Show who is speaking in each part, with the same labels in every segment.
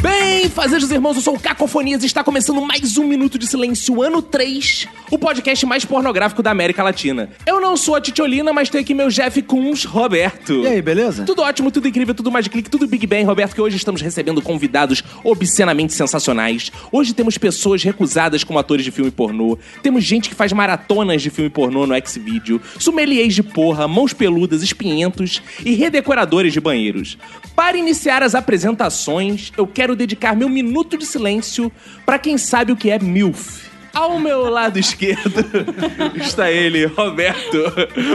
Speaker 1: Bem, fazejos irmãos, eu sou o Cacofonias e está começando mais um Minuto de Silêncio, ano 3, o podcast mais pornográfico da América Latina. Eu não sou a Titiolina, mas tenho aqui meu Jeff Kunz, Roberto.
Speaker 2: E aí, beleza?
Speaker 1: Tudo ótimo, tudo incrível, tudo mais de clique, tudo Big Bang, Roberto, que hoje estamos recebendo convidados obscenamente sensacionais. Hoje temos pessoas recusadas como atores de filme pornô, temos gente que faz maratonas de filme pornô no Xvideo, sommeliers de porra, mãos peludas, espinhentos e redecoradores de banheiros. Para iniciar as apresentações, eu quero dedicar meu minuto de silêncio para quem sabe o que é MILF. Ao meu lado esquerdo está ele, Roberto.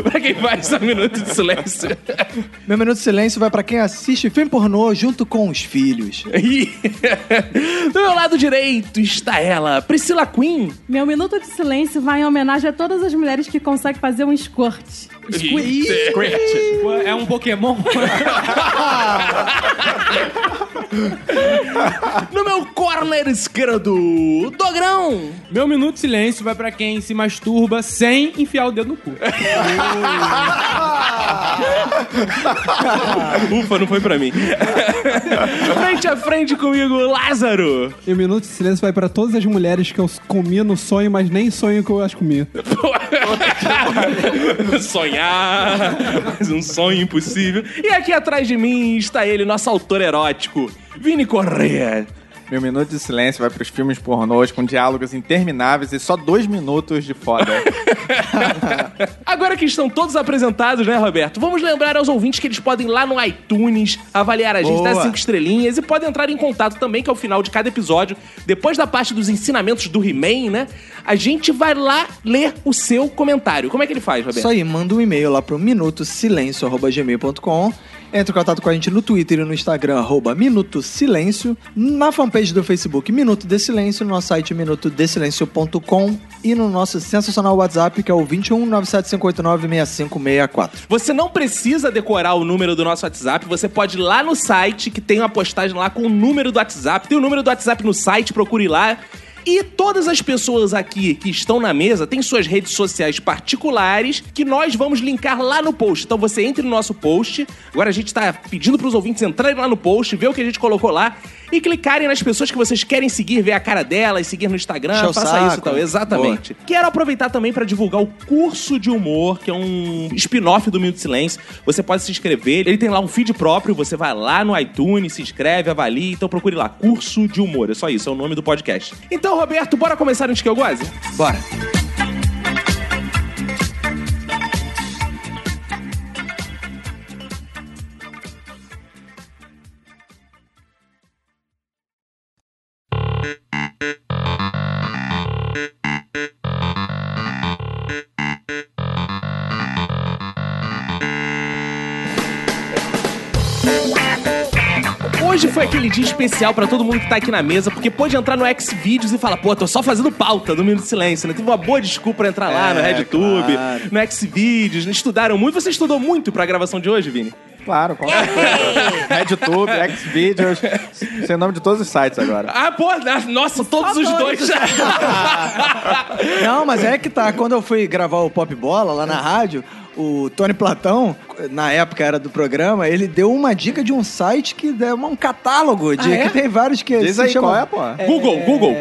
Speaker 1: Para quem faz o minuto de silêncio.
Speaker 2: Meu minuto de silêncio vai pra quem assiste filme pornô junto com os filhos.
Speaker 1: Ih. Do meu lado direito está ela, Priscila Queen.
Speaker 3: Meu minuto de silêncio vai em homenagem a todas as mulheres que conseguem fazer um squirt.
Speaker 4: É um Pokémon?
Speaker 1: No meu corner esquerdo, Dogrão.
Speaker 4: Meu minuto de silêncio vai pra quem se masturba sem enfiar o dedo no cu.
Speaker 1: Ufa, não foi pra mim. frente a frente comigo, Lázaro.
Speaker 5: E o minuto de silêncio vai pra todas as mulheres que eu comi no sonho, mas nem sonho que eu as comi.
Speaker 1: Sonhar, mas um sonho impossível. E aqui atrás de mim está ele, nosso autor erótico, Vini Correa.
Speaker 6: Meu minuto de silêncio vai para os filmes pornôs com diálogos intermináveis e só dois minutos de foda.
Speaker 1: Agora que estão todos apresentados, né, Roberto? Vamos lembrar aos ouvintes que eles podem ir lá no iTunes avaliar a gente,
Speaker 6: Boa.
Speaker 1: dar cinco estrelinhas e podem entrar em contato também, que ao final de cada episódio, depois da parte dos ensinamentos do He-Man, né? A gente vai lá ler o seu comentário. Como é que ele faz, Roberto?
Speaker 2: Isso aí, manda um e-mail lá pro minutosilencio.gmail.com Entre em contato com a gente no Twitter e no Instagram, arroba Minuto Silêncio, na fanpage do Facebook Minuto de Silêncio, no nosso site minutodesilencio.com e no nosso sensacional WhatsApp, que é o 21 975896564.
Speaker 1: Você não precisa decorar o número do nosso WhatsApp, você pode ir lá no site que tem uma postagem lá com o número do WhatsApp. Tem o número do WhatsApp no site, procure lá. E todas as pessoas aqui que estão na mesa têm suas redes sociais particulares que nós vamos linkar lá no post. Então você entre no nosso post. Agora a gente tá pedindo pros ouvintes entrarem lá no post, ver o que a gente colocou lá e clicarem nas pessoas que vocês querem seguir, ver a cara delas, seguir no Instagram,
Speaker 2: Encher o
Speaker 1: faça
Speaker 2: saco.
Speaker 1: isso e tal. Exatamente. Exatamente. Quero aproveitar também para divulgar o curso de humor, que é um spin-off do Minuto de Silêncio. Você pode se inscrever, ele tem lá um feed próprio, você vai lá no iTunes, se inscreve, avalia, então procure lá, curso de humor. É só isso, é o nome do podcast. Então, Roberto, bora começar antes que eu goze?
Speaker 2: Bora!
Speaker 1: Hoje foi aquele dia especial pra todo mundo que tá aqui na mesa, porque pôde entrar no Xvideos e falar, pô, tô só fazendo pauta no Minuto de Silêncio, né? Teve uma boa desculpa pra entrar lá no RedTube, no Xvideos, né? estudaram muito. Você estudou muito pra gravação de hoje, Vini?
Speaker 6: claro, com RedTube, Xvideos, sem nome de todos os sites agora.
Speaker 1: Ah, pô, ah, nossa, todos os dois.
Speaker 2: Não, mas é que tá. Quando eu fui gravar o Pop Bola lá na rádio, o Tony Platão, na época era do programa, ele deu uma dica de um site que é um catálogo de
Speaker 1: Ah, é?
Speaker 2: que tem vários que
Speaker 6: Diz
Speaker 2: se
Speaker 6: aí
Speaker 2: chama
Speaker 6: qual é, pô.
Speaker 1: Google, Google.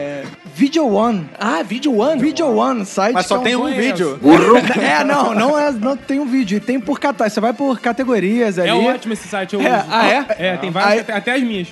Speaker 2: Video One.
Speaker 1: Ah, Video One.
Speaker 2: Video One, site.
Speaker 6: Mas
Speaker 2: que
Speaker 6: só
Speaker 2: é
Speaker 6: tem um vídeo.
Speaker 2: É, não, não é, não tem um vídeo, tem por catálogo. Você vai por categorias ali.
Speaker 4: É ótimo esse site, eu
Speaker 2: É,
Speaker 4: uso.
Speaker 2: ah, é?
Speaker 4: É, tem várias,
Speaker 2: Aí-
Speaker 4: até, até as minhas.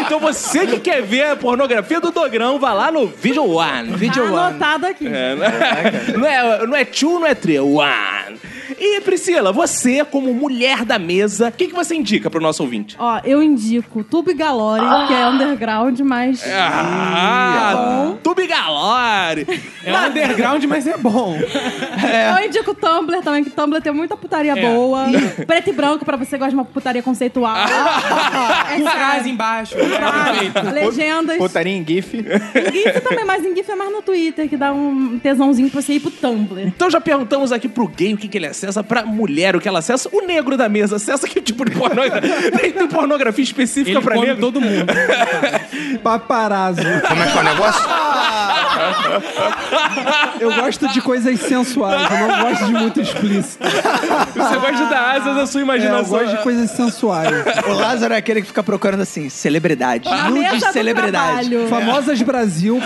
Speaker 1: Então você que quer ver a pornografia do Dogrão, vá lá no Video One.
Speaker 2: Video
Speaker 4: Ah,
Speaker 3: tá
Speaker 2: One. né?
Speaker 3: anotado aqui.
Speaker 1: É, não é- não é two, não é three, é one. E, Priscila, você, como mulher da mesa, o que, que você indica pro nosso ouvinte?
Speaker 3: Ó, eu indico Tube Galore,
Speaker 2: Ah!
Speaker 3: que é underground, mas.
Speaker 2: É.
Speaker 1: Ah, Tubi Galore!
Speaker 4: É underground, mas é bom.
Speaker 2: É.
Speaker 3: Eu indico Tumblr também, que Tumblr tem muita putaria boa. Preto e branco, pra você que gosta de uma putaria conceitual.
Speaker 2: Ah!
Speaker 3: É
Speaker 4: Com
Speaker 3: sério.
Speaker 4: frase embaixo.
Speaker 3: Legendas.
Speaker 6: Putaria em GIF.
Speaker 3: Em GIF também, mas em GIF é mais no Twitter, que dá um tesãozinho pra você ir pro Tumblr.
Speaker 1: Então já perguntamos aqui pro gay o que, que ele acessa, pra mulher o que ela acessa, o negro da mesa acessa que tipo de pornografia. tem, tem pornografia específica
Speaker 4: Ele
Speaker 1: pra
Speaker 4: come
Speaker 1: negro?
Speaker 4: todo mundo.
Speaker 5: Paparazzo.
Speaker 7: Como é que é o negócio?
Speaker 5: Eu gosto de coisas sensuais, eu não gosto de muito explícito.
Speaker 1: Você gosta da asas da sua
Speaker 5: É, eu
Speaker 1: imaginação.
Speaker 5: gosto de coisas sensuais.
Speaker 2: O Lázaro é aquele que fica procurando assim, celebridade.
Speaker 3: Na
Speaker 2: Nudes
Speaker 3: mesa do
Speaker 2: celebridade.
Speaker 3: trabalho.
Speaker 5: Famosas Brasil.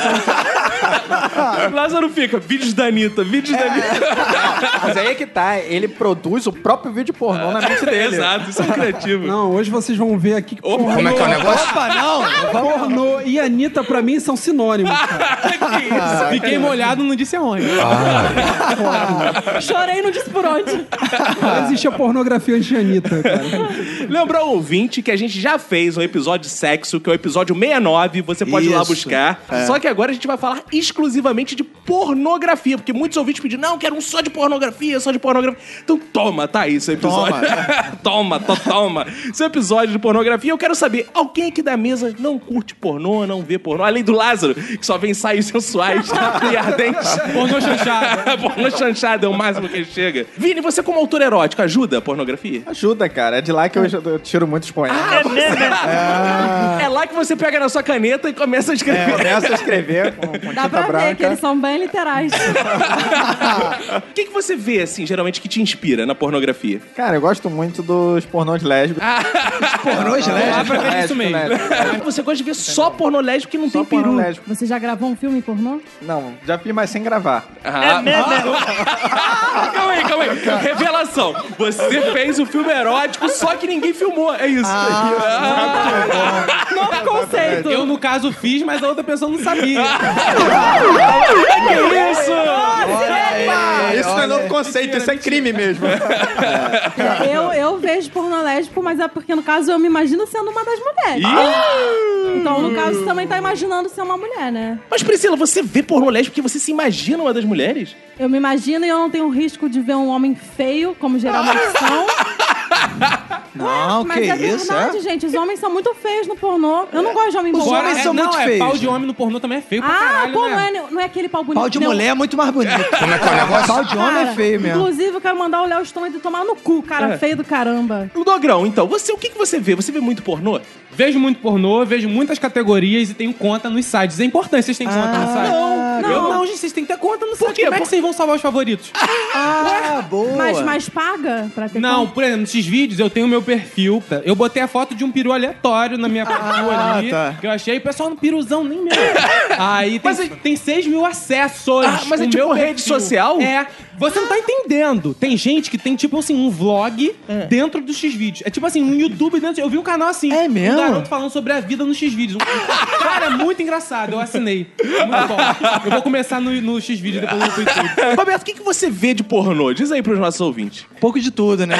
Speaker 1: Ah, Lázaro fica, vídeos da Anitta, vídeos
Speaker 5: É,
Speaker 1: da Anitta.
Speaker 6: Mas aí é que tá, ele produz o próprio vídeo pornô na mente dele.
Speaker 1: Exato, isso é um criativo.
Speaker 5: Não, hoje vocês vão ver aqui que
Speaker 1: Opa,
Speaker 7: Como é que é o negócio?
Speaker 2: Opa, não!
Speaker 5: pornô e Anitta, pra mim, são sinônimos.
Speaker 1: é que isso?
Speaker 4: Fiquei molhado, não disse aonde.
Speaker 3: Chorei, não disse por onde.
Speaker 5: Não existe a pornografia antes de Anitta, cara.
Speaker 1: Lembrar o ouvinte que a gente já fez um episódio de sexo, que é o episódio 69, você pode ir lá
Speaker 2: Isso.
Speaker 1: buscar. Só que agora a gente vai falar exclusivamente de pornografia, porque muitos ouvintes pediram, não, quero um só de pornografia, só de pornografia. Então toma, tá aí seu episódio. Toma, to, toma. Seu episódio de pornografia, eu quero saber, alguém aqui da mesa não curte pornô, não vê pornô, além do Lázaro, que só vê ensaios sensuais e ardentes.
Speaker 4: Pornô chanchado.
Speaker 1: pornô chanchado é o máximo que ele chega. Vini, você como autor erótico, ajuda a pornografia?
Speaker 6: Ajuda, cara. É de lá que eu, eu tiro muitos poemas.
Speaker 1: É,
Speaker 3: Ah,
Speaker 1: né, né? É lá que você pega na sua caneta e começa a
Speaker 6: É,
Speaker 1: escrever.
Speaker 6: começa a escrever com, com
Speaker 3: Dá
Speaker 6: tinta
Speaker 3: pra ver que
Speaker 6: branca.
Speaker 3: eles são bem literais.
Speaker 1: O que, que você vê, assim, geralmente, que te inspira na pornografia?
Speaker 6: Cara, eu gosto muito dos pornôs lésbicos.
Speaker 3: Ah,
Speaker 2: Pornô
Speaker 6: É,
Speaker 2: de lésbica?
Speaker 4: Dá Ah, pra ver isso
Speaker 6: Lésbico,
Speaker 4: mesmo.
Speaker 6: lésbico.
Speaker 1: Você gosta de ver só pornô lésbico que não
Speaker 6: é. Só
Speaker 1: tem peru.
Speaker 6: pornô lésbico.
Speaker 3: Você já gravou um filme pornô?
Speaker 6: Não, já fiz, mas sem gravar.
Speaker 4: É, né,
Speaker 1: Ah, ah, calma aí, calma aí. Revelação. Você fez o filme erótico, só que ninguém filmou. É isso.
Speaker 6: Ah, é
Speaker 1: é
Speaker 3: Novo conceito.
Speaker 4: Eu, no caso, fiz, mas a outra pessoa não sabia.
Speaker 1: É que isso?
Speaker 6: isso não é novo conceito, isso é crime mesmo.
Speaker 3: Eu, eu vejo pornô lésbico, mas é porque, no caso, eu me imagino sendo uma das mulheres. Então, no caso, você também tá imaginando ser uma mulher, né?
Speaker 1: Mas, Priscila, você vê pornô lésbico porque você se imagina uma das mulheres?
Speaker 3: Eu me imagino e eu não tenho risco de ver um homem feio, como geralmente são.
Speaker 2: Não,
Speaker 3: mas
Speaker 2: que
Speaker 3: é
Speaker 2: isso, Ah! é?
Speaker 3: verdade, gente. Os homens são muito feios no pornô. Eu não gosto de homem
Speaker 2: Os
Speaker 3: bonito.
Speaker 2: homens
Speaker 4: é,
Speaker 2: são
Speaker 4: não,
Speaker 2: muito
Speaker 4: é,
Speaker 2: feios.
Speaker 4: pau de homem no pornô também é feio pra
Speaker 3: Ah,
Speaker 4: caralho,
Speaker 3: pô, não
Speaker 4: né?
Speaker 3: é, não é aquele pau bonito.
Speaker 2: Pau de
Speaker 3: não.
Speaker 2: mulher é muito mais bonito.
Speaker 7: Como é que é o negócio?
Speaker 2: Pau de homem
Speaker 3: Cara,
Speaker 2: é feio mesmo. É.
Speaker 3: Inclusive, eu quero mandar o Léo Stone tomar no cu, cara feio do caramba.
Speaker 1: O Dogrão, então, você, o que, que você vê? Você vê muito pornô?
Speaker 4: Vejo muito pornô, vejo muitas categorias e tenho conta nos sites. É importante, vocês têm
Speaker 5: Ah,
Speaker 4: conta no site. Não, não. Eu não, gente, vocês têm que ter conta no site.
Speaker 1: quê?
Speaker 4: Como é que vocês vão salvar os favoritos?
Speaker 2: Ah, boa.
Speaker 3: Mas, mas paga pra ter
Speaker 4: Não,
Speaker 3: conta?
Speaker 4: por exemplo, nesses vídeos eu tenho o meu perfil. tá? Eu botei a foto de um peru aleatório na minha perfil ali.
Speaker 2: tá.
Speaker 4: Que eu achei, e o pessoal, no piruzão nem mesmo. Aí tem, tem 6 mil acessos.
Speaker 1: Ah, mas é
Speaker 4: O
Speaker 1: tipo
Speaker 4: meu
Speaker 1: rede social?
Speaker 4: É. Você não tá entendendo. Tem gente que tem, tipo assim, um vlog dentro dos X-Vídeos. É tipo assim, um YouTube dentro. de- Eu vi um canal assim.
Speaker 2: É mesmo?
Speaker 4: Um garoto falando sobre a vida nos X-Vídeos. Um- Cara, é muito engraçado. Eu assinei. Muito bom. Eu vou começar no, no X-Vídeo depois eu vou pro YouTube.
Speaker 1: Roberto, o que, que você vê de pornô? Diz aí pros nossos ouvintes.
Speaker 2: pouco de tudo, né?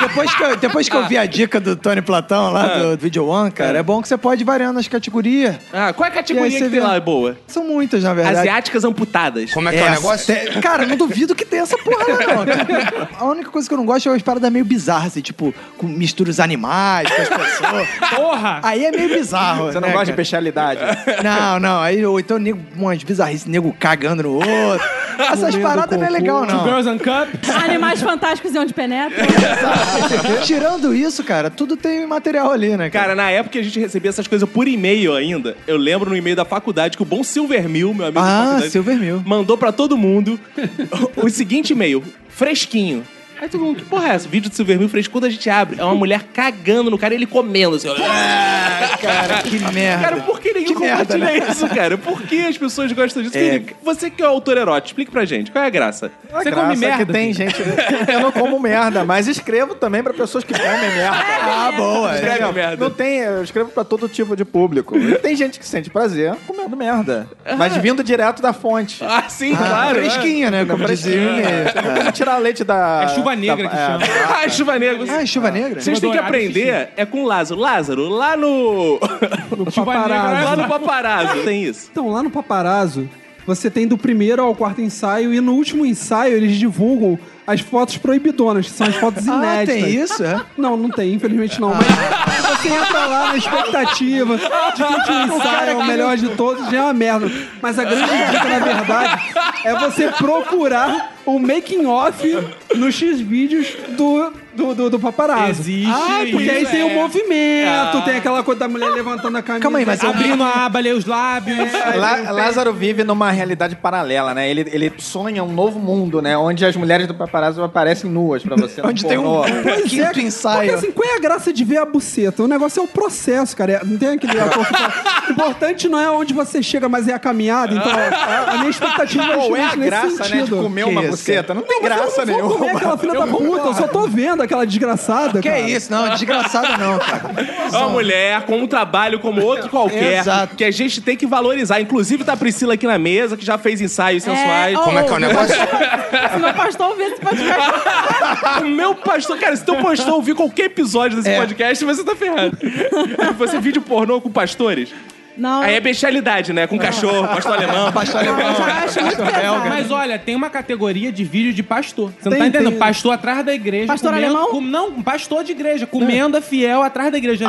Speaker 2: depois, que eu, depois que eu vi a dica do Tony Platão
Speaker 7: Ah.
Speaker 2: lá do Video One, cara, é bom que você pode ir variando as categorias.
Speaker 1: Ah, qual é a categoria
Speaker 2: E aí
Speaker 1: que
Speaker 2: você
Speaker 1: tem
Speaker 2: vê-
Speaker 1: lá é boa?
Speaker 2: São muitas, na verdade.
Speaker 1: Asiáticas amputadas.
Speaker 7: Como é que é o
Speaker 2: Essa-
Speaker 7: negócio?
Speaker 2: Tem- Cara, eu não duvido que tenha essa porra lá, não. cara. A única coisa que eu não gosto é umas paradas meio bizarras, assim, tipo, com mistura os animais com as pessoas.
Speaker 4: Porra!
Speaker 2: Aí é meio bizarro.
Speaker 6: Você não
Speaker 2: né,
Speaker 6: gosta de
Speaker 2: cara?
Speaker 6: bestialidade?
Speaker 2: Não, não. Aí, ou então nego, umas bizarrices, nego cagando no outro. Essas paradas não é legal,
Speaker 4: Two
Speaker 2: não.
Speaker 4: Girls and Cup.
Speaker 3: Animais fantásticos e onde penetra.
Speaker 2: Tirando isso, cara, tudo tem material ali, né, cara?
Speaker 1: Cara, na época que a gente recebia essas coisas por e-mail ainda, eu lembro no e-mail da faculdade que o bom Silvermil, meu amigo da
Speaker 2: Ah,
Speaker 1: faculdade,
Speaker 2: Silvermil.
Speaker 1: mandou pra todo mundo o seguinte e-mail, fresquinho. Aí todo mundo, que porra é essa? Vídeo de Silvermil fresco, quando a gente abre, é uma mulher cagando no cara e ele comendo, assim, ó.
Speaker 2: Cara, que merda.
Speaker 1: Cara, por que ninguém
Speaker 2: Que merda,
Speaker 1: compartilha isso, cara? Por que as pessoas gostam disso? Felipe, Você que é o autor erótico, explique pra gente, qual é a graça?
Speaker 6: Você come merda? que tem gente... Eu não como merda, mas escrevo também pra pessoas que comem merda.
Speaker 2: Ah, boa.
Speaker 1: Escreve
Speaker 6: Entendeu?
Speaker 1: merda.
Speaker 6: Não tem... Eu escrevo pra todo tipo de público. E tem gente que sente prazer comendo merda. Mas vindo direto da fonte.
Speaker 1: Ah, sim, claro. é.
Speaker 2: Fresquinha, né? Como dizia o e-mail.
Speaker 6: Como tirar leite da...
Speaker 4: É chupa
Speaker 8: chuva negra que chama.
Speaker 1: Ah, chuva negra.
Speaker 2: Ah, é chuva negra?
Speaker 1: Vocês têm que
Speaker 8: Dourado,
Speaker 1: aprender é com o Lázaro. Lázaro, lá no.
Speaker 4: tipo, é
Speaker 8: Chuva negra.
Speaker 1: lá no paparazzo tem isso.
Speaker 4: Então, lá no Paparazzo, você tem do primeiro ao quarto ensaio e no último ensaio eles divulgam as fotos proibidonas, que são as fotos
Speaker 2: Ah,
Speaker 4: inéditas.
Speaker 2: tem isso? É?
Speaker 4: Não, não tem, infelizmente não. Mas você entra lá na expectativa de que o último ensaio é o melhor de todos, já é uma merda. Mas a grande
Speaker 2: É.
Speaker 4: dica, na verdade, é você procurar o making off nos X-vídeos do, do, do, do paparazzo.
Speaker 8: Existe
Speaker 4: Ah, porque aí
Speaker 8: isso,
Speaker 4: tem o
Speaker 8: é.
Speaker 4: movimento, tem aquela coisa da mulher levantando a camisa.
Speaker 2: Calma aí, mas é
Speaker 8: Abrindo a aba, lê os lábios.
Speaker 6: Lá- Lázaro vive numa realidade paralela, né? Ele, ele sonha um novo mundo, né? Onde as mulheres do paparazzo aparecem nuas pra você. no
Speaker 2: Onde tem um
Speaker 6: pornô.
Speaker 4: Pois é,
Speaker 2: quinto
Speaker 4: Porque
Speaker 2: ensaio.
Speaker 4: assim, qual é a graça de ver a buceta? O negócio é o processo, cara. É- Não tem aquele ator que fala, O importante não é onde você chega, mas é a caminhada. Então, a, a minha expectativa é
Speaker 6: Ou é a
Speaker 4: justamente nesse
Speaker 6: graça, né? De
Speaker 4: sentido.
Speaker 6: comer
Speaker 2: Que
Speaker 6: uma
Speaker 2: isso?
Speaker 6: buceta. Não tem
Speaker 4: Mas
Speaker 6: graça
Speaker 4: eu não vou
Speaker 6: nenhuma.
Speaker 4: comer aquela filha da puta, eu só tô vendo aquela desgraçada,
Speaker 2: Que é
Speaker 4: cara.
Speaker 2: isso? Não, desgraçado não, cara.
Speaker 1: Uma mulher com um trabalho como outro qualquer.
Speaker 2: Exato.
Speaker 1: Que a gente tem que valorizar. Inclusive, tá a Priscila aqui na mesa, que já fez ensaios sensuais.
Speaker 3: ó,
Speaker 9: Como é que é o negócio?
Speaker 3: Se meu pastor ouvir esse podcast,
Speaker 1: O meu pastor, cara, se teu pastor ouvir qualquer episódio desse podcast, você tá ferrado. Você vídeo pornô com pastores?
Speaker 3: não.
Speaker 1: Aí é bestialidade, né? Com cachorro, pastor alemão.
Speaker 2: Pastor alemão.
Speaker 3: eu já acho muito pesado.
Speaker 8: Mas olha, tem uma categoria de vídeo de pastor. Você não
Speaker 4: Tem,
Speaker 8: tá entendendo?
Speaker 4: tem.
Speaker 8: Pastor atrás da igreja.
Speaker 3: Pastor
Speaker 8: comendo-
Speaker 3: alemão?
Speaker 8: com- não, um pastor de igreja. Comenda fiel atrás da igreja.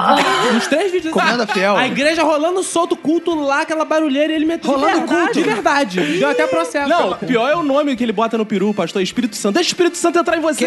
Speaker 8: Nos três vídeos.
Speaker 2: Comenda fiel.
Speaker 8: A igreja rolando solto, culto lá, aquela barulheira e ele meteu.
Speaker 2: Rolando
Speaker 8: de verdade,
Speaker 2: culto?
Speaker 8: De verdade. Deu até processo.
Speaker 1: Não, o pior é o nome que ele bota no peru, pastor Espírito Santo. Deixa o Espírito Santo entrar em você!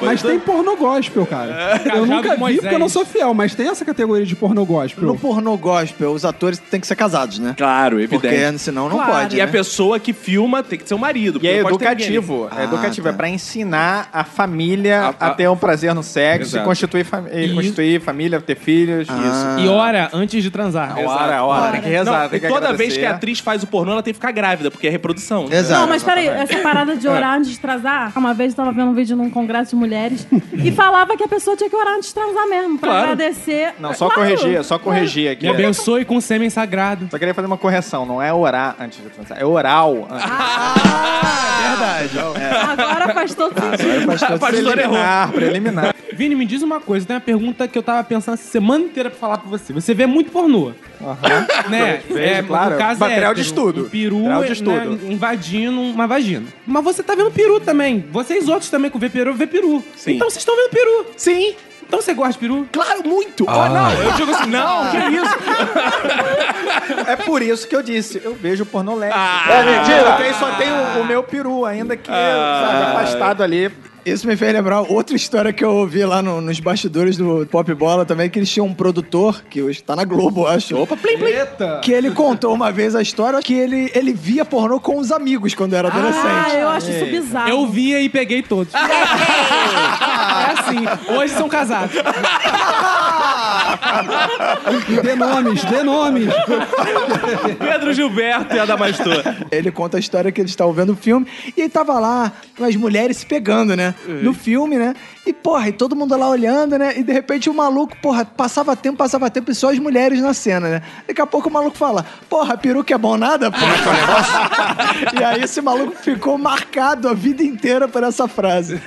Speaker 4: Mas tem porno gospel, cara.
Speaker 8: Cajado
Speaker 4: Eu nunca
Speaker 8: de
Speaker 4: vi
Speaker 8: Moisés.
Speaker 4: porque eu não sou fiel, mas tem essa categoria de porno gospel.
Speaker 2: No pornô gospel, os atores têm que ser casados, né?
Speaker 1: Claro, evidente.
Speaker 2: Porque senão não pode,
Speaker 1: E a
Speaker 2: né?
Speaker 1: pessoa que filma tem que ser o marido.
Speaker 6: E
Speaker 1: porque
Speaker 6: é
Speaker 1: não pode ter ninguém.
Speaker 6: educativo. É
Speaker 2: Ah,
Speaker 6: educativo. É
Speaker 2: tá.
Speaker 6: pra ensinar a família
Speaker 1: A-
Speaker 6: a,
Speaker 1: a-
Speaker 6: ter um prazer no sexo,
Speaker 1: Exato.
Speaker 6: e constituir, fami- e
Speaker 8: Isso.
Speaker 6: constituir família, ter filhos.
Speaker 2: Ah.
Speaker 8: E ora antes de transar.
Speaker 6: Isso. Ora, ora. Tem que
Speaker 1: Não,
Speaker 6: rezar.
Speaker 1: e
Speaker 6: tem que
Speaker 1: toda vez que a
Speaker 6: agradecer.
Speaker 1: atriz faz o pornô, ela tem que ficar grávida, porque é reprodução.
Speaker 2: Exato.
Speaker 3: Não, mas peraí, essa parada
Speaker 1: É.
Speaker 3: de orar antes de transar, uma vez eu tava vendo um vídeo num congresso de mulheres e falava que a pessoa tinha que orar antes de transar mesmo, pra
Speaker 1: Claro.
Speaker 3: agradecer.
Speaker 6: Não, só
Speaker 3: Claro.
Speaker 6: corrigir, é só corrigir aqui.
Speaker 8: Me abençoe com sêmen sagrado.
Speaker 6: Só queria fazer uma correção, não é orar antes de transar, é oral. antes.
Speaker 2: Ah, é verdade.
Speaker 3: Agora faz todo sentido.
Speaker 1: A pastora errou.
Speaker 6: preliminar, preliminar.
Speaker 8: Vini, me diz uma coisa. Tem uma pergunta que eu tava pensando essa semana inteira pra falar pra você. Você vê muito pornô. Né?
Speaker 6: Vejo, claro.
Speaker 8: No caso
Speaker 6: Material de
Speaker 8: hétero,
Speaker 6: estudo.
Speaker 8: um peru
Speaker 6: Material de
Speaker 8: né,
Speaker 6: estudo.
Speaker 8: invadindo uma vagina. Mas você tá vendo peru também. Vocês outros também com vê peru, vê peru.
Speaker 1: Sim.
Speaker 8: Então vocês estão vendo peru.
Speaker 1: Sim,
Speaker 8: Então você gosta de peru? Ah.
Speaker 1: claro, muito. Ah. não, eu digo assim, não, que isso?
Speaker 6: É por isso que eu disse, eu vejo pornô leve.
Speaker 1: Ah.
Speaker 6: é mentira! Porque aí só tem o, o meu peru ainda que, sabe, afastado ali.
Speaker 2: Isso me fez lembrar outra história que eu ouvi lá no- nos bastidores do Pop Bola também, que eles tinham um produtor, que hoje tá na Globo, eu acho. Opa, plim, plim. Que ele contou uma vez a história que ele, ele via pornô com os amigos quando era
Speaker 3: Ah,
Speaker 2: adolescente.
Speaker 3: eu acho isso bizarro.
Speaker 8: Eu via e peguei todos. é assim. Hoje são casados.
Speaker 4: Dê nomes, dê nomes.
Speaker 1: Pedro Gilberto e a Damastor.
Speaker 2: Ele conta a história que ele estava vendo o filme e ele tava lá,
Speaker 4: Ah,
Speaker 2: as mulheres se pegando, né? No filme, né? E, porra, e todo mundo lá olhando, né? E de repente o maluco, porra, passava tempo, passava tempo e só as mulheres na cena, né? Daqui a pouco o maluco fala, porra, peruca é bom nada, porra.
Speaker 9: Como é que é o negócio?
Speaker 2: E aí esse maluco ficou marcado a vida inteira por essa frase.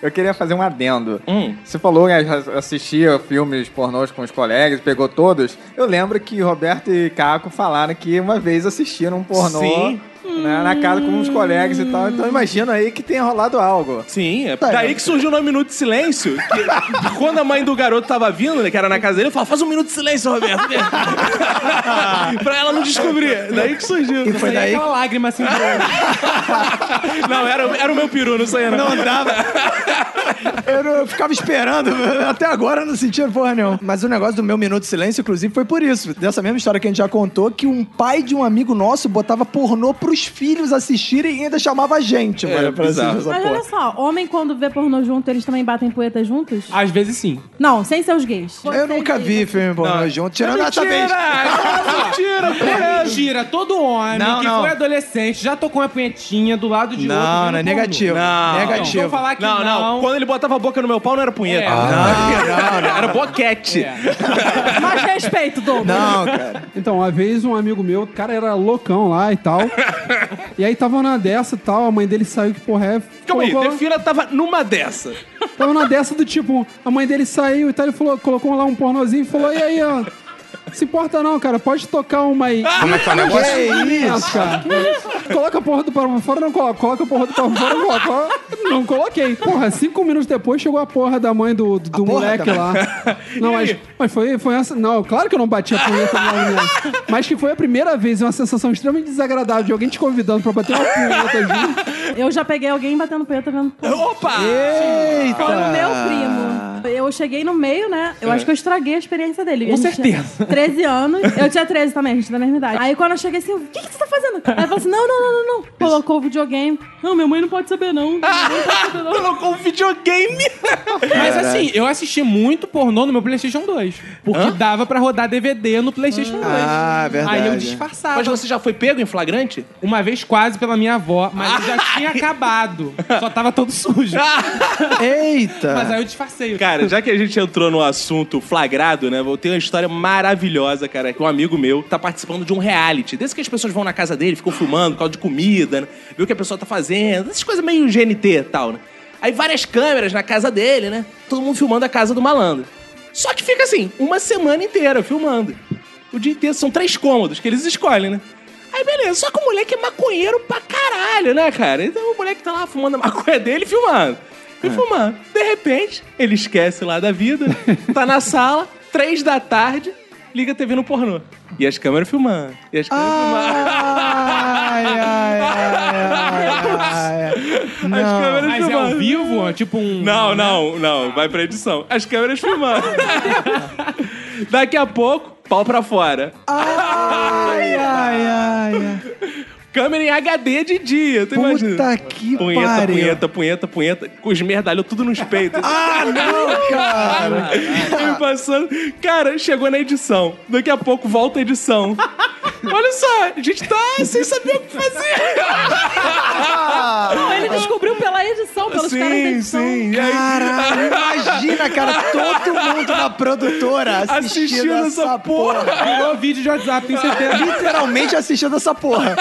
Speaker 6: Eu queria fazer um adendo.
Speaker 1: Hum.
Speaker 6: Você falou que assistia filmes pornôs com os colegas, pegou todos. Eu lembro que Roberto e Caco falaram que uma vez assistiram um pornô
Speaker 1: Sim.
Speaker 6: né, na casa com os colegas e tal. Então imagina aí que tenha rolado algo.
Speaker 1: Sim, é daí que surgiu o nome Minuto de Silêncio. que quando a mãe do garoto tava vindo, né, que era na casa dele, eu falava, faz um minuto de silêncio, Roberto. pra ela não descobrir. Daí que surgiu.
Speaker 2: E foi
Speaker 8: Aí
Speaker 2: daí
Speaker 8: aquela lágrima assim. pro olho.
Speaker 1: Não, era, era o meu peru, não saía não. Não dava.
Speaker 2: que eu, não- eu ficava esperando, até agora eu não sentia porra nenhuma. Mas o negócio do meu minuto de silêncio, inclusive, foi por isso. Dessa mesma história que a gente já contou, que um pai de um amigo nosso botava pornô pros filhos assistirem e ainda chamava a gente, mano, pra assistir
Speaker 1: bizarro.
Speaker 2: essa
Speaker 3: Mas
Speaker 2: porra.
Speaker 3: olha só, homem quando vê pornô junto, eles também batem poeta juntos?
Speaker 1: Ah.
Speaker 8: Às vezes sim.
Speaker 3: Não, sem ser os gays.
Speaker 2: Eu nunca vi filme pornô junto, tirando essa vez.
Speaker 8: É um mentira, todo homem
Speaker 2: Não,
Speaker 8: que
Speaker 2: não.
Speaker 8: foi adolescente já tocou uma punhetinha do lado de outro.
Speaker 2: Não,
Speaker 8: vendo
Speaker 2: não, é
Speaker 8: pornô.
Speaker 2: negativo.
Speaker 1: Não.
Speaker 8: Não, Então, vou
Speaker 2: Negativo.
Speaker 8: falar que
Speaker 1: Não,
Speaker 8: não.
Speaker 1: não. Quando ele botava a boca no meu pau, não era punheta.
Speaker 8: É.
Speaker 2: Ah,
Speaker 1: Era boquete.
Speaker 3: Mas respeito, Douglas.
Speaker 2: Não, cara.
Speaker 4: Então, uma vez um amigo meu, o cara era loucão lá e tal. E aí tava na dessa e tal, a mãe dele saiu, que porra é.
Speaker 1: Calma aí,
Speaker 4: colocou-
Speaker 1: Defina tava numa dessa.
Speaker 4: Tava na dessa do tipo, a mãe dele saiu e tal, ele falou, colocou lá um pornozinho e falou, e aí, ó. Se importa não, cara, pode tocar uma aí.
Speaker 6: Como é que é o negócio?
Speaker 4: Que isso, cara? Coloca a porra do para fora, não coloca. Coloca a porra do para fora, não coloca. Não coloquei. Porra, cinco minutos depois chegou a porra da mãe do, do, do moleque lá. Não, mas, mas foi, foi essa. Não, claro que eu não bati a punheta lá no Mas que foi a primeira vez, é uma sensação extremamente desagradável de alguém te convidando pra bater uma punheta junto.
Speaker 3: Eu já peguei alguém batendo punheta vendo pornô.
Speaker 1: Opa!
Speaker 3: Foi o meu primo. Eu cheguei no meio, né? Eu acho que eu estraguei a experiência dele. Com certeza. 13 anos. Eu tinha 13 também, a gente é da mesma idade. Aí quando eu cheguei assim, o que, que você tá fazendo? Aí ela falou assim: não, não, não, não, não. Colocou o videogame. Não, minha mãe não pode saber, não. Minha mãe não pode saber, não.
Speaker 1: Colocou um videogame.
Speaker 10: Mas assim, eu assisti muito pornô no meu PlayStation 2. Porque dava pra rodar DVD no PlayStation 2.
Speaker 2: Ah, verdade.
Speaker 10: Aí eu disfarçava.
Speaker 1: Mas você já foi pego em flagrante?
Speaker 10: Uma vez quase pela minha avó, mas eu já tinha acabado. Só tava todo sujo.
Speaker 2: Eita!
Speaker 10: Mas aí eu disfarcei.
Speaker 1: Cara, já que a gente entrou no assunto flagrado, né? Vou ter uma história maravilhosa, cara. Que um amigo meu tá participando de um reality. Desse que as pessoas vão na casa dele, ficam filmando, por causa de comida, né? Vê o que a pessoa tá fazendo. Essas coisas meio GNT e tal, né? Aí várias câmeras na casa dele, né? Todo mundo filmando a casa do malandro. Só que fica assim, uma semana inteira filmando. O dia inteiro são três cômodos que eles escolhem, né? Aí beleza, só que o moleque é maconheiro pra caralho, né, cara? Então o moleque tá lá fumando a maconha dele e filmando.
Speaker 10: É.
Speaker 1: E fumando. De repente, ele esquece lá da vida, tá na sala, três da tarde, liga a TV no pornô. E as câmeras filmando. E as câmeras
Speaker 2: Ai, ai, ai, ai,
Speaker 1: filmando. As câmeras
Speaker 10: Mas é
Speaker 1: filmando.
Speaker 10: ao vivo? ó, Tipo um.
Speaker 1: Não, não, não. Vai pra edição. As câmeras filmando. Daqui a pouco, pau pra fora.
Speaker 2: ai, ai, ai, ai.
Speaker 1: Câmera em HD de dia, tu imagina?
Speaker 2: Puta que
Speaker 1: punheta,
Speaker 2: pariu.
Speaker 1: punheta, punheta, punheta, com os merdalhos tudo nos peitos.
Speaker 2: Ah, não, cara.
Speaker 1: E passando. Cara, chegou na edição. Daqui a pouco volta a edição. Olha só, a gente tá sem saber o que fazer.
Speaker 3: Não, ele descobriu pela edição, pelos caras da edição.
Speaker 1: E aí,
Speaker 2: Caralho, imagina, cara, todo mundo na produtora assistindo,
Speaker 1: Assistindo
Speaker 2: essa,
Speaker 1: essa
Speaker 2: porra.
Speaker 10: Virou vídeo de WhatsApp, tem certeza.
Speaker 2: Literalmente assistindo essa porra.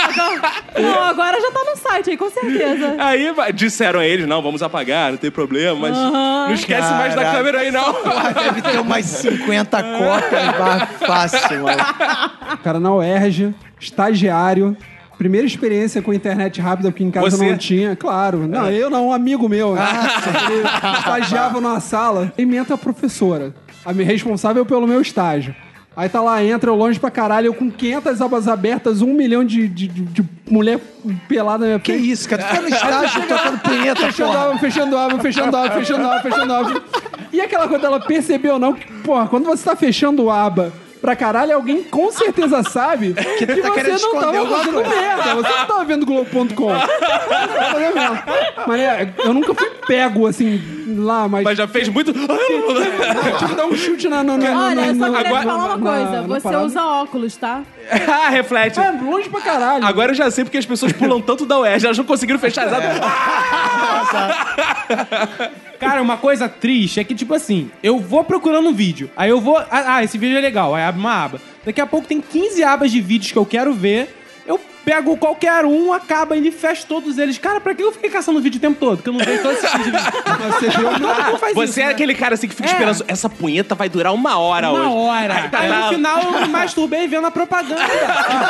Speaker 3: Não, agora já tá no site aí, com certeza.
Speaker 1: aí vai- disseram a eles, não, vamos apagar, não tem problema, mas
Speaker 3: Aham.
Speaker 1: não esquece mais da
Speaker 2: Caraca.
Speaker 1: câmera aí, não.
Speaker 2: Porra, deve ter umas 50 cópias bar-
Speaker 6: Tá.
Speaker 2: fácil, mano.
Speaker 4: Cara, na UERJ, estagiário. Primeira experiência com internet rápida, porque em casa
Speaker 1: Você?
Speaker 4: não tinha, claro. Não,
Speaker 2: É.
Speaker 4: eu não, um amigo meu. né?
Speaker 2: Ah.
Speaker 4: Ele estagiava numa sala. Ementa a professora, a minha responsável pelo meu estágio. Aí tá lá, entra eu longe pra caralho, eu com 500 abas abertas, um milhão de, de, de- de mulher pelada na minha
Speaker 2: Que
Speaker 4: frente.
Speaker 2: isso, cara? Tu tá no estágio tocando punheta,
Speaker 4: Fechando
Speaker 2: porra.
Speaker 4: aba, fechando aba, fechando aba, fechando aba, fechando aba. E aquela coisa dela percebeu ou não, que, porra, quando você tá fechando aba pra caralho, alguém com certeza sabe que,
Speaker 2: tá querendo
Speaker 4: você não
Speaker 2: esconder
Speaker 4: tava
Speaker 2: alguma
Speaker 4: fazendo
Speaker 2: coisa.
Speaker 4: merda, você não tava vendo Globo.com. Você tava fazendo merda. Mas é, eu nunca fui pego assim lá, mas.
Speaker 1: Mas já fez muito.
Speaker 4: Tive que dar um chute na. na, na
Speaker 3: Olha, eu
Speaker 4: na,
Speaker 3: só
Speaker 4: na-
Speaker 3: queria te
Speaker 4: na-
Speaker 3: falar uma
Speaker 4: na-
Speaker 3: coisa.
Speaker 4: na
Speaker 3: Você
Speaker 4: parada.
Speaker 3: usa óculos, tá?
Speaker 1: ah, reflete.
Speaker 4: É, longe pra caralho.
Speaker 1: Agora eu já sei porque as pessoas pulam tanto da UERJ, elas não conseguiram fechar
Speaker 2: É.
Speaker 1: as abas.
Speaker 10: Cara, uma coisa triste é que, tipo assim, eu vou procurando um vídeo. Aí eu vou. Ah, ah, esse vídeo é legal. Aí abre uma aba. Daqui a pouco tem 15 abas de vídeos que eu quero ver. Eu pego qualquer um, acaba ele fecha todos eles. Cara, pra que eu fiquei caçando vídeo o tempo todo? Que eu não vejo todo esse tipo de vídeo. Você viu? Não, não faz isso,
Speaker 1: Você é
Speaker 10: né?
Speaker 1: aquele cara assim que fica
Speaker 10: É.
Speaker 1: esperando. Essa punheta vai durar uma hora hoje.
Speaker 10: Uma hora.
Speaker 1: Aí
Speaker 10: Aí,
Speaker 1: tá lá-
Speaker 10: no final eu me masturbei vendo a propaganda.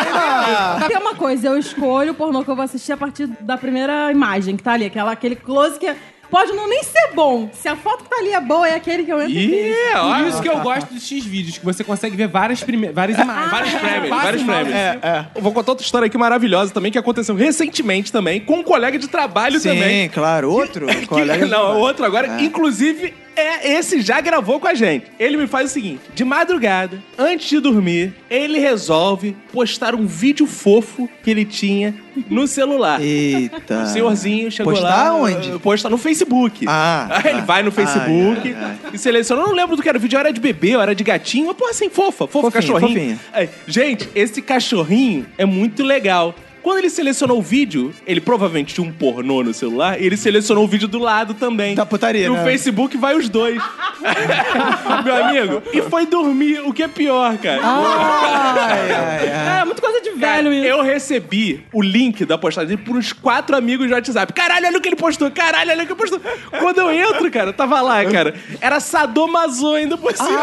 Speaker 3: Tem uma coisa, eu escolho o pornô que eu vou assistir a partir da primeira imagem que tá ali, aquela, aquele close que é- pode não nem ser bom. Se a foto que tá ali é boa, é aquele que eu entro. e vejo.
Speaker 1: Ih, ó.
Speaker 10: Por isso que eu gosto dos X vídeos, que você consegue ver várias, prime... várias imagens.
Speaker 1: Ah, Vários prêmios,
Speaker 10: Passa
Speaker 1: vários
Speaker 10: mal,
Speaker 1: prêmios.
Speaker 10: assim.
Speaker 1: É, Eu Vou contar outra história aqui maravilhosa também, que aconteceu recentemente também, com um colega de trabalho também.
Speaker 2: Sim, claro. Outro colega.
Speaker 1: Que, não, é outro agora. Inclusive, é esse já gravou com a gente. Ele me faz o seguinte: de madrugada, antes de dormir, ele resolve postar um vídeo fofo que ele tinha no celular.
Speaker 2: Eita.
Speaker 1: O senhorzinho chegou
Speaker 2: Postar
Speaker 1: lá.
Speaker 2: onde?
Speaker 1: Postar no Facebook.
Speaker 2: tá Ah,
Speaker 1: Aí ele
Speaker 2: tá.
Speaker 1: vai no Facebook
Speaker 2: Ai, ai,
Speaker 1: e seleciona. Eu não lembro do que era o vídeo, era de bebê, era de gatinho, uma porra assim, fofa, fofa,
Speaker 2: Fofinho,
Speaker 1: cachorrinho.
Speaker 2: fofinho.
Speaker 1: Aí, gente, esse cachorrinho é muito legal. Quando ele selecionou o vídeo, ele provavelmente tinha um pornô no celular, e ele selecionou o vídeo do lado também.
Speaker 2: Da putaria,
Speaker 1: No
Speaker 2: né?
Speaker 1: Facebook vai os dois. Meu amigo, e foi dormir, o que é pior, cara.
Speaker 2: Ai, ai, ai.
Speaker 3: Cara, é muito coisa de de velho isso.
Speaker 1: Eu recebi o link da postagem dele por uns quatro amigos de WhatsApp. Caralho, olha o que ele postou. Caralho, olha o que ele postou. Quando eu entro, cara, tava lá, cara. Era sadomaso ainda por cima.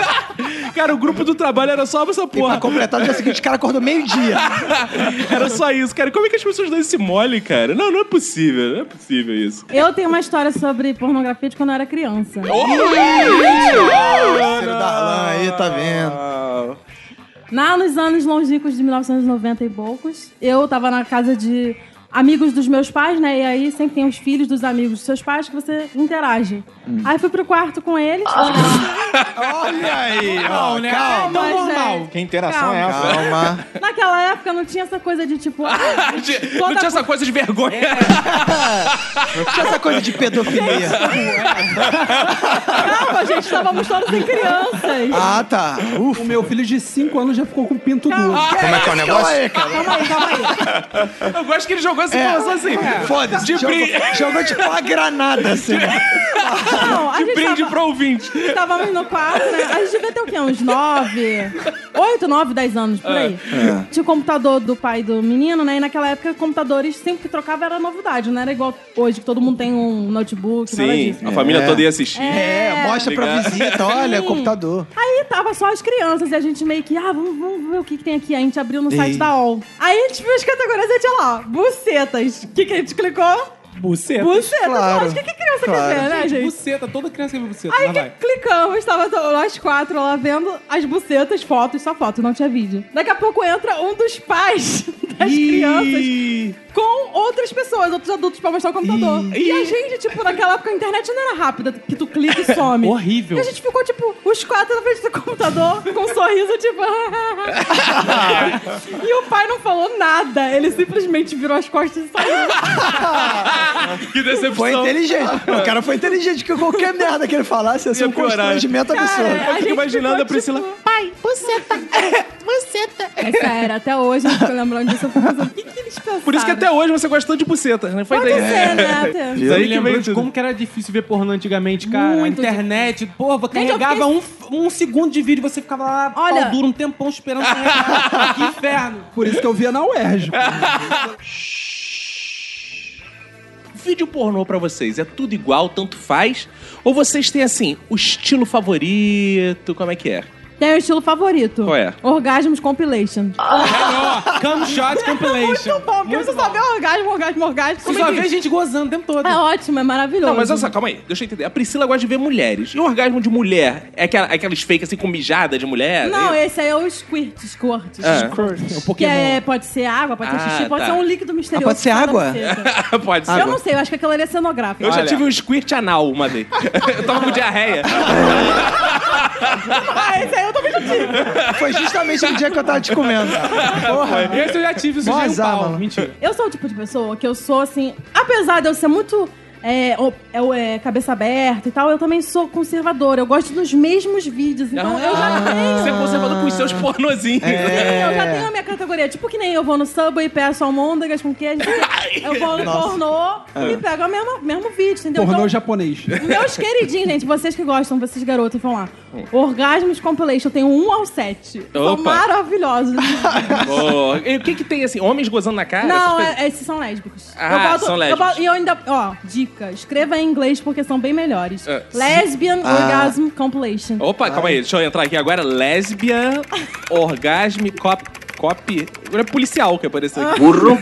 Speaker 1: cara, o grupo do trabalho era só essa
Speaker 5: E
Speaker 2: Tá
Speaker 5: pra
Speaker 1: porra.
Speaker 5: completar,
Speaker 2: É
Speaker 5: no dia seguinte, o cara acordou meio-dia.
Speaker 1: era só isso, cara. Como é que as pessoas dão esse mole, cara? Não, não é possível. Não é possível isso.
Speaker 3: Eu tenho uma história sobre pornografia de quando eu era criança.
Speaker 1: Oh!
Speaker 7: Parceiro Darlan aí, tá vendo?
Speaker 1: Ah,
Speaker 3: Lá nos anos longínquos de 1990 e poucos, eu tava na casa de amigos dos meus pais, né? E aí sempre tem os filhos dos amigos dos seus pais que você interage.
Speaker 1: Hum.
Speaker 3: Aí fui pro quarto com eles.
Speaker 1: Ah,
Speaker 7: Olha aí, ó.
Speaker 4: né? Calma. Tão
Speaker 3: "Ah, Mas,
Speaker 4: normal.
Speaker 3: gente,
Speaker 6: Que interação é essa?
Speaker 7: Calma.
Speaker 3: Naquela época não tinha essa coisa de tipo. ah,
Speaker 1: não
Speaker 3: toda
Speaker 1: tinha essa coisa de vergonha.
Speaker 2: Tinha essa coisa de pedofilia.
Speaker 3: culpa, gente, estávamos todos em crianças.
Speaker 2: Ah, tá.
Speaker 5: O meu filho de 5 anos já ficou com pinto duro.
Speaker 7: Como é que é o negócio?
Speaker 3: Calma aí, calma aí.
Speaker 1: Eu gosto que ele jogou essa informação assim.
Speaker 2: Foda-se.
Speaker 1: De
Speaker 2: Jogou,
Speaker 1: brin-
Speaker 2: jogou tipo uma granada, assim.
Speaker 3: Não, a
Speaker 1: de
Speaker 3: gente
Speaker 1: brinde
Speaker 3: tava-
Speaker 1: pro ouvinte.
Speaker 3: Estávamos no quarto, né? A gente devia ter o quê? Uns nove, oito, nove, dez anos, por aí.
Speaker 1: É,
Speaker 3: Tinha o computador do pai do menino, né? E naquela época, computadores sempre que trocava era novidade, não era igual hoje que todo mundo tem um notebook, nada disso.
Speaker 1: Sim, a família toda ia assistir.
Speaker 2: É, mostra pra
Speaker 1: Obrigado.
Speaker 2: visita, olha,
Speaker 3: Sim.
Speaker 2: computador.
Speaker 3: Aí tava só as crianças e a gente meio que, ah, vamos, vamos ver o que, que tem aqui. Aí a gente abriu no site da OL. Aí a gente viu as categorias e tinha lá, ó, bucetas. O que, que a gente clicou?
Speaker 4: Buceta.
Speaker 3: Bucetas.
Speaker 2: claro.
Speaker 3: Lógico, o que, que criança quer ver, né, gente?
Speaker 4: Buceta, toda criança quer ver buceta.
Speaker 3: Aí
Speaker 4: Lá
Speaker 3: que
Speaker 4: vai.
Speaker 3: clicamos, tava to- nós quatro lá vendo as bucetas, fotos, só foto, não tinha vídeo. Daqui a pouco entra um dos pais das crianças com outras pessoas, outros adultos pra mostrar o computador. E a gente, tipo, naquela época a internet não era rápida, que tu clica e some.
Speaker 4: Horrível.
Speaker 3: E a gente ficou, tipo, os quatro na frente do computador, com um sorriso, tipo... e o pai não falou nada, ele simplesmente virou as costas e saiu.
Speaker 1: Que decepção.
Speaker 2: Foi inteligente. O cara foi inteligente, porque qualquer merda que ele falasse ia ser
Speaker 1: Ia
Speaker 2: um
Speaker 1: piorar.
Speaker 2: constrangimento absurdo.
Speaker 3: Cara, É, a
Speaker 1: fico
Speaker 3: gente
Speaker 1: imaginando
Speaker 3: ficou,
Speaker 1: a Priscila, tá,
Speaker 3: tipo, Pai, buceta. Buceta. É sério, até hoje eu fico lembrando disso. Eu fico pensando, o que, que eles pensaram?
Speaker 1: Por isso que até hoje você gosta tanto de buceta. Né? Foi
Speaker 3: Pode
Speaker 1: daí.
Speaker 3: ser, né?
Speaker 1: Isso
Speaker 4: Eu
Speaker 1: aí que
Speaker 4: me
Speaker 1: veio
Speaker 4: lembro de
Speaker 1: tudo.
Speaker 4: como que era difícil ver pornô antigamente, cara. a
Speaker 3: Muito
Speaker 4: internet, porra,
Speaker 3: Gente, eu
Speaker 4: carregava um, um segundo de vídeo e você ficava lá,
Speaker 3: Olha-
Speaker 4: pau duro, um tempão esperando carregar. que inferno.
Speaker 5: Por isso que eu via na UERJ.
Speaker 1: Vídeo pornô pra vocês, é tudo igual, tanto faz? Ou vocês têm, assim, o estilo favorito? Como é que é?
Speaker 3: Tem o estilo favorito.
Speaker 1: Qual é?
Speaker 3: Orgasmos Compilation.
Speaker 4: Melhor. Come Shot Compilation.
Speaker 3: Ah, Muito bom, porque você só vê orgasmo, orgasmo, orgasmo.
Speaker 4: Você
Speaker 3: Como
Speaker 4: só
Speaker 3: é que-
Speaker 4: vê gente gozando o tempo todo.
Speaker 3: É ótimo, é maravilhoso.
Speaker 1: Não, mas olha só, calma aí, deixa eu entender. A Priscila gosta de ver mulheres. E o orgasmo de mulher? É aquela, aquelas fake assim com mijada de mulher?
Speaker 3: Não,
Speaker 1: é.
Speaker 3: esse aí é o squirt, squirt.
Speaker 1: Ah.
Speaker 3: É Que é, pode ser água, pode ser
Speaker 1: Ah,
Speaker 3: xixi,
Speaker 1: tá.
Speaker 3: pode ser um líquido misterioso.
Speaker 2: Um Ah, pode ser
Speaker 3: que tá na
Speaker 2: água?
Speaker 3: buceta.
Speaker 1: Pode ser.
Speaker 3: Eu não sei, eu acho que aquilo ali é cenográfico.
Speaker 1: Eu já tive um squirt anal uma vez. Eu tava com diarreia.
Speaker 3: Ah, esse aí eu também já tive.
Speaker 2: Foi justamente no dia que eu tava te comendo. Porra.
Speaker 4: Esse eu já tive, isso
Speaker 2: Mó
Speaker 4: já é um
Speaker 2: azar,
Speaker 4: pau.
Speaker 2: mano.
Speaker 4: Mentira.
Speaker 3: Eu sou o tipo de pessoa que eu sou assim, apesar de eu ser muito é, o- é, o- é, cabeça aberta e tal, eu também sou conservadora. Eu gosto dos mesmos vídeos, então eu já É. tenho.
Speaker 1: Você Ah, é conservador com os seus pornozinhos.
Speaker 3: Eu já tenho a minha categoria. Tipo que nem eu vou no Subway, peço almôndegas com queijo. Eu vou no pornô
Speaker 1: É.
Speaker 3: e pego o mesmo, mesmo vídeo, entendeu?
Speaker 5: Pornô
Speaker 3: Então,
Speaker 5: japonês.
Speaker 3: meus queridinhos, gente, vocês que gostam, vocês garotos, vão lá. Orgasmos Compilation, eu tenho um ao sete. São
Speaker 1: Hum. Opa.
Speaker 3: maravilhosos.
Speaker 1: Oh, e o que que tem, assim, homens gozando na cara?
Speaker 3: Não,
Speaker 1: essas coisas?
Speaker 3: é- esses são lésbicos.
Speaker 1: Ah, são
Speaker 3: eu
Speaker 1: lésbicos.
Speaker 3: boto- e eu ainda. Ó, dica. Escreva em inglês porque são bem melhores.
Speaker 1: É.
Speaker 3: Lesbian
Speaker 2: Ah.
Speaker 3: Orgasm Compilation.
Speaker 1: Opa, calma aí, deixa eu entrar aqui agora. Lésbia, orgasme, cop... Cop... Agora é policial que apareceu aqui. Burro.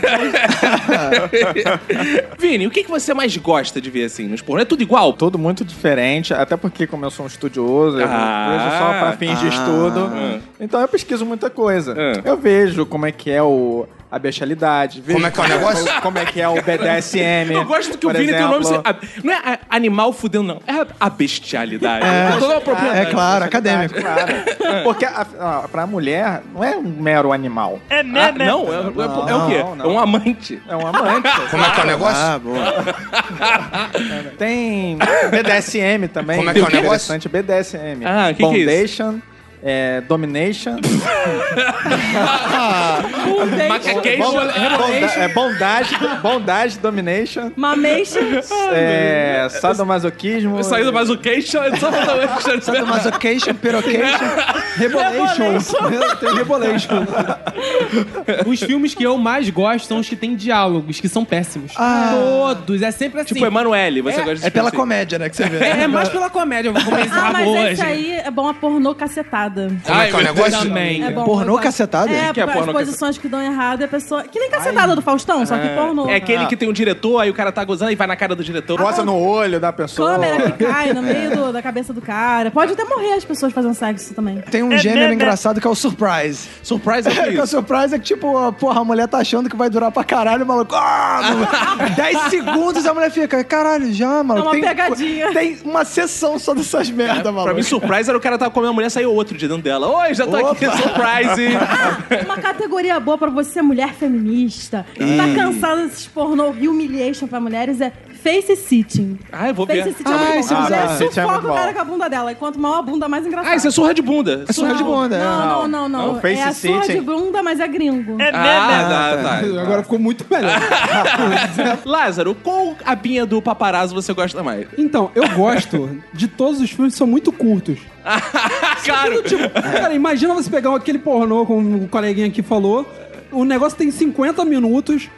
Speaker 1: Vini, o que que você mais gosta de ver, assim, nos pornôs? É tudo igual?
Speaker 6: Tudo muito diferente, até porque como eu sou um estudioso, eu
Speaker 1: Ah.
Speaker 6: vejo só pra fins de estudo.
Speaker 1: Ah.
Speaker 6: Então eu pesquiso muita coisa.
Speaker 1: Ah.
Speaker 6: Eu vejo como é que é o, a bestialidade. vejo
Speaker 7: Como é que é o negócio?
Speaker 6: Como, como é que é o BDSM.
Speaker 1: Eu gosto que o
Speaker 6: por
Speaker 1: Vini tem o nome...
Speaker 6: exemplo.
Speaker 1: assim, a- Não é a- animal fudendo, não. É a- a bestialidade. É, toda uma propriedade.
Speaker 2: É claro, acadêmico.
Speaker 6: Claro.
Speaker 1: É.
Speaker 6: Porque a, a, pra mulher não é um mero animal.
Speaker 1: É, né, né? Não, é, é- é o quê?
Speaker 6: Não, não.
Speaker 1: É um amante.
Speaker 6: É um amante. né?
Speaker 7: Como é que é o negócio?
Speaker 2: Ah, boa.
Speaker 6: Tem BDSM também.
Speaker 7: Como é que é o
Speaker 6: Interessante, BDSM.
Speaker 1: Ah, que que é isso?
Speaker 6: Foundation, é, Domination.
Speaker 1: Macaqueixo.
Speaker 6: Bonda- bonda- é bondage, bondage, domination,
Speaker 3: Mamation.
Speaker 6: é, sadomasoquismo.
Speaker 1: Saindo mais o queixo, só falta o queixo.
Speaker 2: Sadomasocation, perocation.
Speaker 5: Revelations. Tem Rebolation.
Speaker 4: Os filmes que eu mais gosto são os que têm diálogos, que são péssimos.
Speaker 5: Ah.
Speaker 4: Todos. É sempre assim.
Speaker 1: Tipo, Emanuele, você gosta de
Speaker 7: É pela
Speaker 2: assim,
Speaker 1: filme
Speaker 7: comédia, né, que você vê.
Speaker 4: É, é mais pela comédia. Eu vou comer esse
Speaker 3: Ah,
Speaker 4: rabo
Speaker 3: mas esse
Speaker 4: hoje.
Speaker 3: aí é bom a pornô cacetada.
Speaker 7: Como é que é o negócio?
Speaker 4: Também.
Speaker 3: um É bom,
Speaker 2: Pornô
Speaker 3: eu gosto.
Speaker 2: cacetada?
Speaker 3: É,
Speaker 1: que é
Speaker 3: as
Speaker 1: pornô
Speaker 3: posições que dão errado e a pessoa... Que nem cacetada do Faustão, só que pornô.
Speaker 1: assim? É aquele que tem um diretor, aí o cara tá gozando e vai na cara do diretor.
Speaker 6: Roça no olho da pessoa.
Speaker 3: Câmera que cai no meio do- da cabeça do cara. Pode até morrer as pessoas fazendo sexo também.
Speaker 2: Tem um gênero engraçado que é o surprise.
Speaker 1: Surprise é o que é
Speaker 2: Que o
Speaker 1: isso?
Speaker 2: surprise é que, tipo, a- porra, a mulher tá achando que vai durar pra caralho, o maluco. Ah, não- 10 segundos a mulher fica, caralho, já, mano.
Speaker 3: É uma pegadinha.
Speaker 2: Tem uma sessão só dessas merda, maluco.
Speaker 1: Pra mim, surprise era o cara tava comendo a mulher saiu outro de dentro dela. Oi, já tô aqui, surprise!
Speaker 3: Uma categoria boa pra você, mulher feminista, que
Speaker 1: Hum.
Speaker 3: tá cansada desses pornô e humiliation pra mulheres, é face sitting.
Speaker 1: Ah, eu vou ver.
Speaker 3: Face sitting é muito
Speaker 2: esse
Speaker 3: bom. A mulher
Speaker 6: bizarro. Esse é
Speaker 3: sufoca
Speaker 6: muito
Speaker 3: o cara
Speaker 6: bom.
Speaker 3: com a bunda dela. E quanto maior a bunda, mais engraçado.
Speaker 1: Ah, isso é surra de bunda. Surra
Speaker 2: é
Speaker 1: de bunda.
Speaker 2: bunda,
Speaker 3: Não, não, não, não.
Speaker 6: Não, face
Speaker 3: é a surra
Speaker 6: sitting.
Speaker 3: de bunda, mas é gringo.
Speaker 1: Ah, tá, tá.
Speaker 5: Agora ficou muito melhor.
Speaker 1: Lázaro, qual abinha do paparazzo você gosta mais?
Speaker 5: Então, eu gosto de todos os filmes que são muito curtos.
Speaker 1: Claro!
Speaker 5: Tipo, cara, imagina você pegar um aquele pornô, como o coleguinha aqui falou, o negócio tem 50 minutos.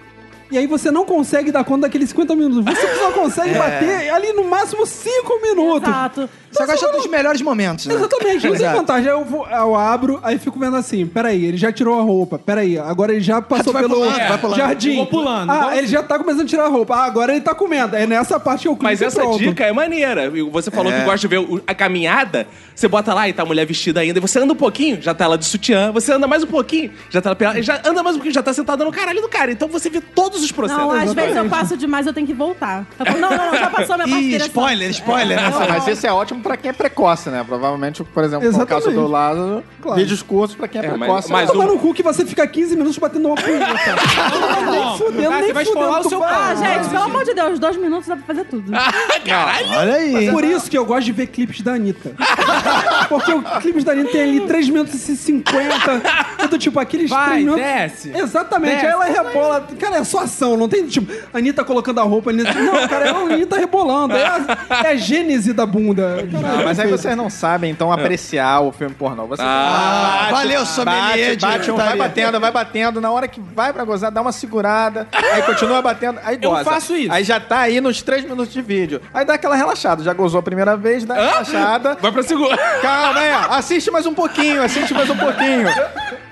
Speaker 5: E aí você não consegue dar conta daqueles 50 minutos. Você só consegue
Speaker 2: É.
Speaker 5: bater ali no máximo 5 minutos.
Speaker 3: Exato.
Speaker 2: Você gosta dos melhores momentos, né?
Speaker 5: Exatamente, não tem
Speaker 2: Exato.
Speaker 5: vantagem. Aí eu, vou- eu abro, aí fico vendo assim, peraí, ele já tirou a roupa, peraí, agora ele já passou
Speaker 2: vai
Speaker 5: pelo
Speaker 2: pulando, vai pulando.
Speaker 5: jardim.
Speaker 4: Vou pulando.
Speaker 5: Ah,
Speaker 4: Vamos-
Speaker 5: ele já tá começando a tirar a roupa. Ah, agora ele tá comendo. É nessa parte que eu clico
Speaker 1: Mas
Speaker 5: e
Speaker 1: essa
Speaker 5: pronto.
Speaker 1: dica é maneira. E Você falou que gosta de ver o- a caminhada, você bota lá e tá a mulher vestida ainda, e você anda um pouquinho, já tá ela de sutiã, você anda mais um pouquinho, já tá ela pelada, já anda mais um pouquinho, já tá sentada no caralho do cara. Então você é vê todos os processos.
Speaker 3: Não, às vezes eu passo demais, eu tenho que voltar. Eu falo, Não, não, não, já passou a minha
Speaker 2: Ih,
Speaker 3: parceira.
Speaker 2: spoiler, spoiler.
Speaker 6: Ah,
Speaker 2: Nessa...
Speaker 6: mas isso é ótimo pra quem é precoce, né? Provavelmente, por exemplo, no caso
Speaker 5: Exatamente.
Speaker 6: do lado,
Speaker 5: Claro.
Speaker 6: vídeos curtos pra quem é,
Speaker 1: É, mas-
Speaker 6: precoce.
Speaker 1: mas
Speaker 6: né?
Speaker 5: Tomar
Speaker 1: o-
Speaker 5: no cu que você fica 15 minutos batendo uma punheta. nem fudendo,
Speaker 4: Ah,
Speaker 5: nem
Speaker 4: você vai
Speaker 5: fudendo.
Speaker 4: esfolar o
Speaker 5: tu
Speaker 4: seu
Speaker 5: vai.
Speaker 3: Ah, gente, pelo amor de Deus, dois minutos dá pra fazer tudo.
Speaker 2: Olha aí.
Speaker 5: Por isso que eu gosto de ver clipes da Anitta. Porque o clipes da Anitta tem ali 3 minutos e 50. Eu tô tipo, aqueles
Speaker 4: Vai,
Speaker 5: 3 minutos.
Speaker 4: desce.
Speaker 5: Exatamente.
Speaker 4: Desce.
Speaker 5: Aí ela rebola. Cara, é só ação. Não tem tipo, Anitta colocando a roupa. Anitta... Não, cara, é a Anitta rebolando. É a, é a gênese da bunda.
Speaker 6: Ah, mas aí vocês não sabem, então, apreciar o filme pornô. Você
Speaker 2: Ah, valeu, sommelier
Speaker 6: bate,
Speaker 2: de
Speaker 6: bate um, vai
Speaker 2: putaria.
Speaker 6: batendo, vai batendo. Na hora que vai pra gozar, dá uma segurada. Aí continua batendo. Aí
Speaker 4: Eu
Speaker 6: goza.
Speaker 4: faço isso.
Speaker 6: Aí já tá aí nos três minutos de vídeo. Aí dá aquela relaxada. Já gozou a primeira vez, dá relaxada.
Speaker 1: Vai pra segunda.
Speaker 6: Calma aí, ó. assiste mais um pouquinho, assiste mais um pouquinho.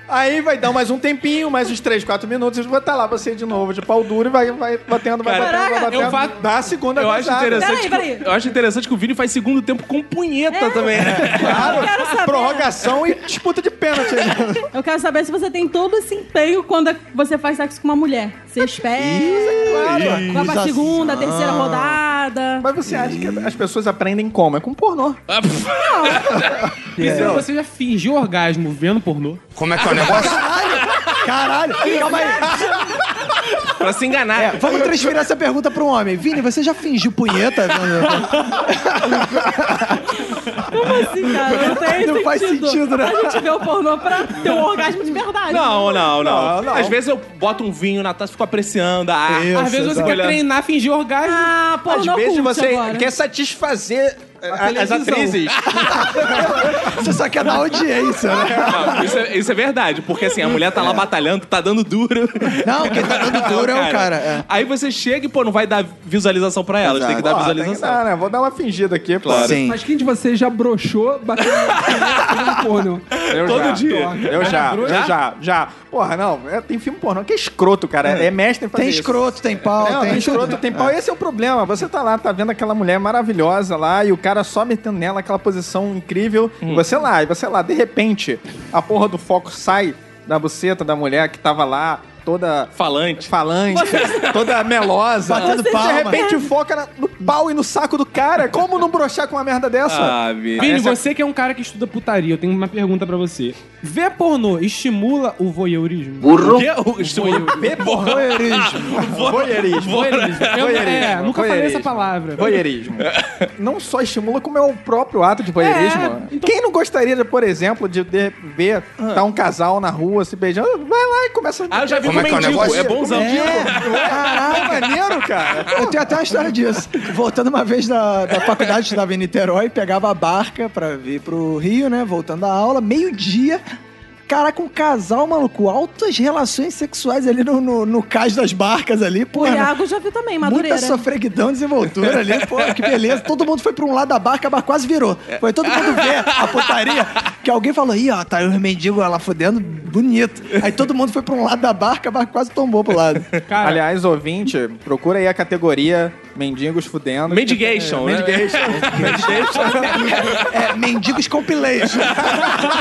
Speaker 6: Aí vai dar mais um tempinho, mais uns 3, 4 minutos, e vai estar lá você de novo, de pau duro, e vai, vai batendo, vai
Speaker 1: Cara,
Speaker 6: batendo, vai
Speaker 3: caraca,
Speaker 6: batendo.
Speaker 4: eu fa-
Speaker 6: Dá a segunda
Speaker 1: Eu acho,
Speaker 6: gozada.
Speaker 1: interessante
Speaker 3: Peraí,
Speaker 1: que,
Speaker 3: peraí.
Speaker 1: eu acho interessante que o Vini faz segundo tempo com punheta
Speaker 4: É.
Speaker 1: também.
Speaker 6: Claro,
Speaker 3: Eu quero saber.
Speaker 6: prorrogação e disputa de pênalti.
Speaker 3: Eu quero saber se você tem todo esse empenho quando você faz sexo com uma mulher. Você espera, vai
Speaker 2: assim,
Speaker 3: pra
Speaker 2: ah.
Speaker 3: segunda, terceira rodada.
Speaker 6: Mas você acha
Speaker 1: é
Speaker 6: que as pessoas aprendem como? É com pornô.
Speaker 4: E se você já fingiu orgasmo vendo pornô?
Speaker 7: Como é que é o negócio?
Speaker 2: Caralho. Calma aí.
Speaker 1: pra se enganar.
Speaker 2: É, vamos transferir essa pergunta pro homem. Vini, você já fingiu punheta?
Speaker 3: Como assim, cara? Não, tem
Speaker 2: Não faz sentido, né?
Speaker 3: A gente vê o pornô pra ter um orgasmo de verdade.
Speaker 1: Não, não, não,
Speaker 6: Não, não.
Speaker 1: Às vezes eu boto um vinho na taça e fico apreciando a arte.
Speaker 4: Às vezes você quer
Speaker 1: Olhando.
Speaker 4: treinar, fingir orgasmo.
Speaker 3: tá Ah, pornô
Speaker 6: Às vezes
Speaker 3: cult
Speaker 6: você
Speaker 3: agora.
Speaker 6: quer satisfazer a- as
Speaker 5: televisão.
Speaker 6: atrizes.
Speaker 2: Você só quer dar audiência, né?
Speaker 1: Não, isso, é, isso é verdade, porque assim, a mulher tá lá batalhando, tá dando duro.
Speaker 2: Não, quem tá dando duro é o cara. é.
Speaker 1: Aí você chega e, pô, não vai dar visualização pra ela, tem que dar
Speaker 6: Ó, tem que
Speaker 1: visualização.
Speaker 6: dar, né? Vou dar uma fingida aqui, claro.
Speaker 2: Sim.
Speaker 5: Mas quem de vocês já broxou batendo no pornô?
Speaker 6: Eu
Speaker 1: Todo
Speaker 6: já.
Speaker 1: dia.
Speaker 6: Eu já, eu já, já. Porra, não, é- tem filme pornô que é escroto, cara. É, mestre em fazer
Speaker 2: Tem
Speaker 6: isso.
Speaker 2: escroto, tem pau,
Speaker 6: Não,
Speaker 2: tem...
Speaker 6: tem escroto, tem pau. Esse é o problema. Você tá lá, tá vendo aquela mulher maravilhosa lá e o cara só metendo nela aquela posição incrível.
Speaker 4: Hum.
Speaker 6: E você lá, e você lá. De repente, a porra do foco sai da buceta da mulher que tava lá, toda
Speaker 1: Falante.
Speaker 6: falante, toda melosa.
Speaker 2: Batendo
Speaker 6: Você,
Speaker 2: palma.
Speaker 6: De repente foca na- no pau e no saco do cara. Como não broxar com uma merda dessa?
Speaker 1: Ah, Vini.
Speaker 4: Vini,
Speaker 6: essa-
Speaker 4: você que é um cara que estuda putaria, eu tenho uma pergunta pra você. Ver pornô estimula o voyeurismo?
Speaker 1: O quê? é O- estimula-
Speaker 6: Vê pornô Voyeurismo.
Speaker 4: Voyeurismo. Eu, é,
Speaker 6: Voyeurismo,
Speaker 4: nunca falei
Speaker 6: voyeurismo.
Speaker 4: essa palavra.
Speaker 6: Voyeurismo. Não só estimula, como é o próprio ato de voyeurismo.
Speaker 4: É, então- Ah.
Speaker 6: Quem não gostaria, de, por exemplo, de, de ver tá um casal na rua se beijando? Vai lá e começa a
Speaker 1: Ah, eu já vi
Speaker 7: Como é que é o
Speaker 1: mendigo,
Speaker 7: negócio?
Speaker 1: é bonzão.
Speaker 2: Caraca, maneiro, cara. Eu tenho até uma história disso. Voltando uma vez da, da faculdade, estudava em Niterói, pegava a barca pra vir pro Rio, né? Voltando da aula, meio-dia. Caraca, um casal, maluco, altas relações sexuais ali no, no, no cais das barcas ali,
Speaker 3: O
Speaker 2: porra.
Speaker 3: Iago já viu também, Madureira.
Speaker 2: Muita sofreguidão, desenvoltura ali, pô, que beleza. Todo mundo foi pra um lado da barca, a barca quase virou. Foi todo mundo ver a putaria, que alguém falou, ih, ó, tá aí o mendigo lá fudendo, bonito. Aí todo mundo foi pra um lado da barca, a barca quase tombou pro lado.
Speaker 4: Cara,
Speaker 6: Aliás, ouvinte, procura aí a categoria Mendigos Fudendo.
Speaker 1: Mendigation, né?
Speaker 2: É, mendigos compilation.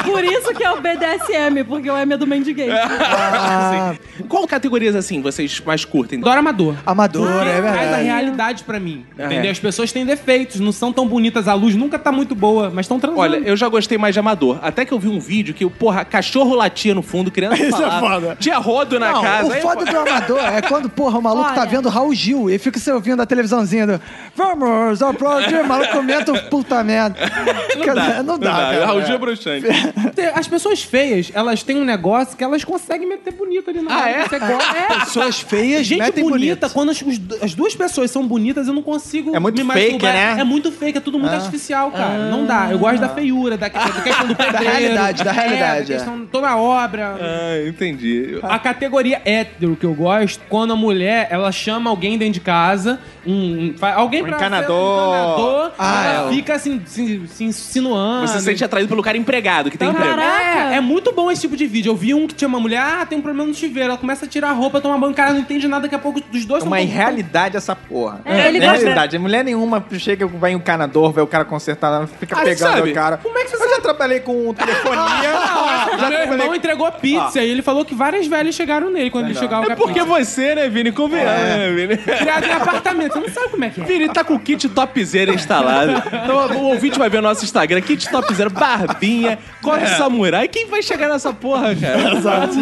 Speaker 3: Por isso que é o BDSM, porque o M é do Mendicate.
Speaker 1: Assim. Qual categorias, assim, vocês mais curtem?
Speaker 4: Dora Amador.
Speaker 2: Amadora, é
Speaker 4: Traz a
Speaker 2: verdade.
Speaker 4: realidade pra mim.
Speaker 1: É.
Speaker 4: Entendeu? As pessoas têm defeitos, não são tão bonitas, a luz nunca tá muito boa, mas estão transando.
Speaker 1: Olha, eu já gostei mais de amador. Até que eu vi um vídeo que, porra, cachorro latia no fundo, criança
Speaker 2: Isso é
Speaker 1: falava.
Speaker 2: foda.
Speaker 1: Tinha rodo na
Speaker 2: Não,
Speaker 1: casa. aí,
Speaker 2: o foda do amador é quando, porra, o maluco tá
Speaker 3: Olha.
Speaker 2: vendo Raul Gil e fica se ouvindo a televisãozinha do Vamos, aplaudir, o maluco comenta, puta merda. Quer dizer, Não dá, cara.
Speaker 1: Raul Gil é bruxante.
Speaker 4: Tem- As pessoas feias, elas têm um negócio que elas conseguem meter bonito ali na
Speaker 1: Ah,
Speaker 4: hora.
Speaker 1: é?
Speaker 4: Você gosta. É.
Speaker 2: Pessoas feias,
Speaker 4: Gente
Speaker 2: metem
Speaker 4: bonita,
Speaker 2: bonito.
Speaker 4: quando as, os du- as duas pessoas são bonitas, eu não consigo
Speaker 6: É muito
Speaker 4: me
Speaker 6: fake,
Speaker 4: masturbar.
Speaker 6: né?
Speaker 4: É muito fake, é tudo muito artificial, cara. Não dá. Eu gosto da feiura, da, da questão do é pedreiro.
Speaker 2: realidade, da realidade,
Speaker 4: tá É, da questão toda a obra.
Speaker 1: Ah, entendi.
Speaker 4: A categoria hétero que eu gosto, quando a mulher, ela chama alguém dentro de casa, um, um- fa- alguém pra ser
Speaker 6: encanador.
Speaker 4: um encanador,
Speaker 2: Ah,
Speaker 4: ela
Speaker 2: é.
Speaker 4: fica assim, se, se insinuando.
Speaker 1: Você se sente atraído pelo cara empregado que tem
Speaker 4: Então,
Speaker 1: emprego.
Speaker 3: Caraca!
Speaker 4: É, é muito bom esse tipo de vídeo. Eu vi um que tinha uma mulher, ah, tem um problema no chuveiro. Ela começa a tirar a roupa, toma banho, cara, não entende nada. Daqui a pouco dos
Speaker 6: É
Speaker 4: dois tão-
Speaker 6: uma
Speaker 4: tão-
Speaker 6: irrealidade essa porra.
Speaker 3: É, ele gosta-
Speaker 6: realidade. Mulher nenhuma chega, vai em um canador, vê o cara consertar, fica
Speaker 1: Ah,
Speaker 6: pegando
Speaker 1: sabe?
Speaker 6: o cara.
Speaker 4: Como é que você
Speaker 6: Eu já trabalhei com telefonia. já
Speaker 4: Ah, Meu
Speaker 6: trabalhei
Speaker 4: irmão entregou pizza e ele falou que várias velhas chegaram nele quando ele chegava com
Speaker 1: É
Speaker 4: a
Speaker 1: porque
Speaker 4: pizza.
Speaker 1: você, né, Vini? Convenhamos, né, Vini?
Speaker 4: Criado em apartamento, você não sabe como é que é.
Speaker 1: Vini tá com o kit topzera instalado. Então o ouvinte vai ver o nosso Instagram, kit topzera, barbinha, corre samurai. Quem vai chegar nessa porra, cara?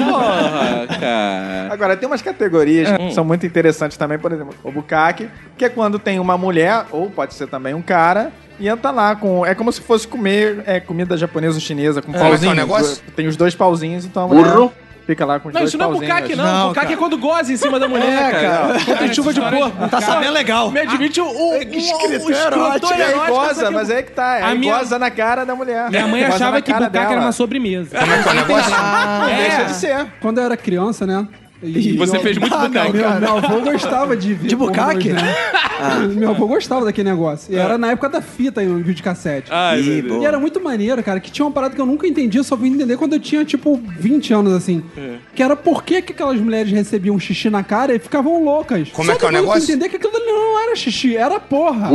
Speaker 1: Porra, cara.
Speaker 6: Agora, tem umas categorias
Speaker 4: É.
Speaker 6: que são muito interessantes também, por exemplo, o bucaque, que é quando tem uma mulher, ou pode ser também um cara, e entra lá com. É como se fosse comer é, comida japonesa ou chinesa com
Speaker 7: Como é que é
Speaker 6: pauzinho.
Speaker 7: o negócio?
Speaker 6: Tem os dois pauzinhos, então a mulher fica lá com os
Speaker 1: Não,
Speaker 6: dois
Speaker 1: isso não é
Speaker 6: pauzinhos.
Speaker 1: bucaque, não.
Speaker 2: Não,
Speaker 1: bucaque
Speaker 2: cara.
Speaker 1: é quando goza em cima da mulher, cara. é Tem chuva de
Speaker 4: Essa história
Speaker 1: porco.
Speaker 2: Tá sabendo legal.
Speaker 1: Me admite um. o, o,
Speaker 2: Que
Speaker 1: o-
Speaker 2: escrito
Speaker 1: o escroto
Speaker 2: erótico.
Speaker 6: E aí
Speaker 1: erótico.
Speaker 6: goza, mas aí que tá.
Speaker 4: é A
Speaker 6: Aí
Speaker 4: minha-
Speaker 6: goza na cara da mulher.
Speaker 4: Minha mãe
Speaker 6: Goza
Speaker 4: achava
Speaker 6: na
Speaker 4: que
Speaker 6: cara
Speaker 4: bucaque era
Speaker 6: dela.
Speaker 4: uma sobremesa.
Speaker 7: Como é que é o negócio?
Speaker 6: Não deixa
Speaker 4: É.
Speaker 6: de ser.
Speaker 5: Quando eu era criança, né? E
Speaker 1: Você fez muito
Speaker 2: Ah, não,
Speaker 1: bucaque.
Speaker 5: Meu, meu avô gostava de ver.
Speaker 2: De bucaque?
Speaker 5: pornôs, né? Meu avô gostava daquele
Speaker 4: É.
Speaker 5: negócio. E era na época da fita aí, no vídeo de cassete.
Speaker 1: Ai, meu Deus.
Speaker 5: E era muito maneiro, cara, que tinha uma parada que eu nunca entendi, eu só vim entender quando eu tinha, tipo, 20 anos, assim.
Speaker 7: É.
Speaker 5: Que era por que, que aquelas mulheres recebiam um xixi na cara e ficavam loucas.
Speaker 7: Como
Speaker 5: Só
Speaker 7: é que é o
Speaker 5: depois eu fui
Speaker 7: negócio?
Speaker 5: entender que aquilo ali não era xixi, era porra.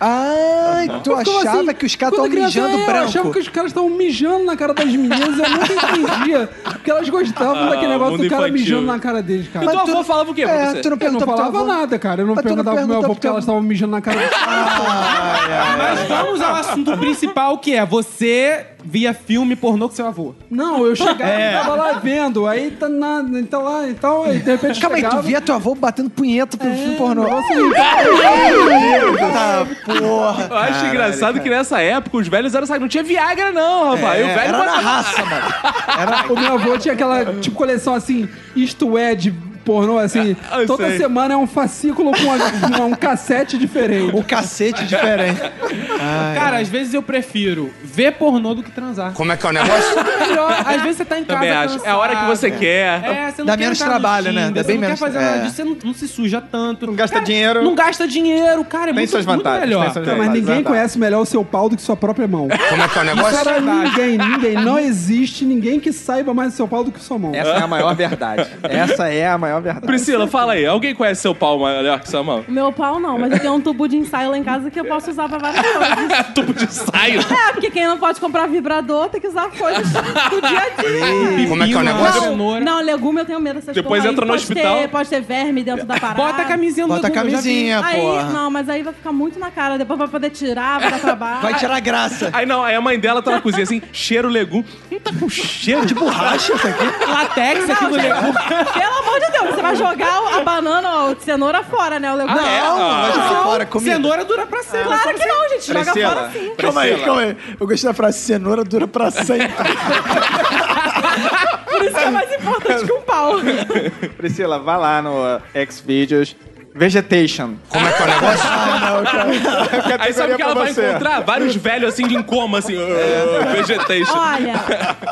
Speaker 2: Ai, tu
Speaker 5: Eu ficava
Speaker 2: achava
Speaker 5: assim,
Speaker 2: que os caras
Speaker 5: quando
Speaker 2: estavam
Speaker 5: criança,
Speaker 2: mijando
Speaker 5: é, Eu achava
Speaker 2: branco?
Speaker 5: que os caras estavam mijando na cara das meninas, eu nunca entendia. Porque elas gostavam
Speaker 1: Ah,
Speaker 5: daquele negócio
Speaker 1: mundo
Speaker 5: do cara
Speaker 1: infantil.
Speaker 5: mijando na cara deles, cara.
Speaker 1: E
Speaker 5: Mas
Speaker 1: tua avó falava o quê pra
Speaker 2: É,
Speaker 1: você?
Speaker 2: tu não
Speaker 5: eu não
Speaker 2: perguntou pro teu
Speaker 5: falava
Speaker 2: avô?
Speaker 5: nada, cara. Eu não
Speaker 2: Mas tu não
Speaker 5: perguntava pro meu
Speaker 2: pergunta
Speaker 5: avô
Speaker 2: pro
Speaker 5: porque
Speaker 2: teu-
Speaker 5: elas estavam mijando na cara deles.
Speaker 4: Mas vamos ao assunto principal que é você via filme pornô com seu avô.
Speaker 5: Não, eu chegava,
Speaker 1: É.
Speaker 5: eu tava lá vendo, aí tá, na, tá lá e tal, aí de repente
Speaker 2: Calma aí,
Speaker 5: chegava...
Speaker 2: tu via teu avô batendo punheta pro filme pornô. Tá, porra.
Speaker 1: Eu acho engraçado que nessa época os velhos eram, sabe, não tinha Viagra, não, rapaz. E o velho
Speaker 2: Era na
Speaker 1: botava-
Speaker 2: raça, mano.
Speaker 5: Era- o meu avô tinha aquela, tipo, coleção assim, isto é de pornô, assim,
Speaker 1: Ah, eu
Speaker 5: toda
Speaker 1: sei.
Speaker 5: semana é um fascículo com uma- uma- um cassete diferente.
Speaker 2: O Um cacete diferente.
Speaker 4: Cara, às vezes eu prefiro ver pornô do que transar.
Speaker 7: Como é que é o negócio?
Speaker 4: É melhor, às vezes você tá em casa
Speaker 1: Também acho. É a hora que você
Speaker 4: cansado.
Speaker 1: quer.
Speaker 4: É, você não
Speaker 2: Dá
Speaker 4: quer
Speaker 2: menos
Speaker 4: entrar no
Speaker 2: trabalho,
Speaker 4: Tinder,
Speaker 2: né? Dá
Speaker 4: você
Speaker 2: bem
Speaker 4: não
Speaker 2: menos-
Speaker 4: quer fazer nada
Speaker 2: é.
Speaker 4: disso, você não, não se suja tanto. É,
Speaker 6: Não gasta dinheiro.
Speaker 4: Não gasta dinheiro, cara. É
Speaker 6: Tem
Speaker 4: muito,
Speaker 6: suas
Speaker 4: muito
Speaker 6: vantagens,
Speaker 4: melhor.
Speaker 6: tem suas
Speaker 5: Mas
Speaker 6: Verdade,
Speaker 5: ninguém
Speaker 6: verdade.
Speaker 5: conhece melhor o seu pau do que sua própria mão.
Speaker 7: Como é que é o negócio?
Speaker 5: Cara, ninguém, ninguém. Não existe ninguém que saiba mais o seu pau do que sua mão.
Speaker 6: Essa é a maior verdade. Essa é a maior verdade.
Speaker 1: Priscila, fala aí. Alguém conhece seu pau melhor que sua mão?
Speaker 3: O Meu pau não, mas eu tenho um tubo de ensaio lá em casa que eu posso usar pra várias coisas.
Speaker 1: Tubo de saio.
Speaker 3: É, porque quem não pode comprar vibrador tem que usar coisas do dia a dia.
Speaker 7: Como é que é o
Speaker 4: Pepino,
Speaker 7: negócio?
Speaker 3: Não,
Speaker 4: Cenoura.
Speaker 3: não, legume eu tenho medo dessas
Speaker 1: Depois
Speaker 3: porra aí.
Speaker 1: entra no
Speaker 3: Pode
Speaker 1: hospital.
Speaker 3: Ter, pode ter verme dentro da parada.
Speaker 4: Bota a camisinha no
Speaker 2: Bota a
Speaker 4: Google, já vi.
Speaker 2: camisinha,
Speaker 3: Aí,
Speaker 2: porra.
Speaker 3: não, mas aí vai ficar muito na cara. Depois vai poder tirar, vai dar trabalho.
Speaker 2: Vai tirar
Speaker 5: É.
Speaker 2: graça.
Speaker 1: Aí não, aí a mãe dela tá na cozinha assim, cheiro legume. Não tá com cheiro
Speaker 2: Tipo,
Speaker 1: de borracha isso aqui?
Speaker 4: Latex aqui
Speaker 3: Não,
Speaker 4: no
Speaker 3: gente,
Speaker 4: legume.
Speaker 3: Pelo amor de Deus, você vai jogar o- a banana ou a cenoura fora, né? O legume.
Speaker 1: Ah, é?
Speaker 2: Não, vai jogar fora comida.
Speaker 4: Cenoura dura pra sempre.
Speaker 3: Claro que não, gente. Joga
Speaker 6: Priscila.
Speaker 3: fora
Speaker 4: assim.
Speaker 3: sim.
Speaker 2: Calma aí, calma aí. Eu gostei da frase cenoura dura pra sempre.
Speaker 3: Por isso que é mais importante que um pau.
Speaker 6: Priscila, vá lá no eh, Xvideos. Vegetation.
Speaker 7: Como é que é o negócio?
Speaker 1: Aí sabe o que ela vai encontrar? Vários velhos assim de em coma, assim, "Ah, vegetation.
Speaker 3: Olha,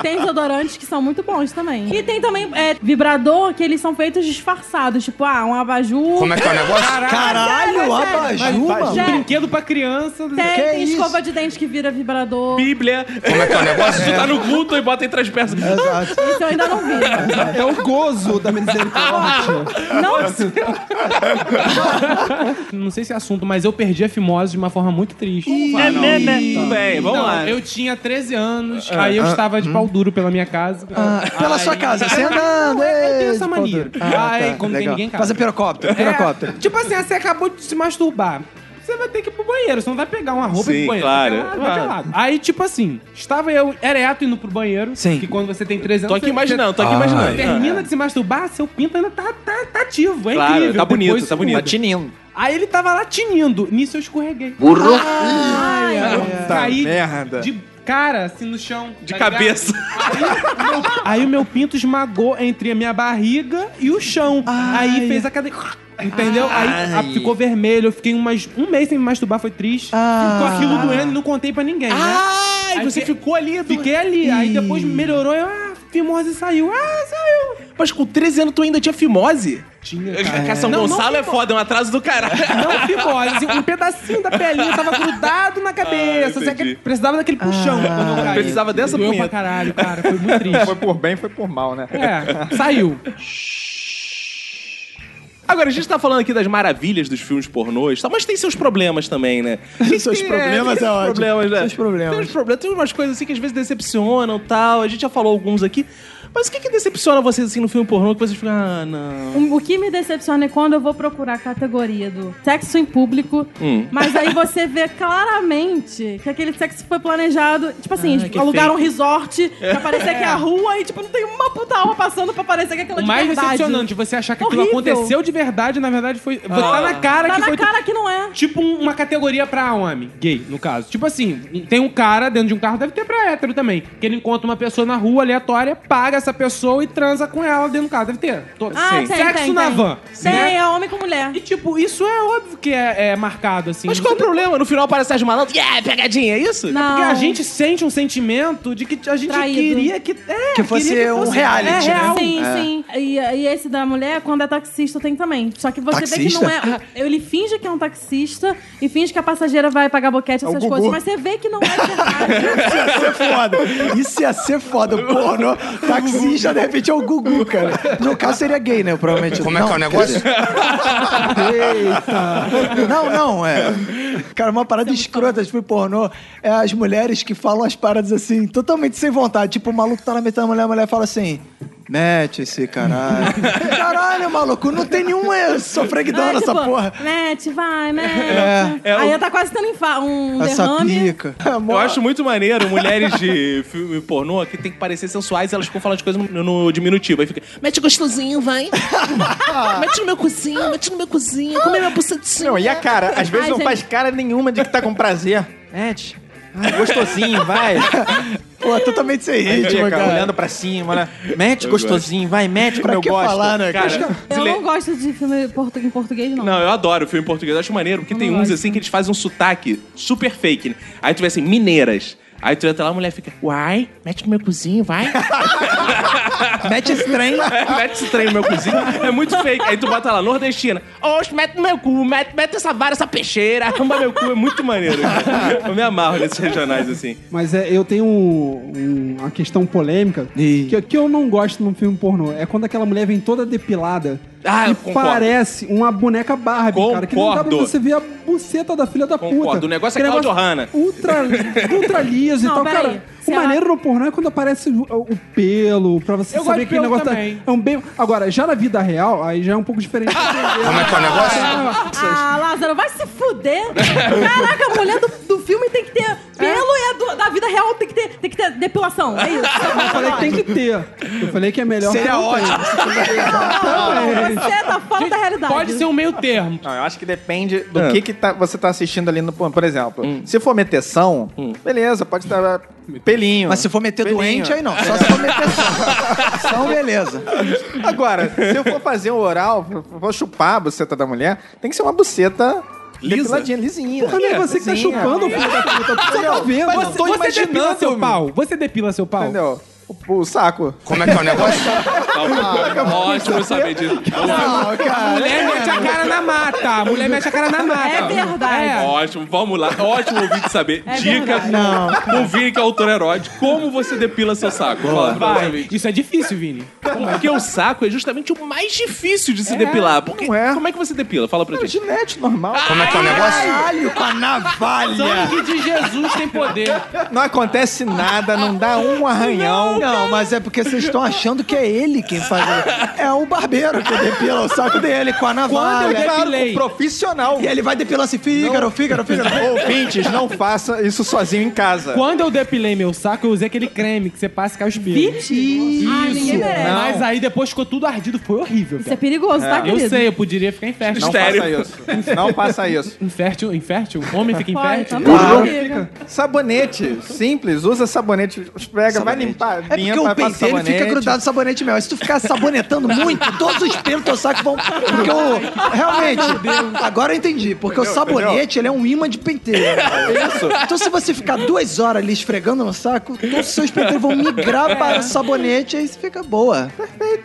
Speaker 3: tem desodorantes que são muito bons também. E tem também é, vibrador que eles são feitos disfarçados. Tipo, ah, um abajur.
Speaker 7: Como é que é o negócio?
Speaker 2: Caralho,
Speaker 5: é,
Speaker 2: abajur, mano.
Speaker 3: Já-
Speaker 4: Brinquedo pra criança.
Speaker 3: É. Tem,
Speaker 2: Que
Speaker 3: tem
Speaker 2: isso?
Speaker 3: escova de dente que vira vibrador.
Speaker 1: Bíblia.
Speaker 7: Como é que é o negócio?
Speaker 1: Tu tá no culto e bota entre as pernas.
Speaker 5: Exato.
Speaker 3: Isso eu ainda não vi.
Speaker 5: É o gozo da misericórdia.
Speaker 3: Não,
Speaker 4: Não sei se é assunto, mas eu perdi a fimose de uma forma muito triste.
Speaker 1: Ah, não. Tudo bem, vamos
Speaker 4: Não, é
Speaker 1: lá.
Speaker 4: Eu tinha 13 anos, aí eu estava de pau duro pela minha casa.
Speaker 5: Pela sua casa,
Speaker 3: é
Speaker 5: você andando.
Speaker 4: Eu tenho
Speaker 5: ei,
Speaker 4: essa mania.
Speaker 5: pô,
Speaker 4: Ah,
Speaker 2: tá.
Speaker 4: é, como tem
Speaker 5: legal.
Speaker 4: ninguém em casa.
Speaker 5: Fazer pirocóptero,
Speaker 4: É,
Speaker 5: pirocóptero.
Speaker 4: tipo assim, você acabou de se masturbar. Você vai ter que ir pro banheiro, você não vai pegar uma roupa
Speaker 1: Sim,
Speaker 4: pro banheiro.
Speaker 1: claro,
Speaker 4: vai pelado,
Speaker 1: claro.
Speaker 4: vai pelado. Aí, tipo assim, estava eu ereto indo pro banheiro.
Speaker 5: Sim.
Speaker 4: Que quando você tem 13 anos.
Speaker 1: Tô aqui
Speaker 4: você-
Speaker 1: imaginando, tô aqui
Speaker 4: Você
Speaker 1: imaginando.
Speaker 4: termina de se masturbar, seu pinto ainda tá, tá, tá ativo. É
Speaker 1: Claro,
Speaker 4: incrível.
Speaker 1: tá bonito,
Speaker 4: Depois
Speaker 1: tá bonito.
Speaker 4: muda.
Speaker 6: Tinindo.
Speaker 4: Aí ele tava lá tinindo. Nisso eu escorreguei.
Speaker 7: Burro.
Speaker 4: Ai, eu caí
Speaker 6: merda.
Speaker 4: de cara, assim, no chão.
Speaker 1: De
Speaker 4: tá
Speaker 1: cabeça.
Speaker 4: ligado? Aí o meu pinto esmagou entre a minha barriga e o chão. Aí fez a cadeia. Entendeu? Aí a- ficou vermelho. Eu fiquei umas, um mês sem me masturbar, foi triste. Ficou aquilo doendo e não contei pra ninguém, né?
Speaker 1: Ai,
Speaker 4: Aí
Speaker 1: você
Speaker 4: fiquei-
Speaker 1: ficou ali. Do...
Speaker 4: Fiquei ali. Aí depois melhorou. Eu, ah, fimose saiu. Ah, saiu.
Speaker 1: Mas com 13 anos tu ainda tinha fimose?
Speaker 4: Tinha, cara.
Speaker 1: Cara, São
Speaker 4: Não, não
Speaker 1: Gonçalo é
Speaker 4: ficou.
Speaker 1: foda, é um atraso do caralho.
Speaker 4: Não fimose, um pedacinho da pelinha tava grudado na cabeça. Você
Speaker 1: entendi.
Speaker 4: que- precisava daquele puxão
Speaker 1: Ah.
Speaker 4: quando eu caí.
Speaker 1: Precisava dessa
Speaker 4: Doeu
Speaker 1: punheta.
Speaker 4: pra caralho, cara. Foi muito triste.
Speaker 6: Foi por bem, foi por mal, né?
Speaker 4: É, saiu.
Speaker 1: Agora, a gente tá falando aqui das maravilhas dos filmes pornôs, tá? mas tem seus problemas também, né? Tem
Speaker 2: seus problemas
Speaker 1: tem
Speaker 2: é ótimo.
Speaker 1: problemas, né?
Speaker 2: Seus problemas.
Speaker 1: Tem uns problemas. Tem umas coisas assim que às vezes decepcionam e tal. A gente já falou alguns aqui. Mas o que, que decepciona vocês assim no filme pornô que vocês ficam, ah, não.
Speaker 3: O o que me decepciona é quando eu vou procurar a categoria do sexo em público, mas aí você vê claramente que aquele sexo foi planejado. Tipo
Speaker 4: Ah,
Speaker 3: assim, eles alugaram um resort pra parecer que é a rua e, tipo, não tem uma puta alma passando pra parecer que é aquela
Speaker 4: O
Speaker 3: de
Speaker 4: mais
Speaker 3: verdade.
Speaker 4: decepcionante, você achar que aquilo
Speaker 3: Horrível.
Speaker 4: aconteceu de verdade, na verdade foi.
Speaker 2: Ah.
Speaker 4: Tá na cara
Speaker 3: Tá
Speaker 4: que
Speaker 3: na
Speaker 4: foi.
Speaker 3: cara que não é.
Speaker 4: Tipo um- uma categoria pra homem, gay, no caso. Tipo assim, um- tem um cara dentro de um carro, deve ter pra hétero também, que ele encontra uma pessoa na rua aleatória, paga essa pessoa e transa com ela dentro do carro. Deve ter. Todos.
Speaker 3: Ah, tem,
Speaker 4: Sexo
Speaker 3: tem,
Speaker 4: na
Speaker 3: tem.
Speaker 4: van.
Speaker 3: Tem,
Speaker 4: né?
Speaker 3: é homem com mulher.
Speaker 4: E tipo, isso é óbvio que é, é marcado, assim.
Speaker 1: Mas qual é o problema? No final parece Sérgio Malandro. Yeah, pegadinha, é isso?
Speaker 3: Não.
Speaker 4: Porque a gente sente um sentimento de que a gente
Speaker 3: Traído.
Speaker 4: queria que. É,
Speaker 2: Que fosse
Speaker 4: queria
Speaker 2: um reality,
Speaker 4: é,
Speaker 2: né?
Speaker 4: real.
Speaker 3: Sim, sim. E, e esse da mulher, quando é taxista, tem também. Só que você vê que
Speaker 2: Taxista?
Speaker 3: não é. Ele finge que é um taxista e finge que a passageira vai pagar boquete, essas coisas. Mas você vê que não é verdade.
Speaker 2: é foda. Isso ia ser foda. Pornô, taxista, de repente é o Gugu, cara. No caso seria gay, né? Provavelmente.
Speaker 7: Como é que é o
Speaker 2: Não,
Speaker 7: negócio?
Speaker 2: Eita! Não, não, é. Cara, uma parada
Speaker 3: é
Speaker 2: escrota, tipo, pornô, é as mulheres que falam as paradas assim, totalmente sem vontade. Tipo, o maluco tá na metade da mulher, a mulher fala assim. Mete esse caralho. Caralho, maluco, não tem nenhum é, sofreguidão
Speaker 3: É,
Speaker 2: nessa
Speaker 3: tipo,
Speaker 2: porra.
Speaker 3: Mete, vai, mete. Aí ela tá quase tendo infa- um
Speaker 2: Essa
Speaker 3: derrame.
Speaker 2: pica.
Speaker 1: Eu acho muito maneiro mulheres de filme pornô que tem que parecer sensuais e elas ficam falando de coisas no, no diminutivo. Aí fica, mete gostosinho, vai. mete no meu cozinho, mete no meu cozinho, come minha bucetinha.
Speaker 6: Não, e a cara? Às vezes
Speaker 3: Ai,
Speaker 6: não
Speaker 3: gente.
Speaker 6: faz cara nenhuma de que tá com prazer. Ed, ai, gostosinho, vai.
Speaker 2: Pô, totalmente sem
Speaker 6: Aí
Speaker 2: ritmo,
Speaker 6: fica
Speaker 2: cara.
Speaker 6: olhando pra cima, né? Mete gostosinho, vai, mete como
Speaker 2: Pra
Speaker 6: eu
Speaker 2: que
Speaker 6: gosto.
Speaker 2: falar, né?
Speaker 1: Cara,
Speaker 3: Eu
Speaker 1: Zile-
Speaker 3: não gosto de filme portu- em português, não.
Speaker 1: Não, eu adoro filme em português, eu acho maneiro, porque
Speaker 3: Eu
Speaker 1: tem
Speaker 3: não
Speaker 1: uns
Speaker 3: gosto.
Speaker 1: assim que eles fazem um sotaque super fake. né? Aí tu vê assim, mineiras. Aí tu entra lá, a mulher fica, uai, mete no meu cozinho, vai.
Speaker 2: Mete esse trem.
Speaker 1: mete esse trem no meu cozinho. É muito fake. Aí tu bota lá, nordestina. Oxe, mete no meu cu, mete, mete essa vara, essa peixeira, arromba meu cu. É muito maneiro. cara. Eu me amarro nesses regionais, assim.
Speaker 5: Mas é, eu tenho um- um- uma questão polêmica que, que eu não gosto num filme pornô. É quando aquela mulher vem toda depilada
Speaker 1: Ah, eu
Speaker 5: e
Speaker 1: concordo.
Speaker 5: parece uma boneca Barbie, cara. Que não dá pra
Speaker 1: Concordo.
Speaker 5: você ver a buceta da filha da
Speaker 1: Concordo.
Speaker 5: puta.
Speaker 1: O negócio é
Speaker 5: Que
Speaker 1: Cláudio Hanna.
Speaker 5: Ultra, ultra liso e
Speaker 3: Não,
Speaker 5: tal.
Speaker 3: peraí.
Speaker 5: Cara,
Speaker 3: Se
Speaker 5: o
Speaker 3: ela-
Speaker 5: maneiro no pornô é quando aparece o, o pelo, pra você
Speaker 4: Eu gosto
Speaker 5: saber
Speaker 4: de
Speaker 5: que o
Speaker 4: pelo
Speaker 5: negócio tá-
Speaker 4: também.
Speaker 5: é um bem... Agora, já na vida real, aí já é um pouco diferente.
Speaker 7: Como é que é o negócio?
Speaker 3: Ah, Lázaro, vai se fuder. Caraca, a mulher do, do filme tem que ter pelo e a do- da vida real tem que ter, tem que ter depilação. É isso.
Speaker 5: Eu falei que tem que ter. Eu falei que é melhor.
Speaker 2: Seria ótimo.
Speaker 3: Não, Você tá fora da realidade.
Speaker 4: Pode ser um meio termo.
Speaker 6: Não, eu acho que depende
Speaker 2: É. Hum.
Speaker 6: do que, que tá- você tá assistindo ali no. Por exemplo, se for meteção, beleza, pode estar Pelinho.
Speaker 2: Mas se for meter
Speaker 6: Pelinho.
Speaker 2: doente, aí não. Só se for meter só. Só beleza.
Speaker 6: Agora, se eu for fazer um oral, vou chupar a buceta da mulher, tem que ser uma buceta
Speaker 1: Lisa?
Speaker 6: depiladinha, lisinha.
Speaker 5: Não é você que tá
Speaker 6: Lisinha.
Speaker 5: chupando, filho da puta. Tu só tá vendo.
Speaker 4: Mas você depila seu pau. Você depila seu pau.
Speaker 6: Entendeu? O, o saco.
Speaker 7: Como é que é o negócio?
Speaker 1: Ótimo saber disso.
Speaker 2: Não,
Speaker 4: A
Speaker 2: cara.
Speaker 4: mulher mete a cara na mata. A mulher mete a cara na mata.
Speaker 3: É verdade.
Speaker 1: Ótimo, vamos lá. Ótimo ouvir de saber.
Speaker 3: É
Speaker 1: Dica
Speaker 3: verdade.
Speaker 1: pro, pro Vini, que é autor heróide. Como você depila seu saco? Fala pra você,
Speaker 4: Vai.
Speaker 1: Vini.
Speaker 4: Isso é difícil, Vini.
Speaker 1: Porque o saco é justamente o mais difícil de se depilar. Porque,
Speaker 6: não é.
Speaker 1: Como é que você depila? Fala pra gente.
Speaker 6: Ginete normal.
Speaker 7: Como é que é o negócio?
Speaker 2: Caralho, com a navalha.
Speaker 4: Sangue de Jesus tem poder.
Speaker 6: Não acontece nada, não dá um arranhão.
Speaker 2: Não, mas é porque vocês estão achando que é ele quem faz. o- É o barbeiro que depila o saco dele com a
Speaker 4: Quando eu
Speaker 2: navalha.
Speaker 6: Claro,
Speaker 4: depilei.
Speaker 6: com profissional.
Speaker 2: E ele vai depilar assim, Fígaro, Fígaro, Fígaro.
Speaker 6: Ouvintes, não faça isso sozinho em casa.
Speaker 4: Quando eu depilei meu saco, eu usei aquele creme que você passa e cai os pelos.
Speaker 3: Ah, ninguém merece.
Speaker 4: Mas aí depois ficou tudo ardido. Foi horrível,
Speaker 3: Isso é
Speaker 4: cara.
Speaker 3: perigoso, tá,
Speaker 4: Eu
Speaker 3: querido?
Speaker 4: sei, eu poderia ficar infértil.
Speaker 6: Não
Speaker 1: Sério?
Speaker 6: faça isso. Não faça isso.
Speaker 4: Infértil, infértil? Homem fica
Speaker 3: Olha,
Speaker 4: infértil?
Speaker 3: também fica.
Speaker 6: Sabonete. Simples. Usa sabonete. Pega, vai limpar.
Speaker 2: É porque
Speaker 6: limpa,
Speaker 2: o
Speaker 6: passa
Speaker 2: pentelho
Speaker 6: sabonete.
Speaker 2: fica grudado no sabonete mesmo. Se tu ficar sabonetando muito, todos os pelos do teu saco vão. Porque o. Realmente, agora eu entendi. Porque o sabonete, ele é um imã de pentelho.
Speaker 6: É
Speaker 2: Isso. Então, se você ficar duas horas ali esfregando no saco, todos os seus pentelhos vão
Speaker 6: É.
Speaker 2: migrar para o sabonete e aí fica boa.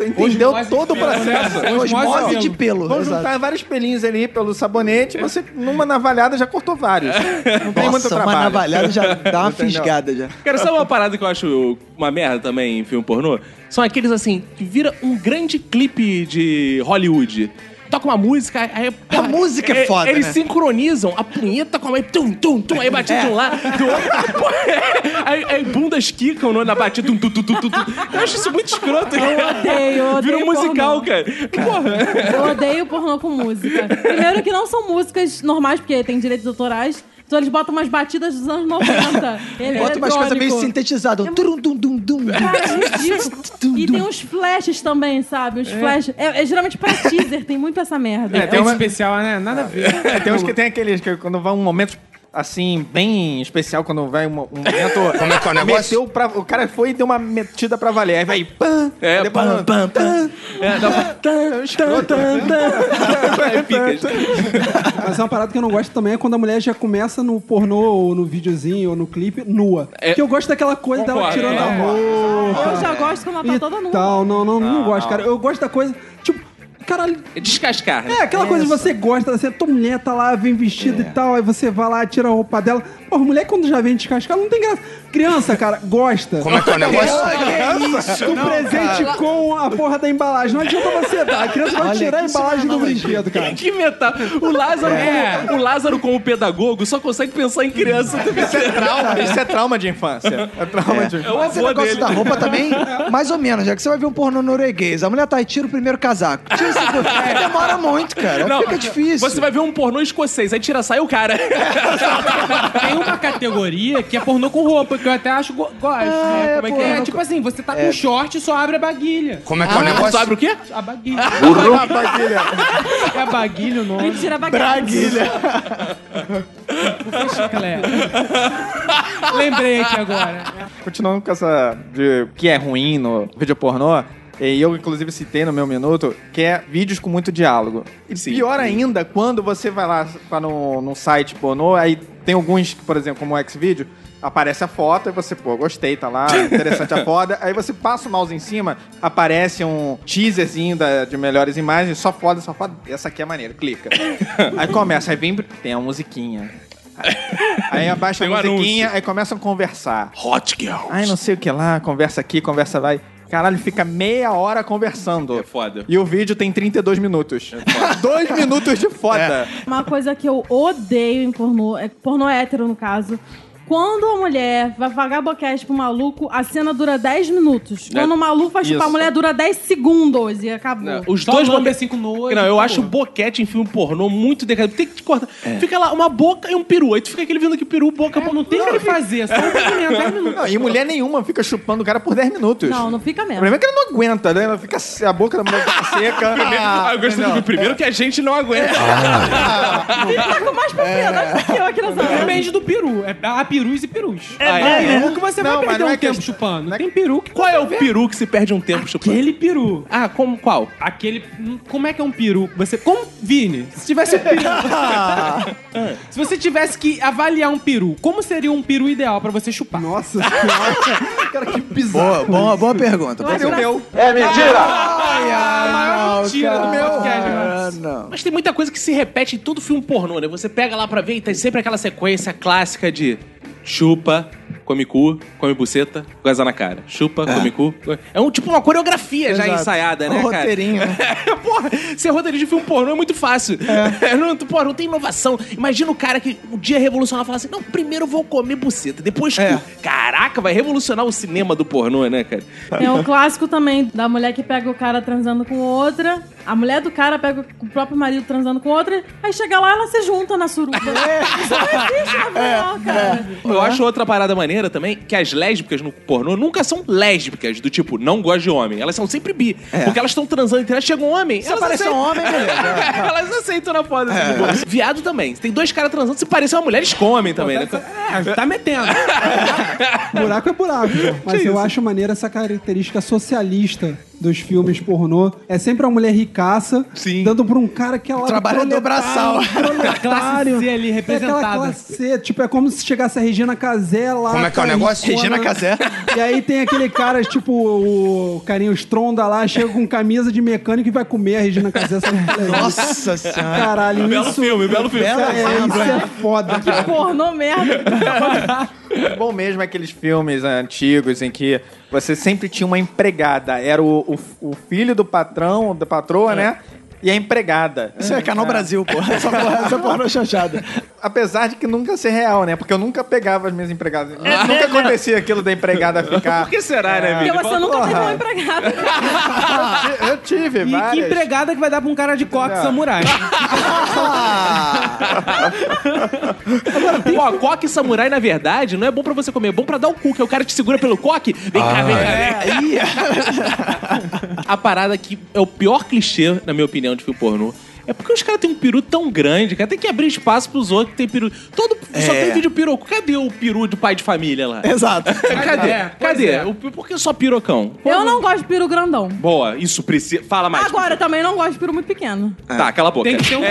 Speaker 6: Entendeu
Speaker 4: Osmose
Speaker 6: todo o
Speaker 4: de pelo,
Speaker 6: processo.
Speaker 4: né? Osmose
Speaker 2: Osmose de
Speaker 4: de
Speaker 2: pelo.
Speaker 6: Vamos
Speaker 2: exato.
Speaker 6: juntar vários pelinhos ali pelo sabonete. Você, numa navalhada, já cortou vários. Não tem muito
Speaker 2: Nossa, uma
Speaker 6: trabalho.
Speaker 2: navalhada já dá uma
Speaker 6: Entendeu?
Speaker 2: fisgada já.
Speaker 1: Cara, sabe uma parada que eu acho uma merda também em filme pornô? São aqueles assim, que vira um grande clipe de Hollywood. Toca uma música, aí.
Speaker 2: A música é foda,
Speaker 1: Eles
Speaker 2: né? É.
Speaker 1: sincronizam a punheta com a mãe. Tum, tum, tum, aí batida de um lado, do outro. é, aí, aí bundas quicam no- na batida. Tum, tum, tum, tum, tum, tum. Eu acho isso muito escroto.
Speaker 2: É um
Speaker 1: Eu
Speaker 3: odeio, eu
Speaker 1: Vira um
Speaker 3: odeio
Speaker 1: musical,
Speaker 3: pornô.
Speaker 1: cara. Porra.
Speaker 3: Eu odeio pornô com música. Primeiro que não são músicas normais, porque tem direitos autorais. Então eles botam umas batidas dos anos 90. Ele é
Speaker 2: Bota umas coisas meio sintetizadas. um turum, dum, dum, dum.
Speaker 3: Cara, é ridículo. E tem uns flashes também, sabe? Uns flashes. É, é geralmente pra teaser, tem muito essa merda.
Speaker 4: É, tem um especial, né? Nada a ver.
Speaker 6: É, tem uns que tem aqueles que quando vai um momento assim, bem especial, quando vai um, um momento.
Speaker 7: Como é que é o negócio?
Speaker 6: Meteu pra- o cara foi e deu uma metida pra valer. Aí vai. Pam,
Speaker 1: É,
Speaker 6: depois- um
Speaker 2: Pam, pam, pam.
Speaker 1: É, dá uma- É, fica.
Speaker 5: Mas é uma parada que eu não gosto também é quando a mulher já começa no pornô, ou no videozinho, ou no clipe, nua.
Speaker 1: É.
Speaker 5: Que eu gosto daquela coisa dela
Speaker 1: Concordo,
Speaker 5: tirando
Speaker 1: é.
Speaker 5: a roupa.
Speaker 3: Eu já gosto quando ela tá toda
Speaker 5: e
Speaker 3: nua.
Speaker 5: tal. Não, não, não, gosto, cara. Eu gosto da coisa, tipo, caralho.
Speaker 1: É Descascar. né?
Speaker 5: É, aquela coisa que você gosta, assim, tua mulher tá lá, vem vestida e tal, aí você vai lá, tira a roupa dela. Pô, mulher quando já vem descascada não tem graça. Criança, cara, gosta.
Speaker 7: Como é que é o negócio?
Speaker 5: Do presente com a porra da embalagem. Não adianta você dar. A criança vai tirar a embalagem do brinquedo, cara.
Speaker 1: Que metal. O Lázaro, como, o Lázaro, como pedagogo, só consegue pensar em criança.
Speaker 6: Isso é trauma, isso é trauma de infância. É trauma de
Speaker 1: É o
Speaker 6: infância.
Speaker 2: Mas esse
Speaker 1: avô
Speaker 2: negócio
Speaker 1: dele.
Speaker 2: da roupa também, mais ou menos, já que você vai ver um pornô norueguês. A mulher tá aí, tira o primeiro casaco. Tira o segundo. Demora muito, cara.
Speaker 1: É. Não,
Speaker 2: Fica difícil.
Speaker 1: Você vai ver um pornô escocês, aí tira sai o cara.
Speaker 4: Tem uma categoria que é pornô com roupa, que eu até acho go gosto. né? Como é, que é?
Speaker 2: pornô
Speaker 4: tipo assim, você tá com short e só abre a baguilha.
Speaker 7: Como é que é o negócio?
Speaker 1: Sabe o quê?
Speaker 4: A baguilha.
Speaker 6: Baguilha.
Speaker 4: É a baguilha o nome.
Speaker 3: Ele tira a bagaça.
Speaker 4: Chiclé. Lembrei aqui agora.
Speaker 6: Continuando com essa de que é ruim no vídeo pornô, e eu inclusive citei no meu minuto, que é vídeos com muito diálogo. E
Speaker 1: Sim.
Speaker 6: pior ainda, quando você vai lá tá num, num site pornô, aí tem alguns, que, por exemplo, como o Xvideo, aparece a foto e você, pô, gostei, tá lá, interessante a foda. Aí você passa o mouse em cima, aparece um teaserzinho da- de melhores imagens, só foda, só foda. Essa aqui é maneira, clica. aí começa, aí vem, tem a musiquinha. Aí abaixa
Speaker 1: Tem um
Speaker 6: a musiquinha,
Speaker 1: anúncio.
Speaker 6: aí começam a conversar.
Speaker 1: Hot Girl.
Speaker 6: Ai, não sei o que lá, conversa aqui, conversa vai. Caralho, fica meia hora conversando.
Speaker 1: É foda. É
Speaker 6: E o vídeo tem 32 minutos. Dois minutos de foda.
Speaker 3: Uma coisa que eu odeio em pornô, é pornô hétero no caso. Quando a mulher vai pagar boquete pro maluco, a cena dura 10
Speaker 1: É
Speaker 3: minutos. Quando o maluco vai chupar
Speaker 6: Isso.
Speaker 3: a mulher, dura 10 segundos e acabou.
Speaker 1: Os
Speaker 4: Só
Speaker 1: dois
Speaker 4: lambe
Speaker 1: bobe-
Speaker 4: assim com nojo.
Speaker 1: Não, eu
Speaker 4: por
Speaker 1: acho
Speaker 4: favor.
Speaker 1: boquete em filme pornô muito decadente. Tem que te cortar. Fica lá uma boca e um peru. Aí tu fica aquele vindo que peru, boca, pô, não tem
Speaker 4: Tem
Speaker 1: o
Speaker 4: que
Speaker 1: que
Speaker 4: ele fazer, só um movimento, 10 minutos.
Speaker 6: Não, e mulher nenhuma fica chupando o cara por 10 minutos.
Speaker 3: Não, não fica
Speaker 6: O
Speaker 3: mesmo.
Speaker 6: problema é que ela não aguenta, né? Ela fica, a boca da mulher fica seca.
Speaker 1: Ah, eu gostei do
Speaker 6: Entendeu?
Speaker 1: primeiro que a gente não aguenta.
Speaker 3: Ele tá com mais propriedade que eu aqui nessa hora.
Speaker 4: Depende do peru. É, a perus e perus.
Speaker 1: Ah,
Speaker 4: É
Speaker 1: é?
Speaker 4: peru que você
Speaker 6: Não,
Speaker 4: vai
Speaker 6: mas
Speaker 4: perder
Speaker 6: não
Speaker 4: um
Speaker 6: é
Speaker 4: tempo
Speaker 6: questão-
Speaker 4: chupando.
Speaker 6: não é-
Speaker 4: Tem peru que
Speaker 1: Qual é o peru que se perde um tempo chupando?
Speaker 4: Aquele peru.
Speaker 1: Ah, como, qual?
Speaker 4: Aquele. hum, Como é que é um peru? Você. Como. Vini, se tivesse um peru. se você tivesse que avaliar um peru, como seria um peru ideal pra você chupar?
Speaker 5: Nossa senhora. Cara, que
Speaker 2: Boa,
Speaker 5: bizarro.
Speaker 2: boa, boa pergunta.
Speaker 3: Eu acho
Speaker 6: é
Speaker 2: boa
Speaker 3: que-
Speaker 2: pergunta.
Speaker 4: Ai, É a maior mentira do meu podcast, né? mano.
Speaker 2: Ah, não.
Speaker 1: Mas tem muita coisa que se repete em todo filme pornô, né? Você pega lá pra ver e tem sempre aquela sequência clássica de chupa, come cu, come buceta, goza na cara. Chupa, come cu. go- É um tipo uma coreografia já
Speaker 2: Exato.
Speaker 1: ensaiada, né,
Speaker 2: Um
Speaker 1: cara?
Speaker 2: roteirinho, né?
Speaker 1: Porra, ser roteirista de filme pornô é muito fácil.
Speaker 2: É.
Speaker 1: não, tu- porra, não tem inovação. Imagina o cara que um dia revolucionar e falar assim: não, primeiro eu vou comer buceta, depois cu.
Speaker 2: É.
Speaker 1: Caraca, vai revolucionar o cinema do pornô, né, cara?
Speaker 3: É um clássico também da mulher que pega o cara transando com outra. A mulher do cara pega o próprio marido transando com outra. Aí chega lá, ela se junta na suruba. Isso não existe na real, cara.
Speaker 1: Eu acho outra parada maneira também que as lésbicas no pornô nunca são lésbicas, do tipo, não gosto de homem. Elas são sempre bi. Porque elas estão transando entre elas, chega um homem.
Speaker 2: Se
Speaker 1: elas
Speaker 2: aparecer um
Speaker 1: aceitam-
Speaker 2: homem, beleza.
Speaker 1: elas aceitam na foda. assim, de boa. Viado também. Se tem dois caras transando, se parecer uma mulher, eles comem também, né?
Speaker 4: É, tá metendo.
Speaker 5: Buraco é buraco. pô. Mas eu acho maneiro essa característica socialista dos filmes pornô. É sempre uma mulher ricaça
Speaker 1: Sim.
Speaker 5: dando pra um cara que é lá
Speaker 2: Trabalhador braçal.
Speaker 4: A classe C ali
Speaker 5: É aquela
Speaker 4: representada.
Speaker 5: classe C, tipo, é como se chegasse a Regina Casé lá.
Speaker 7: Como é que é o negócio?
Speaker 5: caricona.
Speaker 7: Regina Casé.
Speaker 5: E aí tem aquele cara, tipo, o carinho estronda lá, chega com camisa de mecânico e vai comer a Regina Casé. Essa mulher.
Speaker 2: Nossa senhora.
Speaker 5: Caralho,
Speaker 1: Belo
Speaker 5: isso,
Speaker 1: filme, belo filme.
Speaker 5: isso é, isso
Speaker 7: né?
Speaker 5: é foda, cara.
Speaker 3: Pornô merda.
Speaker 6: O bom mesmo é aqueles filmes antigos em que você sempre tinha uma empregada. Era o, o, o filho do patrão, da patroa,
Speaker 1: É.
Speaker 6: né? E a empregada. Ah.
Speaker 2: Isso é Canal Brasil, pô. Essa porra, essa porra é chanchada.
Speaker 6: Apesar de que nunca ser real, né? Porque eu nunca pegava as minhas empregadas. nunca acontecia aquilo da empregada ficar.
Speaker 1: Por que será, né,
Speaker 3: Porque
Speaker 1: Vini?
Speaker 3: você nunca teve um uma empregada.
Speaker 6: "Ah, Eu tive,
Speaker 4: E que
Speaker 6: várias.
Speaker 4: empregada que vai dar pra um cara de coque
Speaker 6: Entendeu?
Speaker 4: samurai?
Speaker 1: Pô, coque samurai, na verdade, não é bom pra você comer, é bom pra dar o cu, que é o cara que te segura pelo coque. Vem cá, vem cá, vem cá. A parada que é o pior clichê, na minha opinião, de filme pornô. É porque os caras têm um peru tão grande, cara. Tem que abrir espaço pros outros que tem peru. Todo, Só
Speaker 2: É.
Speaker 1: tem vídeo peru. Cadê o peru de pai de família lá?
Speaker 2: Exato.
Speaker 1: Cadê?
Speaker 4: É, pois
Speaker 1: Cadê?
Speaker 4: é.
Speaker 1: O- por que só pirocão?
Speaker 3: Eu não gosto de peru grandão.
Speaker 1: Boa, isso precisa. Fala mais.
Speaker 3: Agora, eu também não gosto de peru muito pequeno.
Speaker 1: Tá, cala a boca. É.
Speaker 4: Tem que ter um.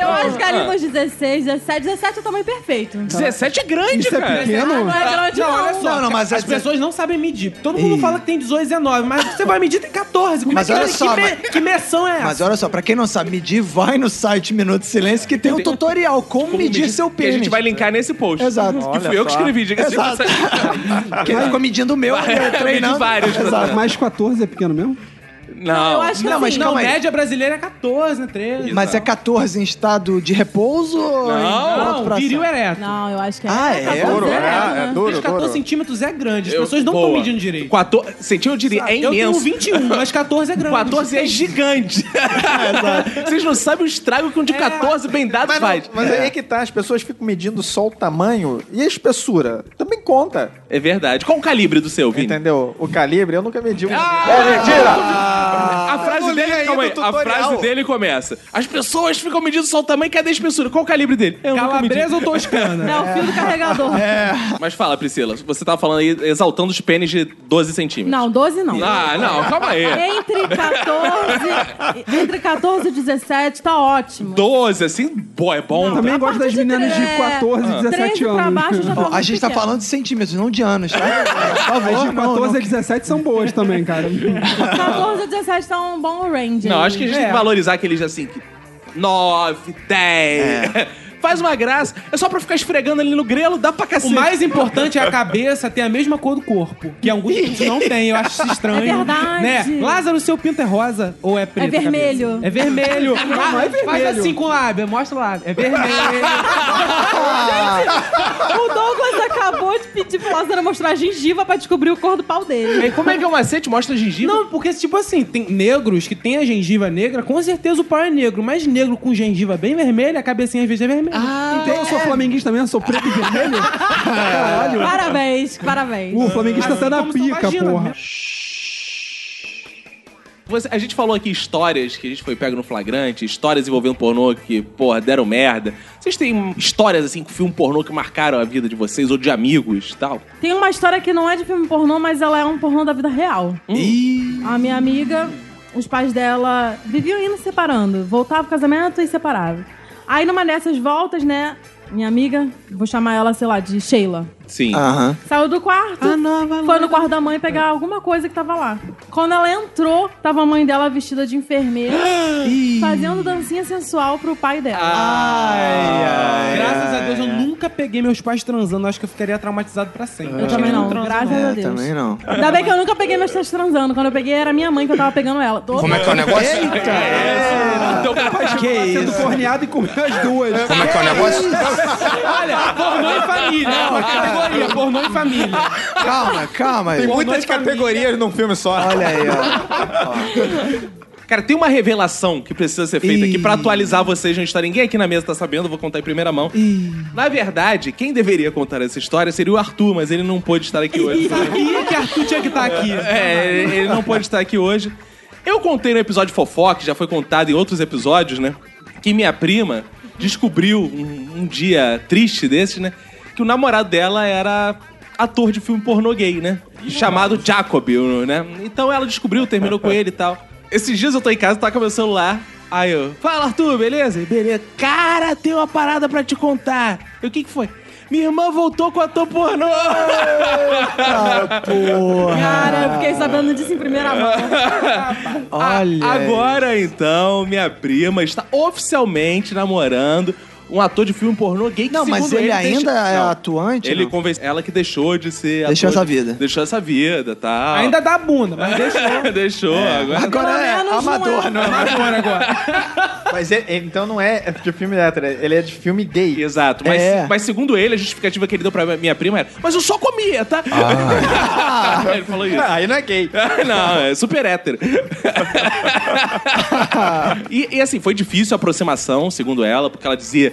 Speaker 3: Eu acho que ali nos 16, 17, 17 é o tamanho perfeito.
Speaker 1: 17 é grande,
Speaker 5: Isso é
Speaker 1: cara.
Speaker 3: Ah,
Speaker 5: pequeno?
Speaker 3: não é grande,
Speaker 4: Não,
Speaker 3: não.
Speaker 4: olha só.
Speaker 2: Não, não, mas
Speaker 4: as
Speaker 2: é-
Speaker 4: pessoas não sabem medir. Todo mundo fala que tem 18, 19, mas você vai medir tem 14. Como
Speaker 2: Mas
Speaker 4: é que,
Speaker 2: olha
Speaker 4: que,
Speaker 2: só,
Speaker 4: me-
Speaker 2: mas-
Speaker 4: que meção é essa?
Speaker 2: Mas olha só, pra quem não sabe medir, vai no site Minuto de Silêncio que tem um tutorial como, medir, seu
Speaker 1: Que a
Speaker 2: pênis.
Speaker 1: gente vai linkar nesse post.
Speaker 2: Exato.
Speaker 1: Que fui eu que escrevi, diga-se. de
Speaker 2: Exato.
Speaker 1: passagem.
Speaker 2: Porque ele ficou medindo o meu, eu treinando.
Speaker 1: vários. né?
Speaker 2: Exato.
Speaker 5: Mais 14 é pequeno mesmo?
Speaker 1: Não.
Speaker 3: Eu acho que
Speaker 2: Não, mas
Speaker 3: assim,
Speaker 4: Não,
Speaker 2: calma aí.
Speaker 4: média brasileira é 14, né? 13.
Speaker 2: Mas é 14 em estado de repouso ou em
Speaker 4: Não,
Speaker 2: pronto pra
Speaker 4: viril
Speaker 2: ação?
Speaker 4: ereto.
Speaker 3: Não, eu acho que é.
Speaker 2: Ah, é?
Speaker 3: Acabou
Speaker 6: Duro,
Speaker 3: zero,
Speaker 6: é,
Speaker 3: né?
Speaker 6: é duro,
Speaker 4: Os 14
Speaker 6: duro.
Speaker 4: centímetros é grande. As
Speaker 1: Eu-
Speaker 4: pessoas não estão
Speaker 1: boa.
Speaker 4: medindo direito.
Speaker 1: 14, senti, eu diria, é
Speaker 4: Eu tenho
Speaker 1: imenso.
Speaker 4: 21, mas 14 é grande. É,
Speaker 1: 14 é gigante. Vocês não sabem o estrago que um de 14 bem dado
Speaker 6: Mas, não-
Speaker 1: faz.
Speaker 6: mas aí é que tá, as pessoas ficam medindo só o tamanho e a espessura. Também conta,
Speaker 1: É verdade. Qual o calibre do seu, Vini?
Speaker 6: entendeu? O calibre, eu nunca medi. um.
Speaker 1: a frase
Speaker 6: eu Ah, não li
Speaker 1: dele,
Speaker 6: ainda
Speaker 1: calma
Speaker 6: o
Speaker 1: aí, a
Speaker 6: tutorial.
Speaker 1: frase dele começa. As pessoas ficam medindo só o tamanho, cadê a espessura? Qual o calibre dele? Eu nunca medi.
Speaker 4: Calabresa ou toscana?
Speaker 3: É o fio do carregador.
Speaker 1: Mas fala, Priscila, você tava falando aí, exaltando os pênis de 12 centímetros.
Speaker 3: Não, 12 não.
Speaker 1: Ah, não, calma aí.
Speaker 3: Entre 14, entre 14 e 17 tá ótimo.
Speaker 1: 12, assim, bom, é bom.
Speaker 5: Também
Speaker 3: a
Speaker 5: gosto
Speaker 3: partir
Speaker 5: das
Speaker 3: de
Speaker 5: meninas de
Speaker 3: tre-
Speaker 5: 14, 17
Speaker 3: 13 pra
Speaker 5: anos.
Speaker 3: baixo já tá
Speaker 2: Ó, a
Speaker 3: muito
Speaker 2: gente tá
Speaker 3: pequeno.
Speaker 2: falando de centímetros, não de anos, tá? Por
Speaker 5: As
Speaker 2: favor,
Speaker 5: de 14 a 17 são boas também, cara.
Speaker 3: 14 e 17 tá um bom range.
Speaker 1: Não,
Speaker 3: aí.
Speaker 1: acho que a gente tem que
Speaker 4: é.
Speaker 1: valorizar aqueles assim. Que... 9, 10. Faz uma graça. É só pra ficar esfregando ali no grelo, dá pra
Speaker 4: O
Speaker 1: cacete.
Speaker 4: mais importante é a cabeça ter a mesma cor do corpo. Que alguns pessoas não têm, eu acho isso estranho.
Speaker 3: É verdade.
Speaker 4: Né? Lázaro, seu pinto é rosa ou é preto?
Speaker 3: É vermelho.
Speaker 4: cabeça? É vermelho. Ah,
Speaker 5: não é vermelho.
Speaker 4: Faz assim com o lábio, mostra o lábio. É vermelho.
Speaker 3: O Douglas acabou de pedir pro Lázaro mostrar a gengiva pra descobrir o cor do pau dele.
Speaker 1: E Como é que é o macete? Mostra a gengiva?
Speaker 4: Não, porque, tipo assim, tem negros que tem a gengiva negra, com certeza o pau é negro, mas negro com gengiva bem vermelha, a cabecinha às vezes é vermelha.
Speaker 5: Então eu sou flamenguista mesmo, sou preto e vermelho? Caralho.
Speaker 3: Parabéns, parabéns.
Speaker 5: O flamenguista
Speaker 4: Assim
Speaker 5: tá na
Speaker 4: como são
Speaker 5: pica,
Speaker 4: vagina,
Speaker 5: porra.
Speaker 4: né?
Speaker 1: Você- a gente falou aqui histórias que a gente foi pego no flagrante, histórias envolvendo pornô que, porra, deram merda. Vocês têm histórias, assim, com filme pornô que marcaram a vida de vocês ou de amigos e tal?
Speaker 3: Tem uma história que não é de filme pornô, mas ela é um pornô da vida real. A minha amiga, os pais dela viviam indo separando. Voltava pro casamento e separava. Aí numa dessas voltas, né, minha amiga, vou chamar ela, sei lá, de Sheila.
Speaker 1: Sim.
Speaker 2: Aham.
Speaker 3: Saiu do quarto,
Speaker 4: Ah,
Speaker 3: foi no quarto da mãe pegar alguma coisa que tava lá. Quando ela entrou, tava a mãe dela vestida de enfermeira, fazendo dancinha sensual pro pai dela.
Speaker 4: Ah, Graças a Deus eu nunca peguei meus pais transando, acho que eu ficaria traumatizado pra sempre.
Speaker 3: eu também não,
Speaker 4: transo,
Speaker 3: graças a
Speaker 2: É,
Speaker 3: Deus.
Speaker 2: também não.
Speaker 3: Ainda bem que eu nunca peguei meus testes transando. Quando eu peguei, era minha mãe que eu tava pegando ela. Todo
Speaker 7: Como é que é o negócio?
Speaker 1: Então, capaz
Speaker 5: Que isso? Sendo corneado e comer as duas.
Speaker 7: Como é que é o negócio?
Speaker 4: Olha, pornô e família, é uma categoria, pornô e família.
Speaker 2: Calma, calma aí.
Speaker 6: Tem muitas categorias num filme só.
Speaker 2: Olha aí, ó.
Speaker 1: Cara, tem uma revelação que precisa ser feita
Speaker 5: Ih.
Speaker 1: aqui pra atualizar vocês na história. Ninguém aqui na mesa tá sabendo, eu vou contar em primeira mão. Na verdade, quem deveria contar essa história seria o Arthur, mas ele não pôde estar aqui hoje.
Speaker 4: Sabia que Arthur tinha que estar aqui.
Speaker 1: É, ele- ele não pôde estar aqui hoje. Eu contei no episódio Fofó, que já foi contado em outros episódios, né? Que minha prima descobriu um, um dia triste desses, né? Que o namorado dela era ator de filme pornô gay, né? Chamado Jacob, né? Então ela descobriu, terminou com ele e tal. Esses dias eu tô em casa, toca meu celular. Aí eu, fala Arthur, beleza? Beleza. Cara, tem uma parada pra te contar. Eu, o que que foi? Minha irmã voltou com ator pornô!
Speaker 4: é?
Speaker 3: Cara, eu fiquei sabendo disso em primeira mão.
Speaker 5: Olha.
Speaker 1: A- Agora então, minha prima está oficialmente namorando um ator de filme pornô gay que
Speaker 2: Não, mas
Speaker 1: segundo
Speaker 2: ele
Speaker 1: deixa-
Speaker 2: ainda é
Speaker 1: Não.
Speaker 2: atuante?
Speaker 1: Ele
Speaker 2: não?
Speaker 1: convenceu ela que deixou de ser.
Speaker 2: Deixou
Speaker 1: ator-
Speaker 2: essa vida.
Speaker 1: Deixou essa vida, tá?
Speaker 4: Ainda dá bunda, mas deixa
Speaker 1: deixou. Agora.
Speaker 2: Agora
Speaker 3: Pelo
Speaker 2: é
Speaker 3: menos não
Speaker 2: amador,
Speaker 3: é.
Speaker 2: não é?
Speaker 4: agora agora.
Speaker 6: Mas ele, ele, então não é de filme hétero, ele é de filme gay.
Speaker 1: Exato, mas,
Speaker 2: É.
Speaker 1: mas segundo ele, a justificativa que ele deu pra minha prima era: Mas eu só comia, tá? ele falou isso.
Speaker 6: Ah, aí não é gay.
Speaker 1: Não, é super hétero. e, e, assim, foi difícil a aproximação, segundo ela, porque ela dizia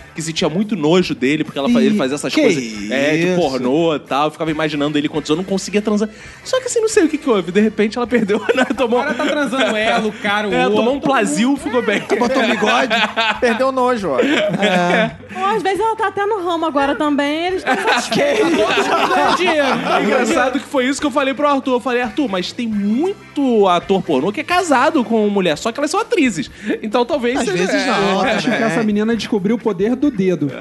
Speaker 1: que sentia muito nojo dele, porque ela, fa-
Speaker 5: Ih,
Speaker 1: ele fazia essas
Speaker 5: que
Speaker 1: coisas é, de
Speaker 5: isso?
Speaker 1: pornô e tal. Eu ficava imaginando ele quantos anos, não conseguia transar. Só que assim, não sei o que, que houve. De repente ela perdeu, né? Tomou,
Speaker 4: O cara tá transando ela, o cara, o
Speaker 1: é,
Speaker 4: outro.
Speaker 1: tomou um plazil, ficou bem.
Speaker 2: Botou bigode.
Speaker 6: Perdeu o nojo, ó.
Speaker 3: Ou às vezes ela tá até no ramo agora também. Eles estão
Speaker 4: Ganha dinheiro.
Speaker 1: É engraçado que foi isso que eu falei pro Arthur. Eu falei, Arthur, mas tem muito ator pornô que é casado com mulher, só que elas são atrizes. Então talvez.
Speaker 2: Às
Speaker 1: seja-
Speaker 2: vezes né? não.
Speaker 5: Acho que essa menina descobriu o poder do dedo.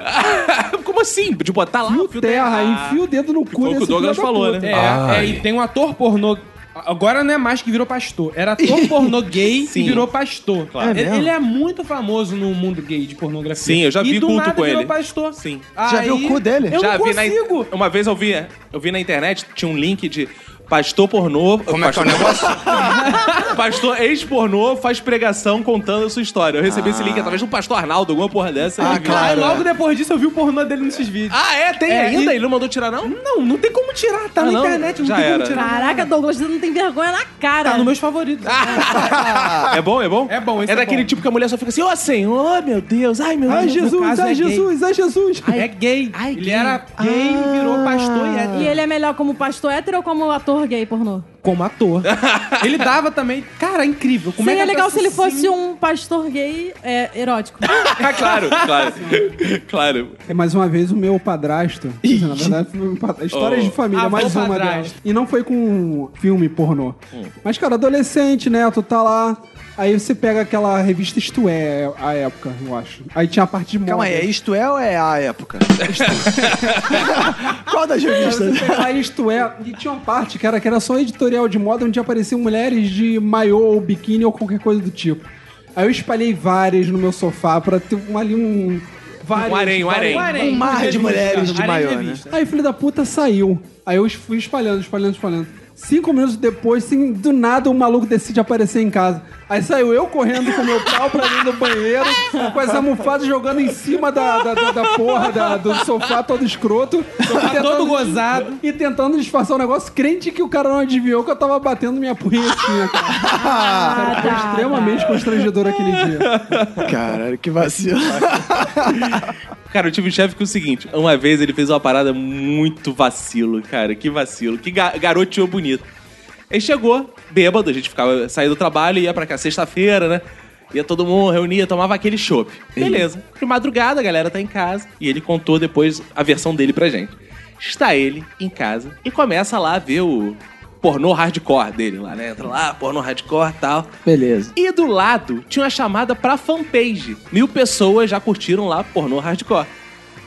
Speaker 1: Como assim? De botar lá
Speaker 5: Fio
Speaker 1: o fio
Speaker 5: terra,
Speaker 1: terra.
Speaker 5: enfia o dedo no cu
Speaker 1: Foi o que o
Speaker 5: desse
Speaker 1: Douglas
Speaker 5: filho da
Speaker 1: falou,
Speaker 5: puta. Ah,
Speaker 1: né?
Speaker 4: É, é, e tem um ator pornô. Agora não é mais que virou pastor. Era ator pornô gay
Speaker 1: Sim.
Speaker 4: e virou pastor.
Speaker 1: Claro.
Speaker 2: É
Speaker 4: ele,
Speaker 2: mesmo?
Speaker 4: ele é muito famoso no mundo gay de pornografia.
Speaker 1: Sim, eu já
Speaker 4: e
Speaker 1: vi
Speaker 4: do
Speaker 1: culto
Speaker 4: nada
Speaker 1: com
Speaker 4: virou
Speaker 1: ele.
Speaker 4: pastor.
Speaker 1: Sim.
Speaker 2: Já viu o cu dele?
Speaker 4: Eu
Speaker 1: já
Speaker 4: não
Speaker 1: vi na in-
Speaker 4: consigo.
Speaker 1: Uma vez eu vi, eu vi na internet, tinha um link de pastor pornô.
Speaker 7: Como é que é
Speaker 1: pastor,
Speaker 7: o negócio?
Speaker 1: pastor ex-pornô faz pregação contando a sua história. Eu recebi
Speaker 7: Ah.
Speaker 1: esse link através do pastor Arnaldo, alguma porra dessa.
Speaker 2: Ah,
Speaker 1: eu vi.
Speaker 2: claro.
Speaker 4: Aí logo depois disso eu vi o pornô dele nesses vídeos.
Speaker 1: Ah, é? Tem
Speaker 4: É,
Speaker 1: ainda?
Speaker 4: e-
Speaker 1: Ele não mandou tirar, não?
Speaker 4: Não, não tem como tirar. Tá
Speaker 1: Ah,
Speaker 4: na
Speaker 1: não?
Speaker 4: internet, não
Speaker 1: Já
Speaker 4: tem
Speaker 1: era.
Speaker 4: como tirar.
Speaker 3: Caraca, Douglas, você não tem vergonha na cara.
Speaker 4: Tá nos meus favoritos.
Speaker 1: É bom, é bom?
Speaker 4: É bom, esse
Speaker 1: É
Speaker 4: é
Speaker 1: daquele
Speaker 4: bom.
Speaker 1: tipo que a mulher só fica assim, ó Senhor, meu Deus, ai meu
Speaker 5: Ai,
Speaker 1: Deus.
Speaker 4: no
Speaker 5: Jesus,
Speaker 4: caso,
Speaker 5: ai,
Speaker 4: é gay.
Speaker 5: Jesus, ai, Jesus.
Speaker 4: é gay.
Speaker 1: Ai,
Speaker 4: ele
Speaker 1: gay. Ah.
Speaker 4: era gay, virou pastor e hétero.
Speaker 3: E ele é melhor como pastor hétero ou como ator gay pornô?
Speaker 4: Como ator. ele dava também. Cara, incrível. Como
Speaker 3: Seria
Speaker 4: é que
Speaker 3: legal se ele
Speaker 4: assassino-
Speaker 3: fosse um pastor gay é, erótico.
Speaker 1: Ah, claro, claro. claro.
Speaker 5: É mais uma vez o meu padrasto. Quer dizer, Na verdade, foi um padrasto. histórias
Speaker 1: Oh.
Speaker 5: de família, é
Speaker 4: Avô
Speaker 5: mais uma
Speaker 4: Ah, padrasto. Hum.
Speaker 5: delas. E não foi com filme pornô. Mas, cara, adolescente, né? Tu tá lá. Aí você pega aquela revista Isto É, a época, eu acho. Aí tinha a parte de moda.
Speaker 2: Calma aí, é isto é ou é a época? Qual das revistas?
Speaker 5: Aí Isto É, e tinha uma parte, cara, que era só editorial de moda onde apareciam mulheres de maiô ou biquíni ou qualquer coisa do tipo. Aí eu espalhei várias no meu sofá pra ter um, ali um. Várias,
Speaker 1: Um harém, um harém.
Speaker 2: Um mar de mulheres de maiô, né?
Speaker 5: Aí o filho da puta saiu. Aí eu fui espalhando, espalhando, espalhando. Cinco minutos depois, assim, do nada, o maluco decide aparecer em casa. Aí saiu eu correndo com meu pau pra dentro do banheiro, com as almofadas jogando em cima da, da, da- da porra, da- do sofá todo escroto. Eu fui
Speaker 4: todo gozado.
Speaker 5: E tentando disfarçar o negócio, crente que o cara não adivinhou que eu tava batendo minha punhetinha, cara.
Speaker 3: Ah,
Speaker 5: Foi
Speaker 3: tá.
Speaker 5: extremamente constrangedor aquele dia.
Speaker 2: Caralho, que vacilo.
Speaker 1: Cara, eu tive um chefe que é o seguinte: uma vez ele fez uma parada muito vacilo, cara. Que vacilo. Que ga garotinho bonito. Ele chegou, bêbado, a gente ficava, saía do trabalho, ia pra cá sexta-feira, né? Ia todo mundo, reunia, tomava aquele chopp. Beleza. De madrugada, a galera tá em casa. E ele contou depois a versão dele pra gente. Está ele em casa e começa lá a ver o pornô hardcore dele lá, né? Entra lá, pornô hardcore e tal.
Speaker 2: Beleza.
Speaker 1: E do lado tinha uma chamada pra fanpage. Mil pessoas já curtiram lá pornô hardcore.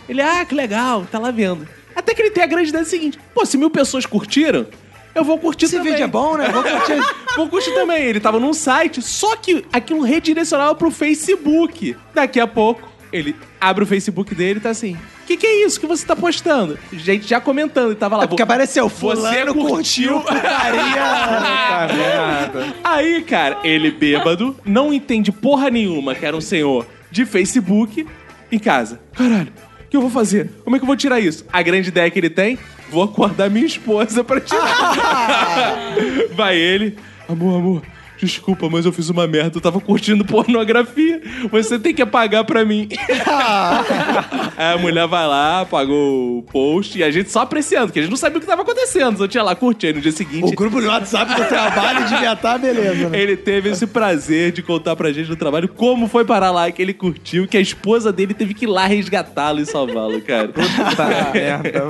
Speaker 1: Ele, ah, que legal, tá lá vendo. Até que ele tem a grande ideia seguinte: pô, se mil pessoas curtiram, eu vou curtir
Speaker 2: Esse
Speaker 1: também.
Speaker 2: vídeo é bom, né? Vou curtir.
Speaker 1: Vou curtir também. Ele tava num site, só que aquilo redirecionava pro Facebook. Daqui a pouco, ele abre o Facebook dele e tá assim: que que é isso que você tá postando? Gente já comentando e tava lá.
Speaker 2: É porque apareceu
Speaker 1: você
Speaker 2: fulano
Speaker 1: curtiu putaria.
Speaker 6: Puta merda.
Speaker 1: Aí, cara, ele bêbado, não entende porra nenhuma que era um senhor de Facebook em casa. Caralho, o que eu vou fazer? Como é que eu vou tirar isso? A grande ideia que ele tem, vou acordar minha esposa pra tirar. Vai ele, amor, amor. Desculpa, mas eu fiz uma merda. Eu tava curtindo pornografia. Você tem que apagar pra mim. Aí a mulher vai lá, apagou o post e a gente só apreciando, porque a gente não sabia o que tava acontecendo. Só tinha lá curtindo no dia seguinte.
Speaker 2: O grupo de WhatsApp do trabalho devia estar, beleza, né?
Speaker 1: Ele teve esse prazer de contar pra gente no trabalho como foi parar lá, que ele curtiu, que a esposa dele teve que ir lá resgatá-lo e salvá-lo, cara.
Speaker 6: Puta Ah, merda.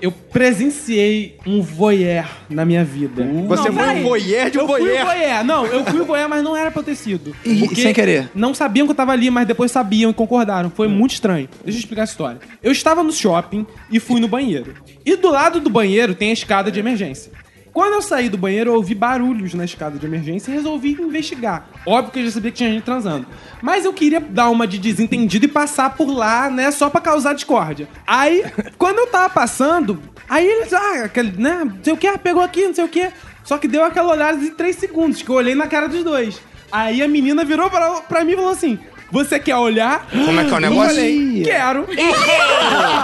Speaker 4: Eu presenciei um voyeur na minha vida.
Speaker 6: Você
Speaker 3: Não,
Speaker 6: foi
Speaker 3: vai.
Speaker 6: um voyeur de um
Speaker 4: Eu fui o
Speaker 6: voyeur.
Speaker 4: voyeur. Não, eu fui o voyeur, mas não era pra eu ter sido.
Speaker 2: E-
Speaker 4: Porque
Speaker 2: sem querer.
Speaker 4: Não sabiam que eu tava ali, mas depois sabiam e concordaram. Foi muito estranho. Deixa eu explicar a história. Eu estava no shopping e fui no banheiro. E do lado do banheiro tem a escada de emergência. Quando eu saí do banheiro, eu ouvi barulhos na escada de emergência e resolvi investigar. Óbvio que eu já sabia que tinha gente transando. Mas eu queria dar uma de desentendido e passar por lá, né? Só pra causar discórdia. Aí, quando eu tava passando, aí eles, ah, aquele, né? Não sei o que, pegou aqui, não sei o que. Só que deu aquela olhada de 3 segundos, que eu olhei na cara dos dois. Aí a menina virou pra, pra mim e falou assim: Você quer olhar?
Speaker 7: Como é que é o
Speaker 4: Eu
Speaker 7: negócio?
Speaker 4: falei, quero.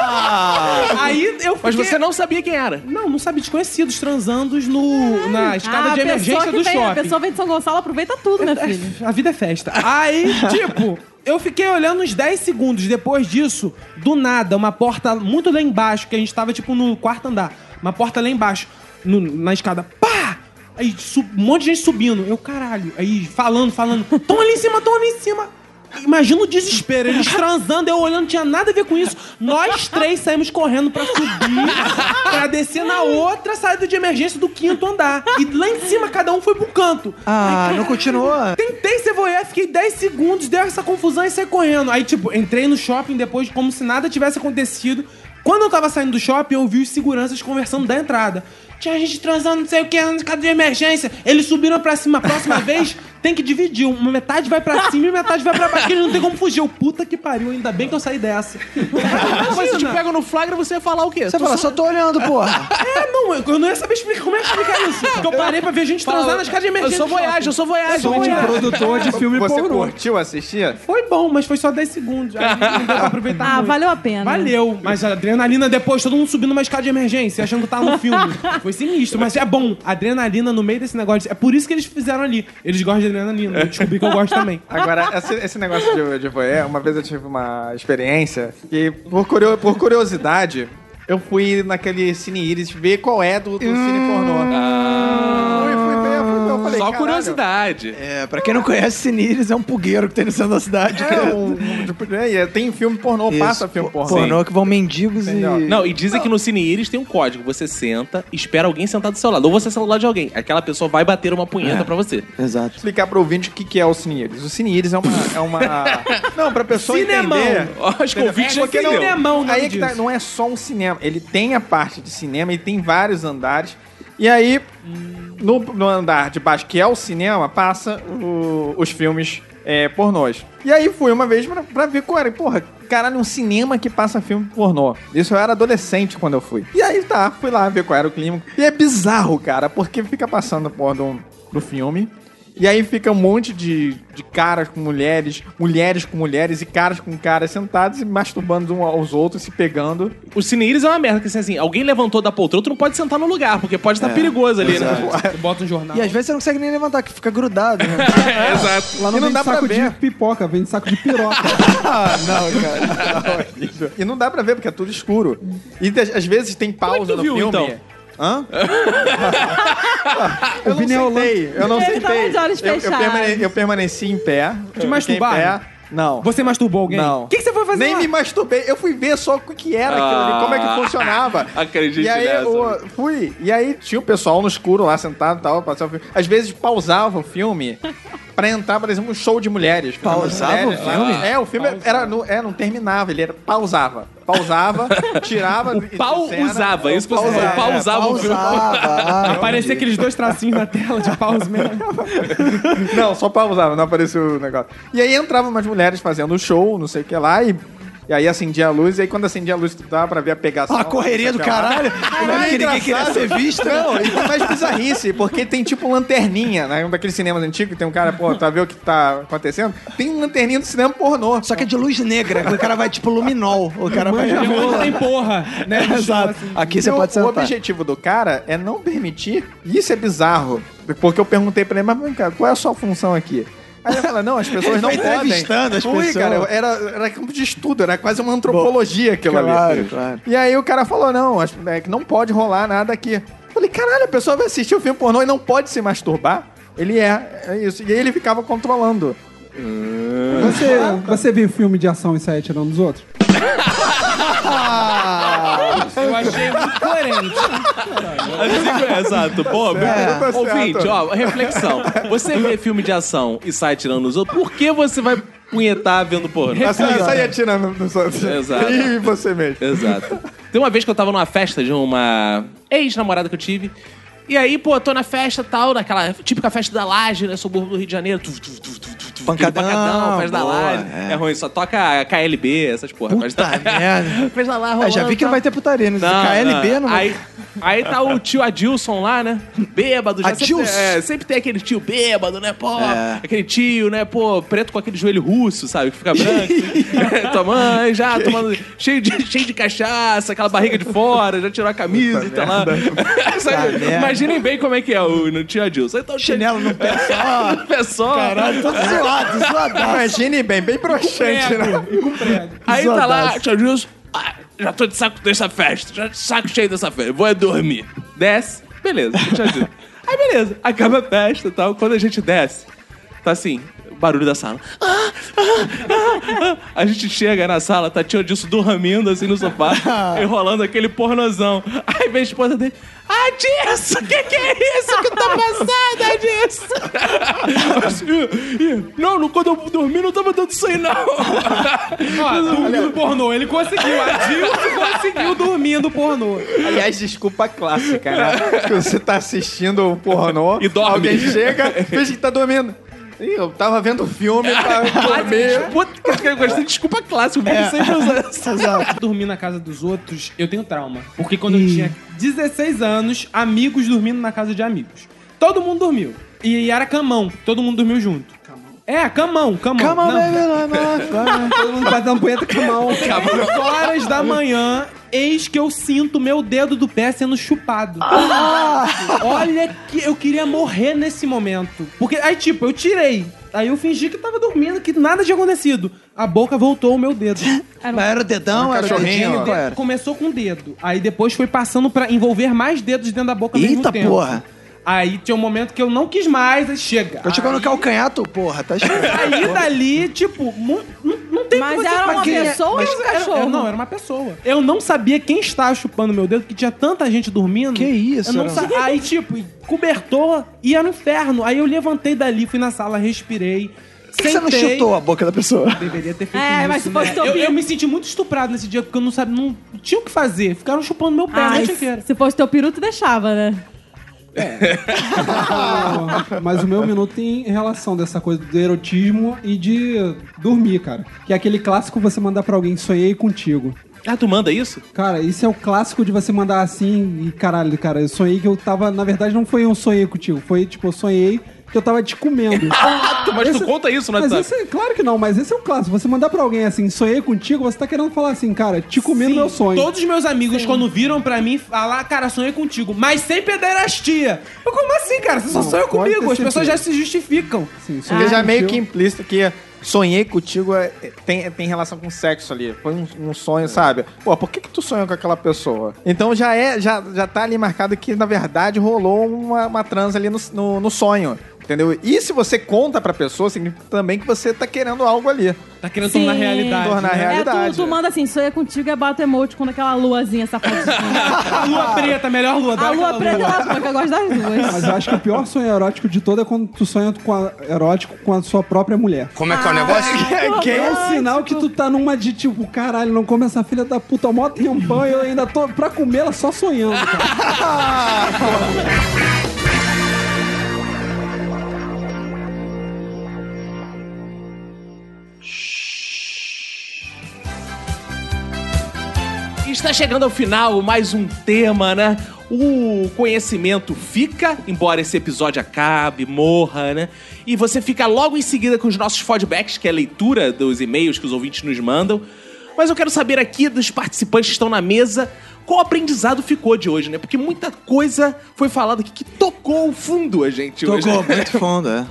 Speaker 4: Aí eu
Speaker 1: Mas
Speaker 4: fiquei-
Speaker 1: você não sabia quem era.
Speaker 4: Não, não sabe, desconhecidos transando no, na escada
Speaker 3: Ah, a
Speaker 4: de
Speaker 3: pessoa
Speaker 4: emergência
Speaker 3: que
Speaker 4: do
Speaker 3: vem- A
Speaker 4: shopping.
Speaker 3: pessoa vem de São Gonçalo, aproveita tudo, meu filho.
Speaker 4: A vida é festa. Aí, tipo, eu fiquei olhando uns 10 segundos. Depois disso, do nada, uma porta muito lá embaixo, que a gente tava, tipo, no quarto andar. Uma porta lá embaixo, no- na escada. Pá! Aí, su- um monte de gente subindo. Eu, caralho. Aí, falando, falando. Tão ali em cima, tão ali em cima. Imagina o desespero, eles transando, eu olhando, não tinha nada a ver com isso. Nós três saímos correndo pra subir, pra descer na outra saída de emergência do quinto andar. E lá em cima, cada um foi pro canto.
Speaker 2: Ah, não continuou?
Speaker 4: Tentei ser voyeur, fiquei 10 segundos, deu essa confusão e saí correndo. Aí, tipo, entrei no shopping depois, como se nada tivesse acontecido. Quando eu tava saindo do shopping, eu ouvi os seguranças conversando da entrada. Tinha gente transando, não sei o que, na casa de emergência. Eles subiram pra cima. Próxima vez, tem que dividir. Uma metade vai pra cima e metade vai pra baixo. que Eles não tem como fugir. Eu, puta que pariu, ainda bem que eu saí dessa. tipo,
Speaker 1: Mas se te pegam no flagra, você ia falar o quê?
Speaker 2: Você fala, só tô olhando, porra.
Speaker 4: É, não, eu, eu não ia saber explicar como é que explicar isso. Porque eu parei pra ver gente transando nas casas de
Speaker 1: Eu
Speaker 4: emergência.
Speaker 1: sou
Speaker 4: do shopping.
Speaker 1: voyage, eu sou voyage.
Speaker 4: sou
Speaker 5: Somente
Speaker 4: voyeur.
Speaker 5: um produtor de filme
Speaker 6: Você
Speaker 5: pornô.
Speaker 6: curtiu assistir?
Speaker 4: Foi bom, mas foi só 10 segundos. Aí não deu pra aproveitar
Speaker 3: Ah,
Speaker 4: Tá muito.
Speaker 3: valeu a pena.
Speaker 4: Valeu, mas a adrenalina depois, todo mundo subindo uma escada de emergência, achando que tá no filme. Foi sinistro, mas é bom. A Adrenalina no meio desse negócio. É por isso que eles fizeram ali. Eles gostam de adrenalina. Eu descobri que eu gosto também.
Speaker 6: Agora, esse, esse negócio de, de voyeur, uma vez eu tive uma experiência que, por, curio- por curiosidade, eu fui naquele Cine Iris ver qual é do, do Cine Pornô. Fui, fui ver, fui ver, eu falei,
Speaker 1: Só
Speaker 6: assim, "Caralho,
Speaker 1: curiosidade.
Speaker 2: É, pra quem não conhece, Siniris é um pugueiro que tem no centro da cidade.
Speaker 6: É um, tipo, né, e tem filme pornô,
Speaker 2: Isso,
Speaker 6: passa filme pornô.
Speaker 2: Pornô que vão mendigos
Speaker 6: Entendeu?
Speaker 2: e...
Speaker 1: Não, e dizem que no Cine Iris tem um código. Você senta, espera alguém sentar do seu lado. Ou você senta do lado de alguém. Aquela pessoa vai bater uma punheta pra você.
Speaker 2: Exato.
Speaker 6: explicar pro ouvinte o que, que é o Cine Iris. O Cine Iris é uma... É uma... Não, pra pessoa
Speaker 4: Cinemão.
Speaker 6: entender... É
Speaker 1: Acho que o ouvinte já
Speaker 6: porque
Speaker 1: entendeu.
Speaker 4: cinema. cinemão o nome
Speaker 6: aí é que tá,
Speaker 4: disso.
Speaker 6: não é só um cinema. Ele tem a parte de cinema, ele tem vários andares. E aí, no, no andar de baixo, que é o cinema, passa o- os filmes é, pornôs. E aí fui uma vez pra, pra ver qual era. E, Porra, caralho, um cinema que passa filme pornô. Isso eu era adolescente quando eu fui. E aí tá, fui lá ver qual era o clima. E é bizarro, cara, porque fica passando porra do, do filme. E aí fica um monte de, de caras com mulheres, mulheres com mulheres e caras com caras sentados e masturbando um aos outros, se pegando.
Speaker 1: O Cine Iris é uma merda. Que assim, assim, alguém levantou da poltrona, tu não pode sentar no lugar, porque pode estar perigoso ali, né?
Speaker 4: Bota um jornal.
Speaker 2: E às vezes você não consegue nem levantar, que fica grudado, né?
Speaker 1: Exato.
Speaker 5: Lá
Speaker 6: E
Speaker 5: não,
Speaker 6: não
Speaker 5: vende
Speaker 6: dá pra
Speaker 5: saco
Speaker 6: ver.
Speaker 5: de pipoca, vende saco de piroca.
Speaker 6: Ah, não, cara. E não dá pra ver, porque é tudo é escuro. E te- às vezes tem pausa
Speaker 1: Como é que tu
Speaker 6: no
Speaker 1: viu,
Speaker 6: filme.
Speaker 1: então?
Speaker 6: Hã? eu não
Speaker 5: Vini é
Speaker 6: sentei, eu não
Speaker 3: Ele
Speaker 6: sentei.
Speaker 3: tava de olhos
Speaker 6: eu, eu,
Speaker 3: fechados.
Speaker 6: permane- eu permaneci em pé. Te
Speaker 4: masturbaram?
Speaker 6: Não.
Speaker 4: Você masturbou alguém?
Speaker 6: Não.
Speaker 4: O que, que você foi fazer?
Speaker 6: Nem
Speaker 4: lá?
Speaker 6: me masturbei. Eu fui ver só o que era aquilo ali, como é que funcionava.
Speaker 1: Ah, Acredite
Speaker 6: E aí
Speaker 1: nessa,
Speaker 6: eu fui. E aí tinha o pessoal no escuro lá sentado e tal, passava o filme. Às vezes pausava o filme pra entrar, por exemplo, um show de mulheres. Ficava
Speaker 2: Pausava
Speaker 6: as
Speaker 2: o
Speaker 6: lá.
Speaker 2: filme?
Speaker 6: É, o filme era, não, é, não terminava, ele era pausava. Pausava, tirava.
Speaker 1: O pau
Speaker 6: cena.
Speaker 1: usava, isso que você falou. O
Speaker 6: É,
Speaker 1: pau usava um- o filme.
Speaker 2: Pausava. ah,
Speaker 4: Aparecer aqueles dois tracinhos na tela de pause mesmo.
Speaker 6: Não, só pausava, não apareceu o negócio. E aí entravam umas mulheres fazendo show, não sei o que lá, e, e aí acendia a luz, e aí quando acendia a luz, tu dava pra ver a pegação.
Speaker 1: Ah,
Speaker 2: a correria do
Speaker 6: não sei o que lá.
Speaker 2: caralho. Não é que ninguém queria ser visto. né?
Speaker 6: Não, e tem mais bizarrice, porque tem tipo lanterninha, né? Um daqueles cinemas antigos, tem um cara, pô, tá vendo o que tá acontecendo? Tem lanterninha do cinema pornô.
Speaker 2: Só que é de luz negra. O cara vai tipo luminol. O cara vai.
Speaker 4: Não tem porra, né?
Speaker 2: Exato. Aqui você
Speaker 6: E o-
Speaker 2: pode
Speaker 6: O
Speaker 2: sentar.
Speaker 6: Assim. objetivo do cara é não permitir. E isso é bizarro. Porque eu perguntei pra ele, mas vem cá, qual é a sua função aqui? Aí ele fala, não, as pessoas não
Speaker 2: Ele foi
Speaker 6: podem.
Speaker 2: entrevistando as
Speaker 6: Fui,
Speaker 2: pessoas.
Speaker 6: cara, era, era campo de estudo, era quase uma antropologia aquilo ali.
Speaker 2: Claro, claro.
Speaker 6: E aí o cara falou, não, acho- é que não pode rolar nada aqui. Falei, caralho, a pessoa vai assistir o filme pornô e não pode se masturbar? Ele é, é isso. E aí ele ficava controlando.
Speaker 5: Você, você viu filme de ação e saia atirando nos outros?
Speaker 4: Eu achei muito coerente.
Speaker 1: Assim, é, Exato. Pô,
Speaker 6: tá certo.
Speaker 1: ouvinte, ó, reflexão. Você vê filme de ação e sai tirando nos outros, por que você vai punhetar vendo pornô?
Speaker 2: É
Speaker 6: Mas é Sai sai atirando nos outros.
Speaker 1: Exato.
Speaker 6: E você mesmo.
Speaker 1: Exato. Tem uma vez que eu tava numa festa de uma ex-namorada que eu tive. E aí, pô, tô na festa tal, naquela típica festa da Laje, né? Subúrbio do Rio de Janeiro. Tu, tu, tu, tu, tu, tu,
Speaker 2: Pancadão,
Speaker 1: pancadão, festa da
Speaker 2: boa,
Speaker 1: Laje. É.
Speaker 2: é.
Speaker 1: ruim, só toca KLB, essas porra. Festa
Speaker 2: Puta
Speaker 1: da-
Speaker 2: merda.
Speaker 1: Festa
Speaker 6: é
Speaker 1: lá,
Speaker 2: Ah, já vi que não vai ter putaria nesse KLB, não vai
Speaker 1: Aí, aí tá o tio Adilson lá, né? Bêbado. Já sempre,
Speaker 2: Adilson.
Speaker 1: é, sempre tem aquele tio bêbado, né? Pô,
Speaker 2: É.
Speaker 1: aquele tio, né? Pô, preto com aquele joelho russo, sabe? Que fica branco. tomando, já tomando... Cheio de, cheio de cachaça, aquela barriga de fora, já tirou a camisa, tá lá. Sabe?
Speaker 2: merda.
Speaker 1: Imaginem bem como é que é o, o tio Adilson. Aí tá o tio-
Speaker 2: Chinelo no pé só.
Speaker 1: o pé só.
Speaker 2: Caralho, todo zoado, zoadaço.
Speaker 6: Imagine bem, bem broxante, né?
Speaker 1: Aí tá lá,
Speaker 2: Zoadaço.
Speaker 1: tio Adilson, ah, já tô de saco dessa festa, já de saco cheio dessa festa, vou é dormir. Desce, beleza, tio Adilson. Aí beleza, acaba a festa e tal, quando a gente desce, tá assim, barulho da sala. Ah, ah, ah, ah. A gente chega na sala, tá tio Adilson dormindo assim no sofá, enrolando aquele pornozão. Aí vem a esposa dele, Adilson, o que que é isso que tá passando, Adilson? Eu assim, "Ih, ih, não, não, quando eu dormi não tava dando isso aí não.
Speaker 4: Ó, dormindo pornô, ele conseguiu. A Dilson conseguiu dormindo pornô.
Speaker 6: Aliás, desculpa clássica, né? Que você tá assistindo o pornô.
Speaker 1: E dorme.
Speaker 6: Alguém chega, finge que tá dormindo. Ih, eu tava vendo um filme tá, pra dormir.
Speaker 1: Puta que eu gostei de desculpa clássica, porque sempre usa essa.
Speaker 4: É. Dormir na casa dos outros, eu tenho trauma. Porque quando eu tinha 16 anos, amigos dormindo na casa de amigos. Todo mundo dormiu. E era camão, todo mundo dormiu junto. É, camão, camão.
Speaker 2: Come on,
Speaker 1: né,
Speaker 4: Não,
Speaker 2: baby, lá,
Speaker 5: Todo mundo batendo punheta com a mão.
Speaker 4: Três horas da manhã, eis que eu sinto meu dedo do pé sendo chupado.
Speaker 1: Ah.
Speaker 4: Olha que eu queria morrer nesse momento. Porque aí, tipo, eu tirei. Aí eu fingi que tava dormindo, que nada tinha acontecido. A boca voltou o meu dedo.
Speaker 3: um
Speaker 2: Mas era o dedão, era o
Speaker 6: cachorrinho.
Speaker 2: dedinho, qual era?
Speaker 4: Começou com o dedo. Aí depois foi passando pra envolver mais dedos dentro da boca ao mesmo
Speaker 2: Eita
Speaker 4: tempo.
Speaker 2: porra.
Speaker 4: Aí tinha um momento que eu não quis mais, aí chega.
Speaker 2: Eu chegou no calcanhato, porra, tá chegando.
Speaker 4: Aí dali, tipo, mu- não, não tem
Speaker 3: Mas
Speaker 4: como você
Speaker 3: era uma
Speaker 4: fazer.
Speaker 3: pessoa
Speaker 4: é- Mas
Speaker 3: ou um
Speaker 4: era-
Speaker 3: cachorro?
Speaker 4: era- não, era uma pessoa. Eu não sabia quem estava chupando meu dedo, que tinha tanta gente dormindo.
Speaker 2: Que isso, um
Speaker 4: Eu não
Speaker 2: Arão?
Speaker 4: sa- Aí, tipo, cobertor e era um inferno. Aí eu levantei dali, fui na sala, respirei.
Speaker 2: Por que você não
Speaker 4: sentei.
Speaker 2: chutou a boca da pessoa?
Speaker 4: Deveria ter feito
Speaker 3: É,
Speaker 4: isso,
Speaker 3: mas se fosse
Speaker 4: né?
Speaker 3: teu
Speaker 4: eu,
Speaker 3: pinto.
Speaker 4: eu me senti muito estuprado nesse dia, porque eu não sabia, não tinha o que fazer. Ficaram chupando meu pé a
Speaker 3: Ah,
Speaker 4: noite
Speaker 3: se,
Speaker 4: inteira.
Speaker 3: se fosse teu peru, tu deixava, né?
Speaker 5: Mas o meu minuto tem relação dessa coisa do erotismo e de dormir, cara. Que é aquele clássico você mandar pra alguém, sonhei contigo.
Speaker 1: Ah, tu manda isso?
Speaker 5: Cara, isso é o clássico de você mandar assim e caralho, cara, eu sonhei que eu tava. Na verdade, não foi um sonhei contigo, foi tipo, eu sonhei que eu tava te comendo.
Speaker 1: Tu- Ah, Mas tu
Speaker 5: Esse-
Speaker 1: conta isso no
Speaker 5: Mas
Speaker 1: WhatsApp.
Speaker 5: esse é, claro que não, mas esse é o clássico. Você mandar pra alguém assim, sonhei contigo, você tá querendo falar assim, cara, te comi no meu sonho.
Speaker 4: Todos os meus amigos, quando viram pra mim, falar, cara, sonhei contigo, mas sem pederastia. Eu, como assim, cara? Você só sonhou
Speaker 5: pode
Speaker 4: comigo?
Speaker 5: ter
Speaker 4: As pessoas
Speaker 5: certeza.
Speaker 4: já se justificam.
Speaker 5: Sim, um sonhei
Speaker 6: Porque já é meio que
Speaker 5: contigo.
Speaker 6: implícito que sonhei contigo é- tem, tem relação com sexo ali. Foi um, um sonho, sabe? Pô, por que, que tu sonhou com aquela pessoa? Então já é, já, já tá ali marcado que, na verdade, rolou uma, uma trans ali no, no, no sonho. Entendeu? E se você conta pra pessoa, significa também que você tá querendo algo ali.
Speaker 4: Tá querendo tornar
Speaker 3: Sim.
Speaker 4: realidade.
Speaker 6: Tornar
Speaker 4: né?
Speaker 3: É,
Speaker 6: realidade.
Speaker 3: tu, tu manda assim, sonha contigo e bota o emote quando aquela luazinha safadinha.
Speaker 4: A lua preta, a melhor lua
Speaker 3: a
Speaker 4: dá aquela
Speaker 3: lua preta da boca, eu gosto das duas.
Speaker 5: Mas eu acho que o pior sonho erótico de todo é quando tu sonha com a, erótico com a sua própria mulher.
Speaker 7: Como é que é o negócio?
Speaker 6: Ah,
Speaker 3: Quem
Speaker 5: É um sinal que tu tá numa de tipo, caralho, não come essa filha da puta, mó tempão e eu ainda tô pra comer ela só sonhando, cara.
Speaker 1: Está chegando ao final mais um tema, né? O conhecimento fica, embora esse episódio acabe, morra, né? E você fica logo em seguida com os nossos feedbacks, que é a leitura dos e-mails que os ouvintes nos mandam. Mas eu quero saber aqui dos participantes que estão na mesa qual aprendizado ficou de hoje, né? Porque muita coisa foi falada aqui que tocou o fundo a gente hoje.
Speaker 2: Tocou muito fundo, é.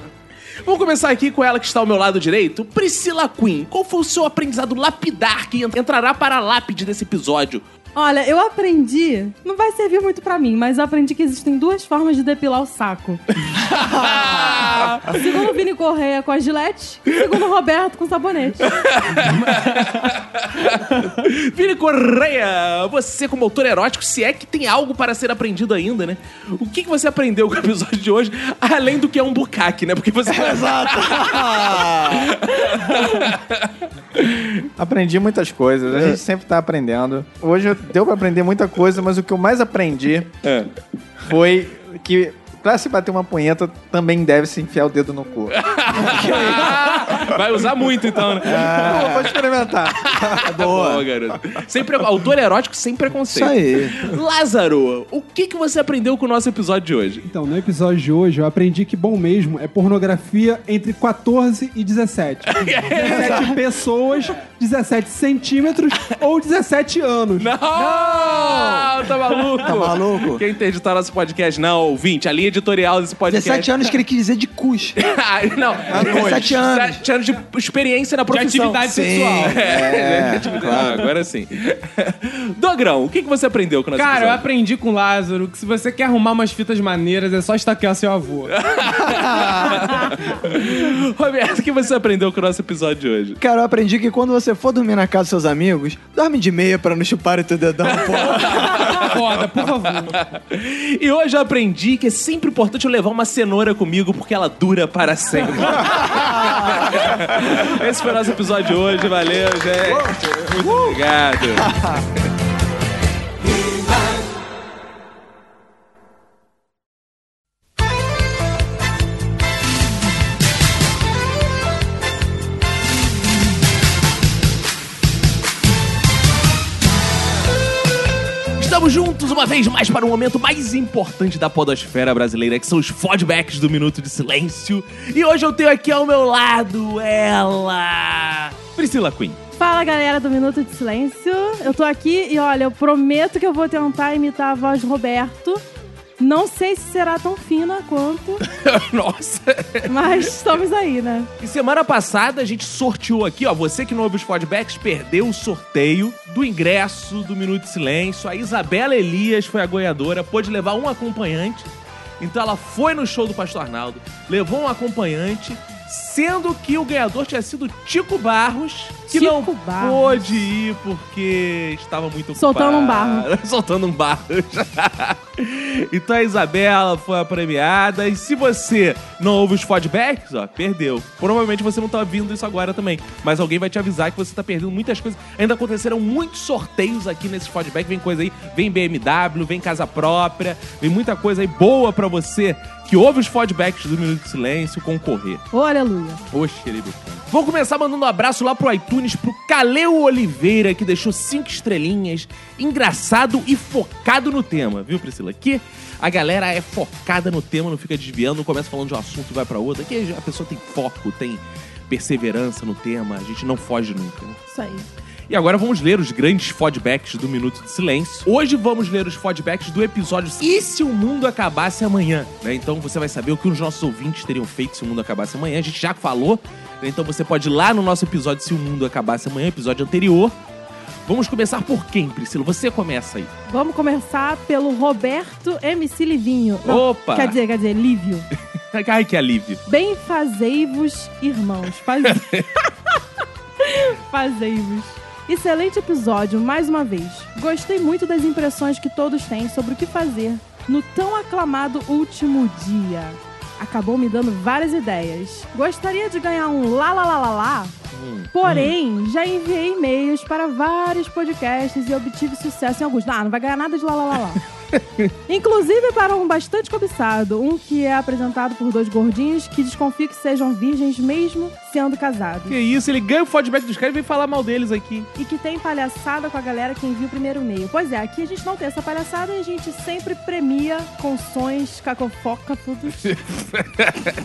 Speaker 1: Vamos começar aqui com ela que está ao meu lado direito, Priscila Queen. Qual foi o seu aprendizado lapidar que entrará para a lápide desse episódio?
Speaker 3: Olha, eu aprendi, não vai servir muito pra mim, mas eu aprendi que existem duas formas de depilar o saco. Segundo o Vini Correia com a gilete, segundo o Roberto com sabonete.
Speaker 1: Vini Correia, você como autor erótico, se é que tem algo para ser aprendido ainda, né? O que, que você aprendeu com o episódio de hoje, além do que é um bucaque, né? Porque você... Exato!
Speaker 6: Aprendi muitas coisas, a gente sempre tá aprendendo. Hoje deu pra aprender muita coisa, mas o que eu mais aprendi foi que pra se bater uma punheta também deve se enfiar o dedo no cu.
Speaker 1: Vai usar muito, então, né?
Speaker 2: Ah,
Speaker 6: Pô, vou experimentar.
Speaker 1: tá bom, garoto. Sem pre... Autor erótico sem
Speaker 2: Isso
Speaker 1: preconceito.
Speaker 2: aí.
Speaker 1: Lázaro, o que, que você aprendeu com o nosso episódio de hoje?
Speaker 5: Então, no episódio de hoje eu aprendi que bom mesmo é pornografia entre 14 e 17. 17 pessoas, 17 centímetros ou 17 anos.
Speaker 1: Não! Tá maluco?
Speaker 2: Tá maluco?
Speaker 1: Quem interditar nosso podcast? Não, ouvinte. A linha editorial desse podcast.
Speaker 2: 17 anos que ele quis dizer de cus.
Speaker 1: Ah, não.
Speaker 2: 17 Tá anos.
Speaker 1: 17 anos de experiência na
Speaker 4: De
Speaker 1: profissão.
Speaker 4: atividade sexual.
Speaker 1: É, claro. agora sim. Dogrão, o que, que você aprendeu com o nosso
Speaker 4: Cara, eu
Speaker 1: episódio?
Speaker 4: aprendi com o Lázaro que se você quer arrumar umas fitas maneiras, é só estaquear seu avô.
Speaker 1: Roberto, o que você aprendeu com o nosso episódio de hoje?
Speaker 2: Cara, eu aprendi que quando você for dormir na casa dos seus amigos, dorme de meia pra não chupar o teu dedão, porra.
Speaker 4: Foda, por favor.
Speaker 1: E hoje eu aprendi que é sempre importante eu levar uma cenoura comigo, porque ela dura para sempre. Esse foi o nosso episódio de hoje. Valeu, gente. Muito obrigado. Estamos juntos uma vez mais para o momento mais importante da podosfera brasileira, que são os fodbacks do Minuto de Silêncio. E hoje eu tenho aqui ao meu lado ela, Priscila Queen.
Speaker 3: Fala galera do Minuto de Silêncio. Eu tô aqui e olha, eu prometo que eu vou tentar imitar a voz do Roberto. Não sei se será tão fina quanto,
Speaker 1: Nossa.
Speaker 3: mas estamos aí, né?
Speaker 1: E semana passada a gente sorteou aqui, ó, você que não ouve os fodbacks perdeu o sorteio do ingresso do Minuto de Silêncio. A Isabela Elias foi a goiadora, pôde levar um acompanhante. Então ela foi no show do Pastor Arnaldo, levou um acompanhante, sendo que o ganhador tinha sido Tico Barros, que
Speaker 3: Tico
Speaker 1: não
Speaker 3: Barros.
Speaker 1: pôde ir porque estava muito ocupado.
Speaker 3: Soltando um barro.
Speaker 1: Soltando um barro. então a Isabela foi a premiada. E se você não ouve os feedbacks, ó, perdeu. Provavelmente você não tá vindo isso agora também. Mas alguém vai te avisar que você tá perdendo muitas coisas. Ainda aconteceram muitos sorteios aqui nesse feedback. Vem coisa aí, vem BMW, vem casa própria, vem muita coisa aí boa pra você que ouve os feedbacks do Minuto de Silêncio concorrer.
Speaker 3: Ô, aleluia.
Speaker 1: Poxa, querido. Vou começar mandando um abraço lá pro iTunes, pro Caleu Oliveira, que deixou cinco estrelinhas, engraçado e focado no tema, viu, Priscila? Que a galera é focada no tema, não fica desviando, não começa falando de um assunto e vai pra outro. Aqui a pessoa tem foco, tem perseverança no tema, a gente não foge nunca. né?
Speaker 3: Isso aí.
Speaker 1: E agora vamos ler os grandes fodbacks do Minuto de Silêncio. Hoje vamos ler os fodbacks do episódio E se o mundo acabasse amanhã? Né? Então você vai saber o que os nossos ouvintes teriam feito se o mundo acabasse amanhã. A gente já falou. né? Então você pode ir lá no nosso episódio Se o Mundo Acabasse Amanhã, episódio anterior. Vamos começar por quem, Priscila? Você começa aí.
Speaker 3: Vamos começar pelo Roberto MC Livinho.
Speaker 1: Opa!
Speaker 3: Quer dizer, quer dizer, Lívio.
Speaker 1: Ai, que alívio.
Speaker 3: Bem fazei-vos, irmãos. Faz... fazei-vos. Excelente episódio, mais uma vez. Gostei muito das impressões que todos têm sobre o que fazer no tão aclamado último dia. Acabou me dando várias ideias. Gostaria de ganhar um lá lá lá lá lá. Porém, já enviei e-mails para vários podcasts e obtive sucesso em alguns. Ah, não vai ganhar nada de lá lá lá lá. Inclusive para um bastante cobiçado, um que é apresentado por dois gordinhos que desconfio que sejam virgens mesmo sendo casados.
Speaker 1: Que isso, ele ganha o feedback dos caras e vem falar mal deles aqui.
Speaker 3: E que tem palhaçada com a galera que envia o primeiro e-mail. Pois é, aqui a gente não tem essa palhaçada e a gente sempre premia com sons cacofócafos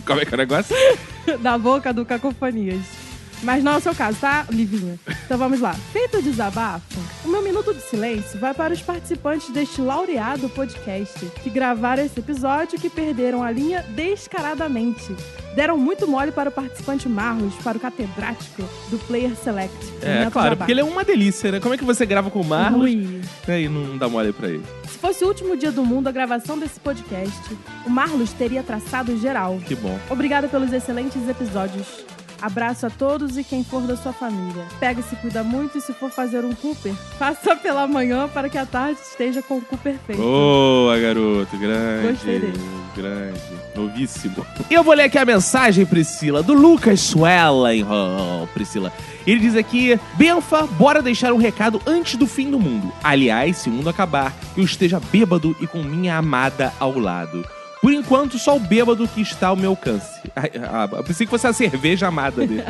Speaker 1: Como é que é o negócio?
Speaker 3: da boca do Cacofonias. Mas não é o seu caso, tá, Livinha? Então vamos lá. Feito o desabafo, o meu minuto de silêncio vai para os participantes deste laureado podcast que gravaram esse episódio e que perderam a linha descaradamente. Deram muito mole para o participante Marlos, para o catedrático do Player Select.
Speaker 1: É, claro, porque ele é uma delícia, né? Como é que você grava com o Marlos
Speaker 3: Ui.
Speaker 1: né, e não dá mole pra ele?
Speaker 3: Se fosse o último dia do mundo a gravação desse podcast, o Marlos teria traçado geral.
Speaker 1: Que bom.
Speaker 3: Obrigada pelos excelentes episódios. Abraço a todos e quem for da sua família. Pega e se cuida muito e se for fazer um Cooper, faça pela manhã para que a tarde esteja com o Cooper feito.
Speaker 1: Oh. Boa, garoto. Grande.
Speaker 3: Gostei dele.
Speaker 1: Grande. Novíssimo. Eu vou ler aqui a mensagem, Priscila, do Lucas Suela, hein, oh, Priscila. Ele diz aqui: Benfa, bora deixar um recado antes do fim do mundo. Aliás, se o mundo acabar, eu esteja bêbado e com minha amada ao lado. Por enquanto, só o bêbado que está ao meu alcance. Ai, ah, Eu pensei que fosse a cerveja amada dele.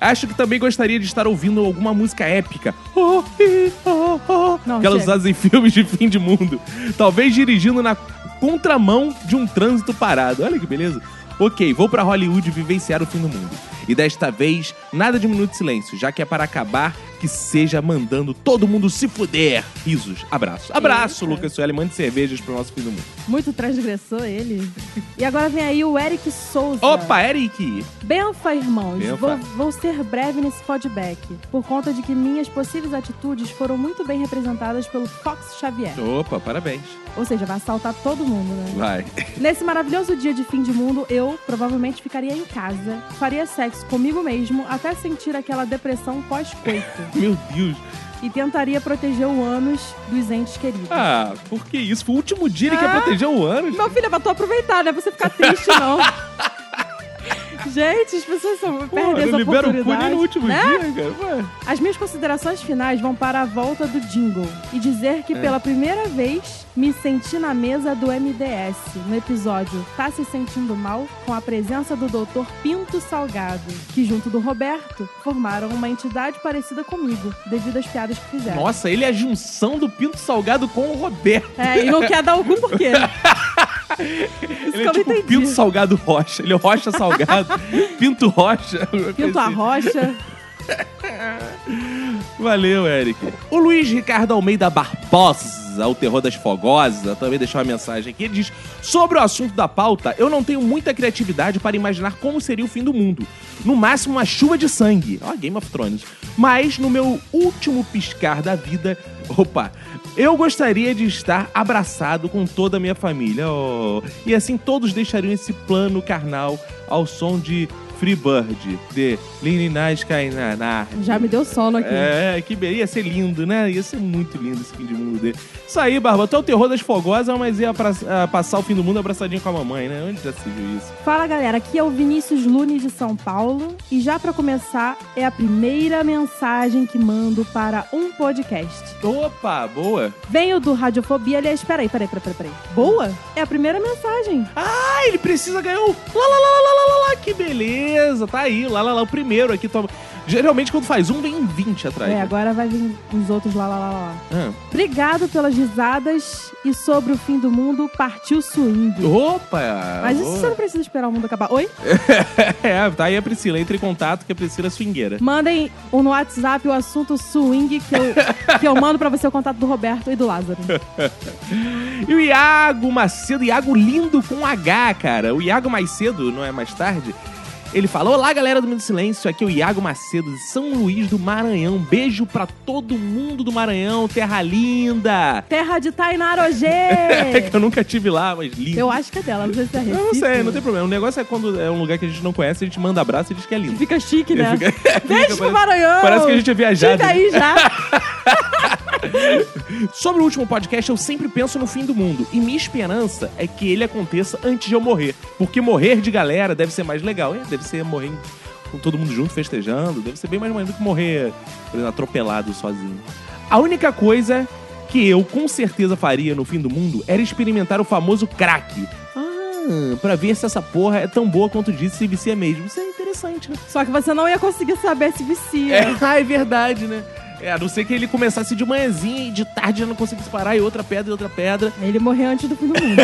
Speaker 1: Acho que também gostaria de estar ouvindo alguma música épica. Oh, ih, oh, oh.
Speaker 3: Não,
Speaker 1: Aquelas
Speaker 3: chega.
Speaker 1: usadas em filmes de fim de mundo. Talvez dirigindo na contramão de um trânsito parado. Olha que beleza. Ok, vou pra Hollywood vivenciar o fim do mundo. E desta vez, nada de minuto de silêncio, já que é para acabar que seja mandando todo mundo se fuder. Risos, abraço. Abraço,
Speaker 3: Eita.
Speaker 1: Lucas Sueli. Mande cervejas pro nosso fim do mundo.
Speaker 3: Muito transgressor ele. E agora vem aí o Eric Souza.
Speaker 1: Opa, Eric!
Speaker 3: Benfa, irmãos.
Speaker 1: Benfa.
Speaker 3: Vou, vou ser breve nesse feedback, por conta de que minhas possíveis atitudes foram muito bem representadas pelo Fox Xavier.
Speaker 1: Opa, parabéns.
Speaker 3: Ou seja, vai assaltar todo mundo, né?
Speaker 1: Vai.
Speaker 3: Nesse maravilhoso dia de fim de mundo, eu provavelmente ficaria em casa, faria sexo comigo mesmo até sentir aquela depressão pós-coito
Speaker 1: Meu Deus.
Speaker 3: e tentaria proteger o ânus dos entes queridos.
Speaker 1: Ah, por que isso? Foi o último dia ele quer
Speaker 3: Ah.
Speaker 1: proteger o ano.
Speaker 3: Meu filho, é pra tu aproveitar, não é pra você ficar triste, não. Gente, as pessoas são,
Speaker 1: Pô,
Speaker 3: perdem essa
Speaker 1: libera o cu nem
Speaker 3: oportunidade.
Speaker 1: no último
Speaker 3: né?
Speaker 1: dia, cara. Ué.
Speaker 3: As minhas considerações finais vão para a volta do jingle e dizer
Speaker 1: É.
Speaker 3: que pela primeira vez me senti na mesa do MDS no episódio Tá Se Sentindo Mal com a presença do Dr. Pinto Salgado, que junto do Roberto formaram uma entidade parecida comigo devido às piadas que fizeram.
Speaker 1: Nossa, ele é a junção do Pinto Salgado com o Roberto.
Speaker 3: É, e não quer dar o cu por quê? Isso que
Speaker 1: Ele
Speaker 3: eu
Speaker 1: é
Speaker 3: não
Speaker 1: tipo
Speaker 3: entendi.
Speaker 1: Pinto Salgado Rocha. Ele é Rocha Salgado. Pinto Rocha.
Speaker 3: Pinto a rocha.
Speaker 1: Valeu, Eric. O Luiz Ricardo Almeida Barbosa, o terror das fogosas, também deixou uma mensagem aqui. Ele diz: Sobre o assunto da pauta, eu não tenho muita criatividade para imaginar como seria o fim do mundo. No máximo, uma chuva de sangue. Ó, Game of Thrones. Mas, no meu último piscar da vida. Opa! Eu gostaria de estar abraçado com toda a minha família. Oh. E assim todos deixariam esse plano carnal ao som de Freebird, de Lini Nas Kainanar.
Speaker 3: Já me deu sono aqui.
Speaker 1: É, que beleza. Ia ser lindo, né? Ia ser muito lindo esse fim de mundo dele. Isso aí, Barba. Tu é o terror das fogosas, mas ia pra- ah, passar o fim do mundo abraçadinho com a mamãe, né? Onde já se viu isso?
Speaker 3: Fala galera, aqui é o Vinícius Lune de São Paulo e já pra começar é a primeira mensagem que mando para um podcast.
Speaker 1: Opa, boa.
Speaker 3: Venho do Radiofobia, aliás, peraí, peraí, peraí, peraí. Boa? É a primeira mensagem.
Speaker 1: Ah, ele precisa ganhar o lá, lá, lá, lá, lá, lá, lá, que beleza. Tá aí, lá, lá, lá, o primeiro aqui. Toma. Geralmente quando faz um, vem 20 atrás.
Speaker 3: É,
Speaker 1: né?
Speaker 3: agora vai vir os outros lá, lá, lá, lá.
Speaker 1: Ah.
Speaker 3: Obrigado pelas risadas e sobre o fim do mundo, partiu swing.
Speaker 1: Opa!
Speaker 3: Mas isso é-
Speaker 1: boa.
Speaker 3: você não precisa esperar o mundo acabar. Oi?
Speaker 1: É, tá aí a Priscila. Entre em contato que a Priscila é swingueira.
Speaker 3: Mandem um no WhatsApp o assunto swing que eu, que eu mando pra você o contato do Roberto e do Lázaro.
Speaker 1: E o Iago Macedo, Iago lindo com H, cara. O Iago mais cedo, não é mais tarde? Ele fala: Olá, galera do Mundo Silêncio, aqui é o Iago Macedo de São Luís do Maranhão. Beijo pra todo mundo do Maranhão, terra linda!
Speaker 3: Terra de
Speaker 1: É
Speaker 3: Tainarojê!
Speaker 1: que eu nunca tive lá, mas linda.
Speaker 3: Eu acho que é dela, não sei se é
Speaker 1: Eu
Speaker 3: Recife.
Speaker 1: não sei, não tem problema. O negócio é quando é um lugar que a gente não conhece, a gente manda abraço e diz que é lindo.
Speaker 3: Fica chique, né?
Speaker 1: Fica-
Speaker 3: Beijo pro Maranhão!
Speaker 1: Parece que a gente é viajado.
Speaker 3: Fica aí já.
Speaker 1: Sobre o último podcast, eu sempre penso no fim do mundo. E minha esperança é que ele aconteça antes de eu morrer. Porque morrer de galera deve ser mais legal. É, deve ser morrer em- com todo mundo junto, festejando. Deve ser bem mais maneiro do que morrer, por exemplo, atropelado sozinho. A única coisa que eu com certeza faria no fim do mundo era experimentar o famoso crack. Ah, pra ver se essa porra é tão boa quanto disse se vicia mesmo. Isso é interessante, né?
Speaker 3: Só que você não ia conseguir saber se vicia.
Speaker 1: É, ah, é verdade, né? É, a não ser que ele começasse de manhãzinha e de tarde já não conseguisse parar, e outra pedra, e outra pedra.
Speaker 3: Ele morreu antes do fim do mundo.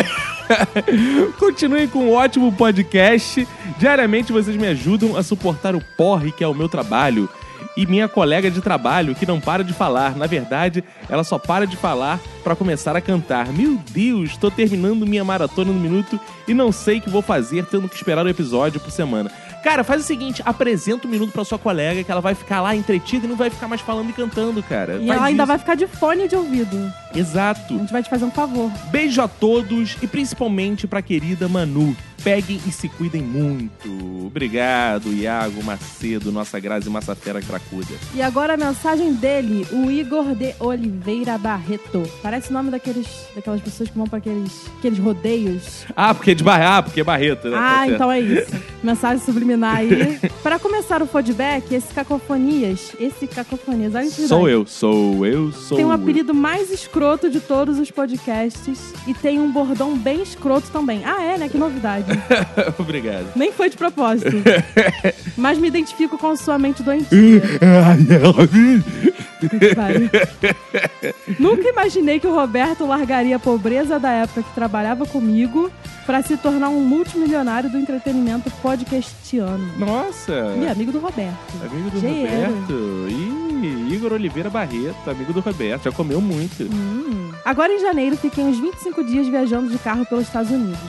Speaker 1: Continuem com um ótimo podcast. Diariamente vocês me ajudam a suportar o porre que é o meu trabalho. E minha colega de trabalho que não para de falar. Na verdade, ela só para de falar pra começar a cantar. Meu Deus, tô terminando minha maratona no minuto e não sei o que vou fazer tendo que esperar o episódio por semana. Cara, faz o seguinte, apresenta o minuto pra sua colega que ela vai ficar lá entretida e não vai ficar mais falando e cantando, cara.
Speaker 3: E
Speaker 1: Faz
Speaker 3: ela ainda
Speaker 1: isso.
Speaker 3: vai ficar de fone de ouvido. A
Speaker 1: Exato.
Speaker 3: gente vai te fazer um favor.
Speaker 1: Beijo a todos e principalmente pra querida Manu. Peguem e se cuidem muito. Obrigado, Iago Macedo, nossa Grazi Massafera Cracuda.
Speaker 3: E agora a mensagem dele, o Igor de Oliveira Barreto. Parece o nome daqueles, daquelas pessoas que vão pra aqueles, aqueles rodeios.
Speaker 1: Ah, porque é de Barra, ah, porque é Barreto, né? Tá
Speaker 3: Ah,
Speaker 1: certo.
Speaker 3: então é isso. Mensagem subliminar aí. Pra começar o feedback, esse Cacofonias, esse Cacofonias, olha que
Speaker 1: Sou
Speaker 3: então é verdade.
Speaker 1: eu, sou eu, sou
Speaker 3: Tem um
Speaker 1: eu.
Speaker 3: apelido mais escroto de todos os podcasts e tem um bordão bem escroto também. Ah, é, né? Que novidade.
Speaker 1: Obrigado.
Speaker 3: Nem foi de propósito. Mas me identifico com sua mente doentia. Que pariu. Nunca imaginei que o Roberto largaria a pobreza da época que trabalhava comigo pra se tornar um multimilionário do entretenimento podcastiano.
Speaker 1: Nossa,
Speaker 3: E amigo do Roberto.
Speaker 1: amigo do
Speaker 3: Dinheiro.
Speaker 1: Roberto. Ih, Igor Oliveira Barreto, amigo do Roberto. Já comeu muito.
Speaker 3: Hum. Agora em janeiro fiquei uns 25 dias viajando de carro pelos Estados Unidos.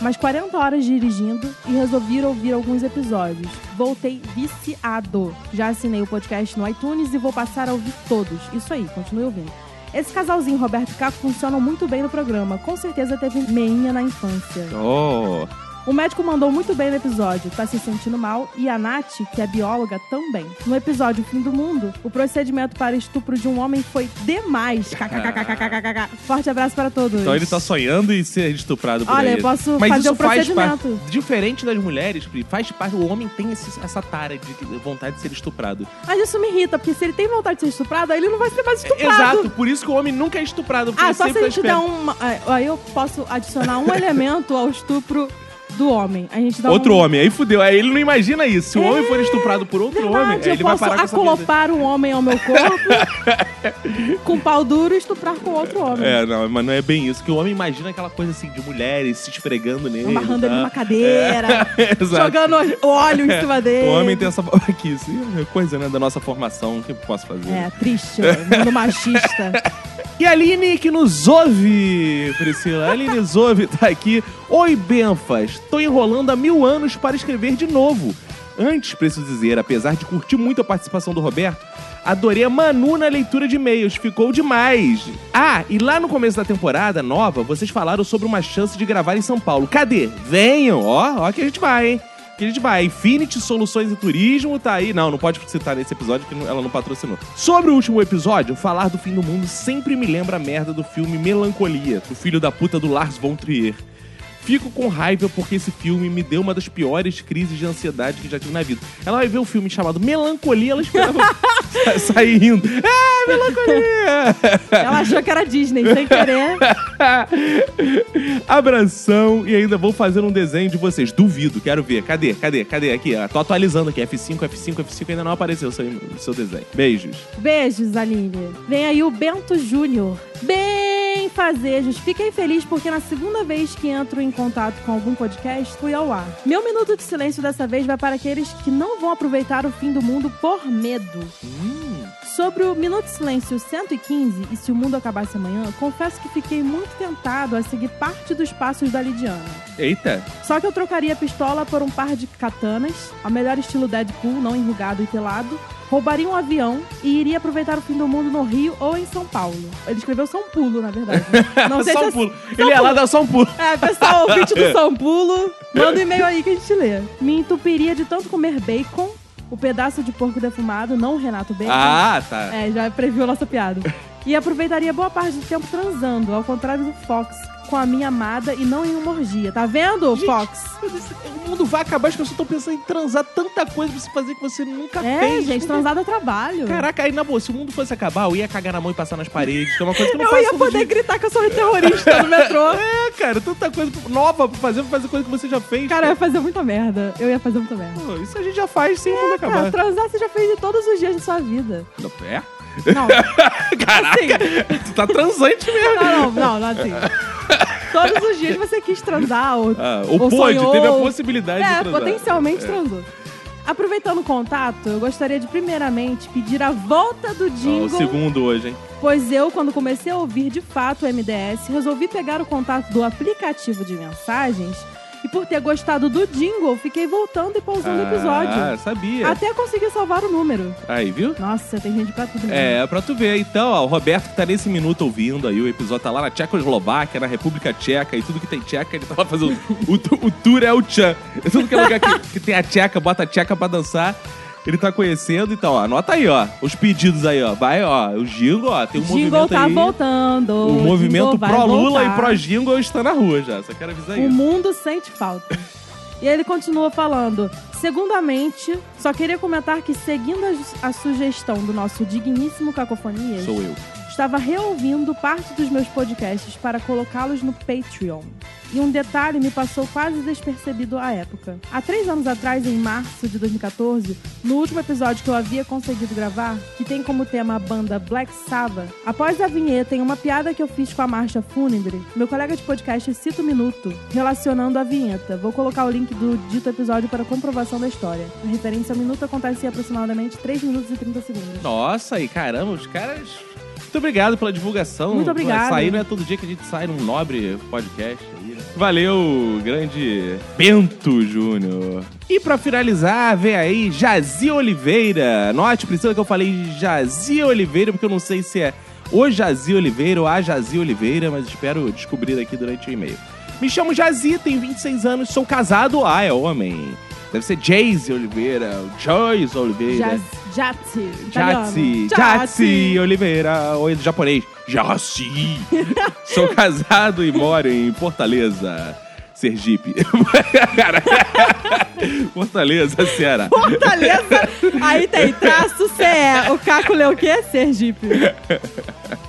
Speaker 3: Umas 40 horas dirigindo e resolvi ouvir alguns episódios. Voltei viciado. Já assinei o podcast no iTunes e vou passar a ouvir todos. Isso aí, continue ouvindo. Esse casalzinho, Roberto e Caco, funcionam muito bem no programa. Com certeza teve meinha na infância.
Speaker 1: Oh,
Speaker 3: O médico mandou muito bem no episódio, tá se sentindo mal, e a Nath, que é bióloga, também. No episódio Fim do Mundo, o procedimento para estupro de um homem foi demais. KKKKKKKK. Forte abraço para todos.
Speaker 1: então ele tá sonhando em ser estuprado por
Speaker 3: Olha,
Speaker 1: aí.
Speaker 3: eu posso fazer o procedimento.
Speaker 1: parte. Diferente das mulheres, Pri, faz parte. O homem tem esse- essa tara de que- vontade de ser estuprado.
Speaker 3: Mas isso me irrita, porque se ele tem vontade de ser estuprado, aí ele não vai ser mais estuprado.
Speaker 1: Exato, por isso que o homem nunca é estuprado. Porque
Speaker 3: Ah,
Speaker 1: ele
Speaker 3: só se
Speaker 1: sempre
Speaker 3: a
Speaker 1: tá
Speaker 3: gente der
Speaker 1: esperto.
Speaker 3: um. Aí eu posso adicionar um elemento ao estupro do homem. A gente dá
Speaker 1: Outro
Speaker 3: um...
Speaker 1: homem, aí fudeu. Aí ele não imagina isso. Se o homem for estuprado por outro
Speaker 3: É Verdade,
Speaker 1: homem, aí
Speaker 3: eu
Speaker 1: ele vai
Speaker 3: posso
Speaker 1: parar com essa vida.
Speaker 3: acolopar um homem ao meu corpo, com pau duro e estuprar com outro homem.
Speaker 1: É, não, mas não é bem isso. Que o homem imagina aquela coisa assim de mulheres se esfregando nele.
Speaker 3: amarrando ele
Speaker 1: tá? É.
Speaker 3: numa cadeira,
Speaker 1: Exato. É,
Speaker 3: jogando óleo em cima dele.
Speaker 1: O homem tem essa aqui, isso é coisa, né, da nossa formação, o que eu posso fazer?
Speaker 3: É, triste, mundo machista.
Speaker 1: E a Aline que nos ouve, Priscila. A Aline Zove tá aqui. Oi, Benfas. Tô enrolando há mil anos para escrever de novo. Antes, preciso dizer, apesar de curtir muito a participação do Roberto, adorei a Manu na leitura de e-mails. Ficou demais. Ah, e lá no começo da temporada nova, vocês falaram sobre uma chance de gravar em São Paulo. Cadê? Venham. Ó, ó que a gente vai, hein? Que a gente vai. Infinity Soluções e Turismo tá aí. Não, não pode citar nesse episódio que ela não patrocinou. Sobre o último episódio, falar do fim do mundo sempre me lembra a merda do filme Melancolia, do filho da puta do Lars von Trier. Fico com raiva porque esse filme me deu uma das piores crises de ansiedade que já tive na vida. Ela vai ver um filme chamado Melancolia, ela esperava sa- sair rindo. Ah, Melancolia!
Speaker 3: Ela achou que era Disney, sem querer.
Speaker 1: Abração e ainda vou fazer um desenho de vocês. Duvido, quero ver. Cadê? Cadê? Cadê? Aqui, ó. Tô atualizando aqui. F5, F5, F5 ainda não apareceu o seu, o seu desenho. Beijos.
Speaker 3: Beijos, Aline. Vem aí o Bento Júnior. Bem fazejos. Fiquei feliz porque na segunda vez que entro em contato com algum podcast, fui ao ar. Meu minuto de silêncio dessa vez vai para aqueles que não vão aproveitar o fim do mundo por medo. Sobre o Minuto de Silêncio 115 e Se o Mundo Acabasse Amanhã, confesso que fiquei muito tentado a seguir parte dos passos da Lidiana.
Speaker 1: Eita.
Speaker 3: Só que eu trocaria a pistola por um par de katanas, ao melhor estilo Deadpool, não enrugado e pelado. Roubaria um avião e iria aproveitar o fim do mundo no Rio ou em São Paulo. Ele escreveu São Pulo, na verdade. né? Não sei
Speaker 1: só
Speaker 3: se
Speaker 1: um pulo.
Speaker 3: Só
Speaker 1: Ele é lá,
Speaker 3: pulo.
Speaker 1: dá só um pulo.
Speaker 3: É, pessoal, ouvinte do São Pulo, manda um e-mail aí que a gente lê. Me entupiria de tanto comer bacon, o pedaço de porco defumado, não o Renato Bacon.
Speaker 1: Ah, tá.
Speaker 3: É, já previu a nossa piada. E aproveitaria boa parte do tempo transando, ao contrário do Fox, com a minha amada e não em uma orgia. Tá vendo, Fox?
Speaker 1: O mundo vai acabar, as pessoas estão pensando em transar tanta coisa pra você fazer que você nunca
Speaker 3: É,
Speaker 1: fez.
Speaker 3: gente, transado é trabalho.
Speaker 1: Caraca, aí na boa, se o mundo fosse acabar, eu ia cagar na mão e passar nas paredes. Que é uma coisa que eu não
Speaker 3: eu
Speaker 1: faço
Speaker 3: ia
Speaker 1: todo
Speaker 3: poder
Speaker 1: dia.
Speaker 3: gritar que eu sou um terrorista no metrô.
Speaker 1: É, cara, tanta coisa nova pra fazer, pra fazer coisa que você já fez.
Speaker 3: Cara, eu ia fazer muita merda. Eu ia fazer muita merda.
Speaker 1: Pô, isso a gente já faz sem o mundo
Speaker 3: é, Cara,
Speaker 1: acabar.
Speaker 3: transar você já fez de todos os dias de sua vida.
Speaker 1: É?
Speaker 3: Não,
Speaker 1: Caraca,
Speaker 3: Assim.
Speaker 1: tu tá transante mesmo.
Speaker 3: não, não, não, não assim. Todos os dias você quis transar ou,
Speaker 1: Ah, ou
Speaker 3: ou
Speaker 1: pôde,
Speaker 3: sonhou,
Speaker 1: teve a
Speaker 3: ou-
Speaker 1: possibilidade de
Speaker 3: É,
Speaker 1: transar.
Speaker 3: potencialmente transou. Aproveitando o contato, eu gostaria de primeiramente pedir a volta do
Speaker 1: Ó, Ah, o
Speaker 3: jingle
Speaker 1: segundo hoje, hein?
Speaker 3: Pois eu, quando comecei a ouvir de fato o MDS, resolvi pegar o contato do aplicativo de mensagens e por ter gostado do jingle, fiquei voltando e pausando o
Speaker 1: Ah,
Speaker 3: episódio.
Speaker 1: sabia.
Speaker 3: Até conseguir salvar o número.
Speaker 1: Aí, viu?
Speaker 3: Nossa, tem gente pra tudo. mesmo.
Speaker 1: É, pra tu ver. Então, ó, o Roberto que tá nesse minuto ouvindo aí, o episódio tá lá na Tchecoslováquia, na República Tcheca, e tudo que tem tcheca, ele tava fazendo. o, tu- o tour é o tchan. Tudo que é lugar que, que tem a tcheca, bota a tcheca pra dançar. Ele tá conhecendo, então, ó, anota aí, ó. Os pedidos aí, ó. Vai, ó. O Gingo, ó, tem um
Speaker 3: jingle
Speaker 1: movimento
Speaker 3: tá
Speaker 1: aí.
Speaker 3: voltando.
Speaker 1: O movimento
Speaker 3: jingle vai
Speaker 1: pró Lula
Speaker 3: voltar.
Speaker 1: e pró Gingo está na rua já. Só quero avisar
Speaker 3: O
Speaker 1: é isso.
Speaker 3: mundo sente falta. E ele continua falando. Segundamente, só queria comentar que, seguindo a, ju- a sugestão do nosso digníssimo Cacofonias,
Speaker 1: Sou eu.
Speaker 3: Estava reouvindo parte dos meus podcasts para colocá-los no Patreon. E um detalhe me passou quase despercebido à época. Há três anos atrás, em março de 2014, no último episódio que eu havia conseguido gravar, que tem como tema a banda Black Sabbath, após a vinheta em uma piada que eu fiz com a marcha fúnebre, meu colega de podcast cita o minuto, relacionando a vinheta. Vou colocar o link do dito episódio para comprovação da história. A referência ao minuto acontece em aproximadamente 3 minutos e 30 segundos.
Speaker 1: Nossa, e caramba, os caras. Muito obrigado pela divulgação.
Speaker 3: Muito obrigado.
Speaker 1: Sair não é todo dia que a gente sai num nobre podcast aí, né? Valeu, grande Bento Júnior. E pra finalizar, vem aí Jazi Oliveira. Note, precisa que eu falei Jazi Oliveira, porque eu não sei se é o Jazi Oliveira ou a Jazi Oliveira, mas espero descobrir aqui durante o e-mail. Me chamo Jazi, tenho 26 anos, sou casado. Ah, é homem. Deve ser Jayce Oliveira, Joyce Oliveira.
Speaker 3: Jaz- Jatsi. italiano.
Speaker 1: Jatsi, Jatsi Oliveira, oi do japonês. Jatsi. Sou casado e moro em Fortaleza, Sergipe. Cara, Fortaleza, Ceará.
Speaker 3: Fortaleza. Aí tem traço CE. O Caco leu o quê? Sergipe.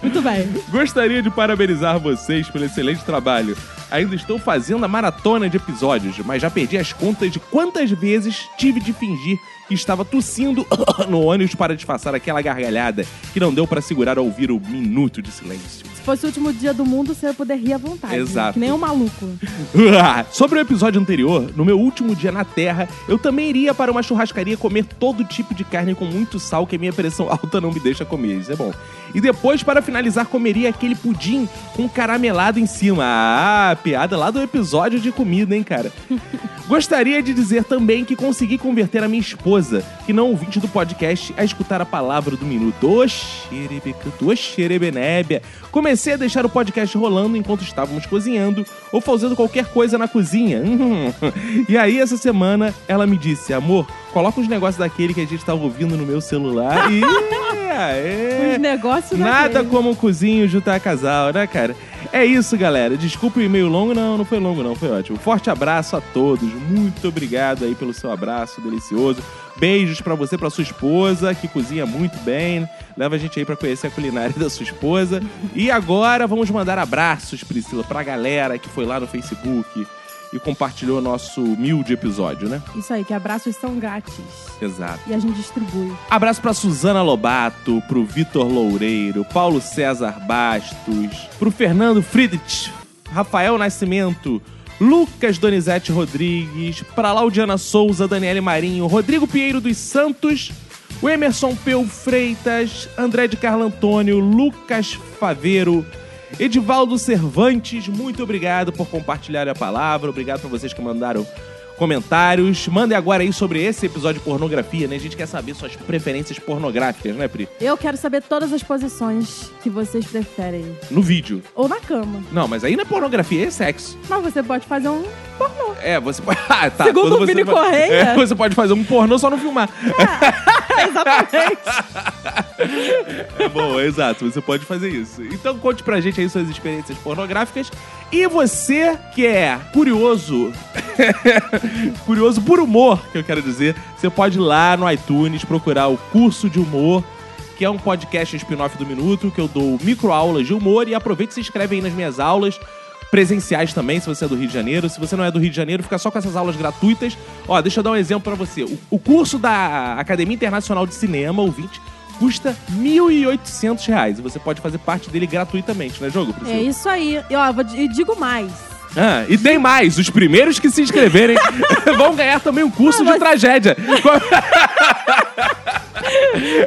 Speaker 3: Muito bem.
Speaker 1: Gostaria de parabenizar vocês pelo excelente trabalho. Ainda estou fazendo a maratona de episódios, mas já perdi as contas de quantas vezes tive de fingir que estava tossindo no ônibus para disfarçar aquela gargalhada que não deu para segurar ao ouvir o minuto de silêncio.
Speaker 3: Se fosse o último dia do mundo, você ia poder rir à vontade.
Speaker 1: Exato.
Speaker 3: Que nem um maluco.
Speaker 1: Sobre o episódio anterior, no meu último dia na Terra, eu também iria para uma churrascaria comer todo tipo de carne com muito sal que a minha pressão alta não me deixa comer. Isso é bom. E depois, para finalizar, comeria aquele pudim com caramelado em cima. Ah, piada lá do episódio de comida, hein, cara? Gostaria de dizer também que consegui converter a minha esposa, que não ouvinte do podcast, a escutar a palavra do minuto. Oxerebecuto, oxerebenébia. Comecei a deixar o podcast rolando enquanto estávamos cozinhando ou fazendo qualquer coisa na cozinha. Hum. E aí, essa tá semana, ela me disse: Amor, coloca os negócios daquele que a gente estava ouvindo no meu celular e. é, Aê.
Speaker 3: Os negócios da
Speaker 1: Nada
Speaker 3: Glaze.
Speaker 1: como um cozinho juntar casal, né, cara? É isso, galera. Desculpa o e-mail longo, não, não foi longo, não, foi ótimo. Forte abraço a todos. Muito obrigado aí pelo seu abraço delicioso. Beijos pra você, pra sua esposa, que cozinha muito bem. Leva a gente aí pra conhecer a culinária da sua esposa. E agora vamos mandar abraços, Priscila, pra galera que foi lá no Facebook e compartilhou nosso humilde episódio, né?
Speaker 3: Isso aí, que abraços são grátis.
Speaker 1: Exato.
Speaker 3: E a gente distribui.
Speaker 1: Abraço pra Suzana Lobato, pro Vitor Loureiro, Paulo César Bastos, pro Fernando Friedrich, Rafael Nascimento, Lucas Donizete Rodrigues, pra Laudiana Souza, Daniele Marinho, Rodrigo Pinheiro dos Santos, o Emerson Peu Freitas, André de Carlo Antônio, Lucas Faveiro, Edivaldo Cervantes, muito obrigado por compartilhar a palavra. Obrigado pra vocês que mandaram comentários. Mandem agora aí sobre esse episódio de pornografia, né? A gente quer saber suas preferências pornográficas, né, Pri?
Speaker 3: Eu quero saber todas as posições que vocês preferem.
Speaker 1: No vídeo.
Speaker 3: Ou na cama.
Speaker 1: Não, mas aí não é pornografia, é sexo.
Speaker 3: Mas você pode fazer um.
Speaker 1: É, você pode. Ah, tá.
Speaker 3: Segundo
Speaker 1: Quando
Speaker 3: o
Speaker 1: você
Speaker 3: Vini
Speaker 1: vai-
Speaker 3: Correia. Ah,
Speaker 1: É, você pode fazer um pornô só não filmar.
Speaker 3: Exatamente.
Speaker 1: É bom, exato. Você pode fazer isso. Então conte pra gente aí suas experiências pornográficas. E você que é curioso, curioso por humor, que eu quero dizer, você pode ir lá no iTunes procurar o Curso de Humor, que é um podcast spin-off do Minuto, que eu dou microaulas de humor. E aproveita e se inscreve aí nas minhas aulas. Presenciais também, se você é do Rio de Janeiro. Se você não é do Rio de Janeiro, fica só com essas aulas gratuitas. Ó, deixa eu dar um exemplo pra você. O, o curso da Academia Internacional de Cinema, ouvinte, custa R$ 1.800 reais. E você pode fazer parte dele gratuitamente, né, jogo? Priscila?
Speaker 3: é isso aí. E ó, vou di- e digo mais.
Speaker 1: Ah, e tem mais, os primeiros que se inscreverem vão ganhar também um curso de tragédia.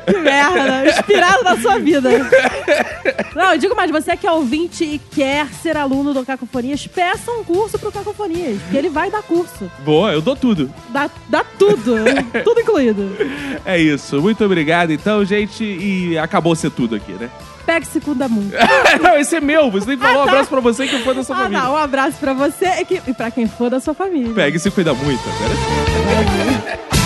Speaker 3: Que merda. né? Inspirado na sua vida. Não, eu digo mais. Você que é ouvinte e quer ser aluno do Cacofonias, peça um curso pro Cacofonias. Que ele vai dar curso.
Speaker 1: Boa, eu dou tudo.
Speaker 3: Dá, dá tudo. tudo incluído.
Speaker 1: É isso, muito obrigado então, gente, e acabou ser tudo aqui, né?
Speaker 3: Pega se cuida muito.
Speaker 1: Não, esse é meu, você tem que falar um
Speaker 3: Ah, tá.
Speaker 1: abraço pra você que foi da sua
Speaker 3: Ah,
Speaker 1: família.
Speaker 3: não. Um abraço pra você e, que, e pra quem for da sua família.
Speaker 1: Pega e se cuida muito, agora.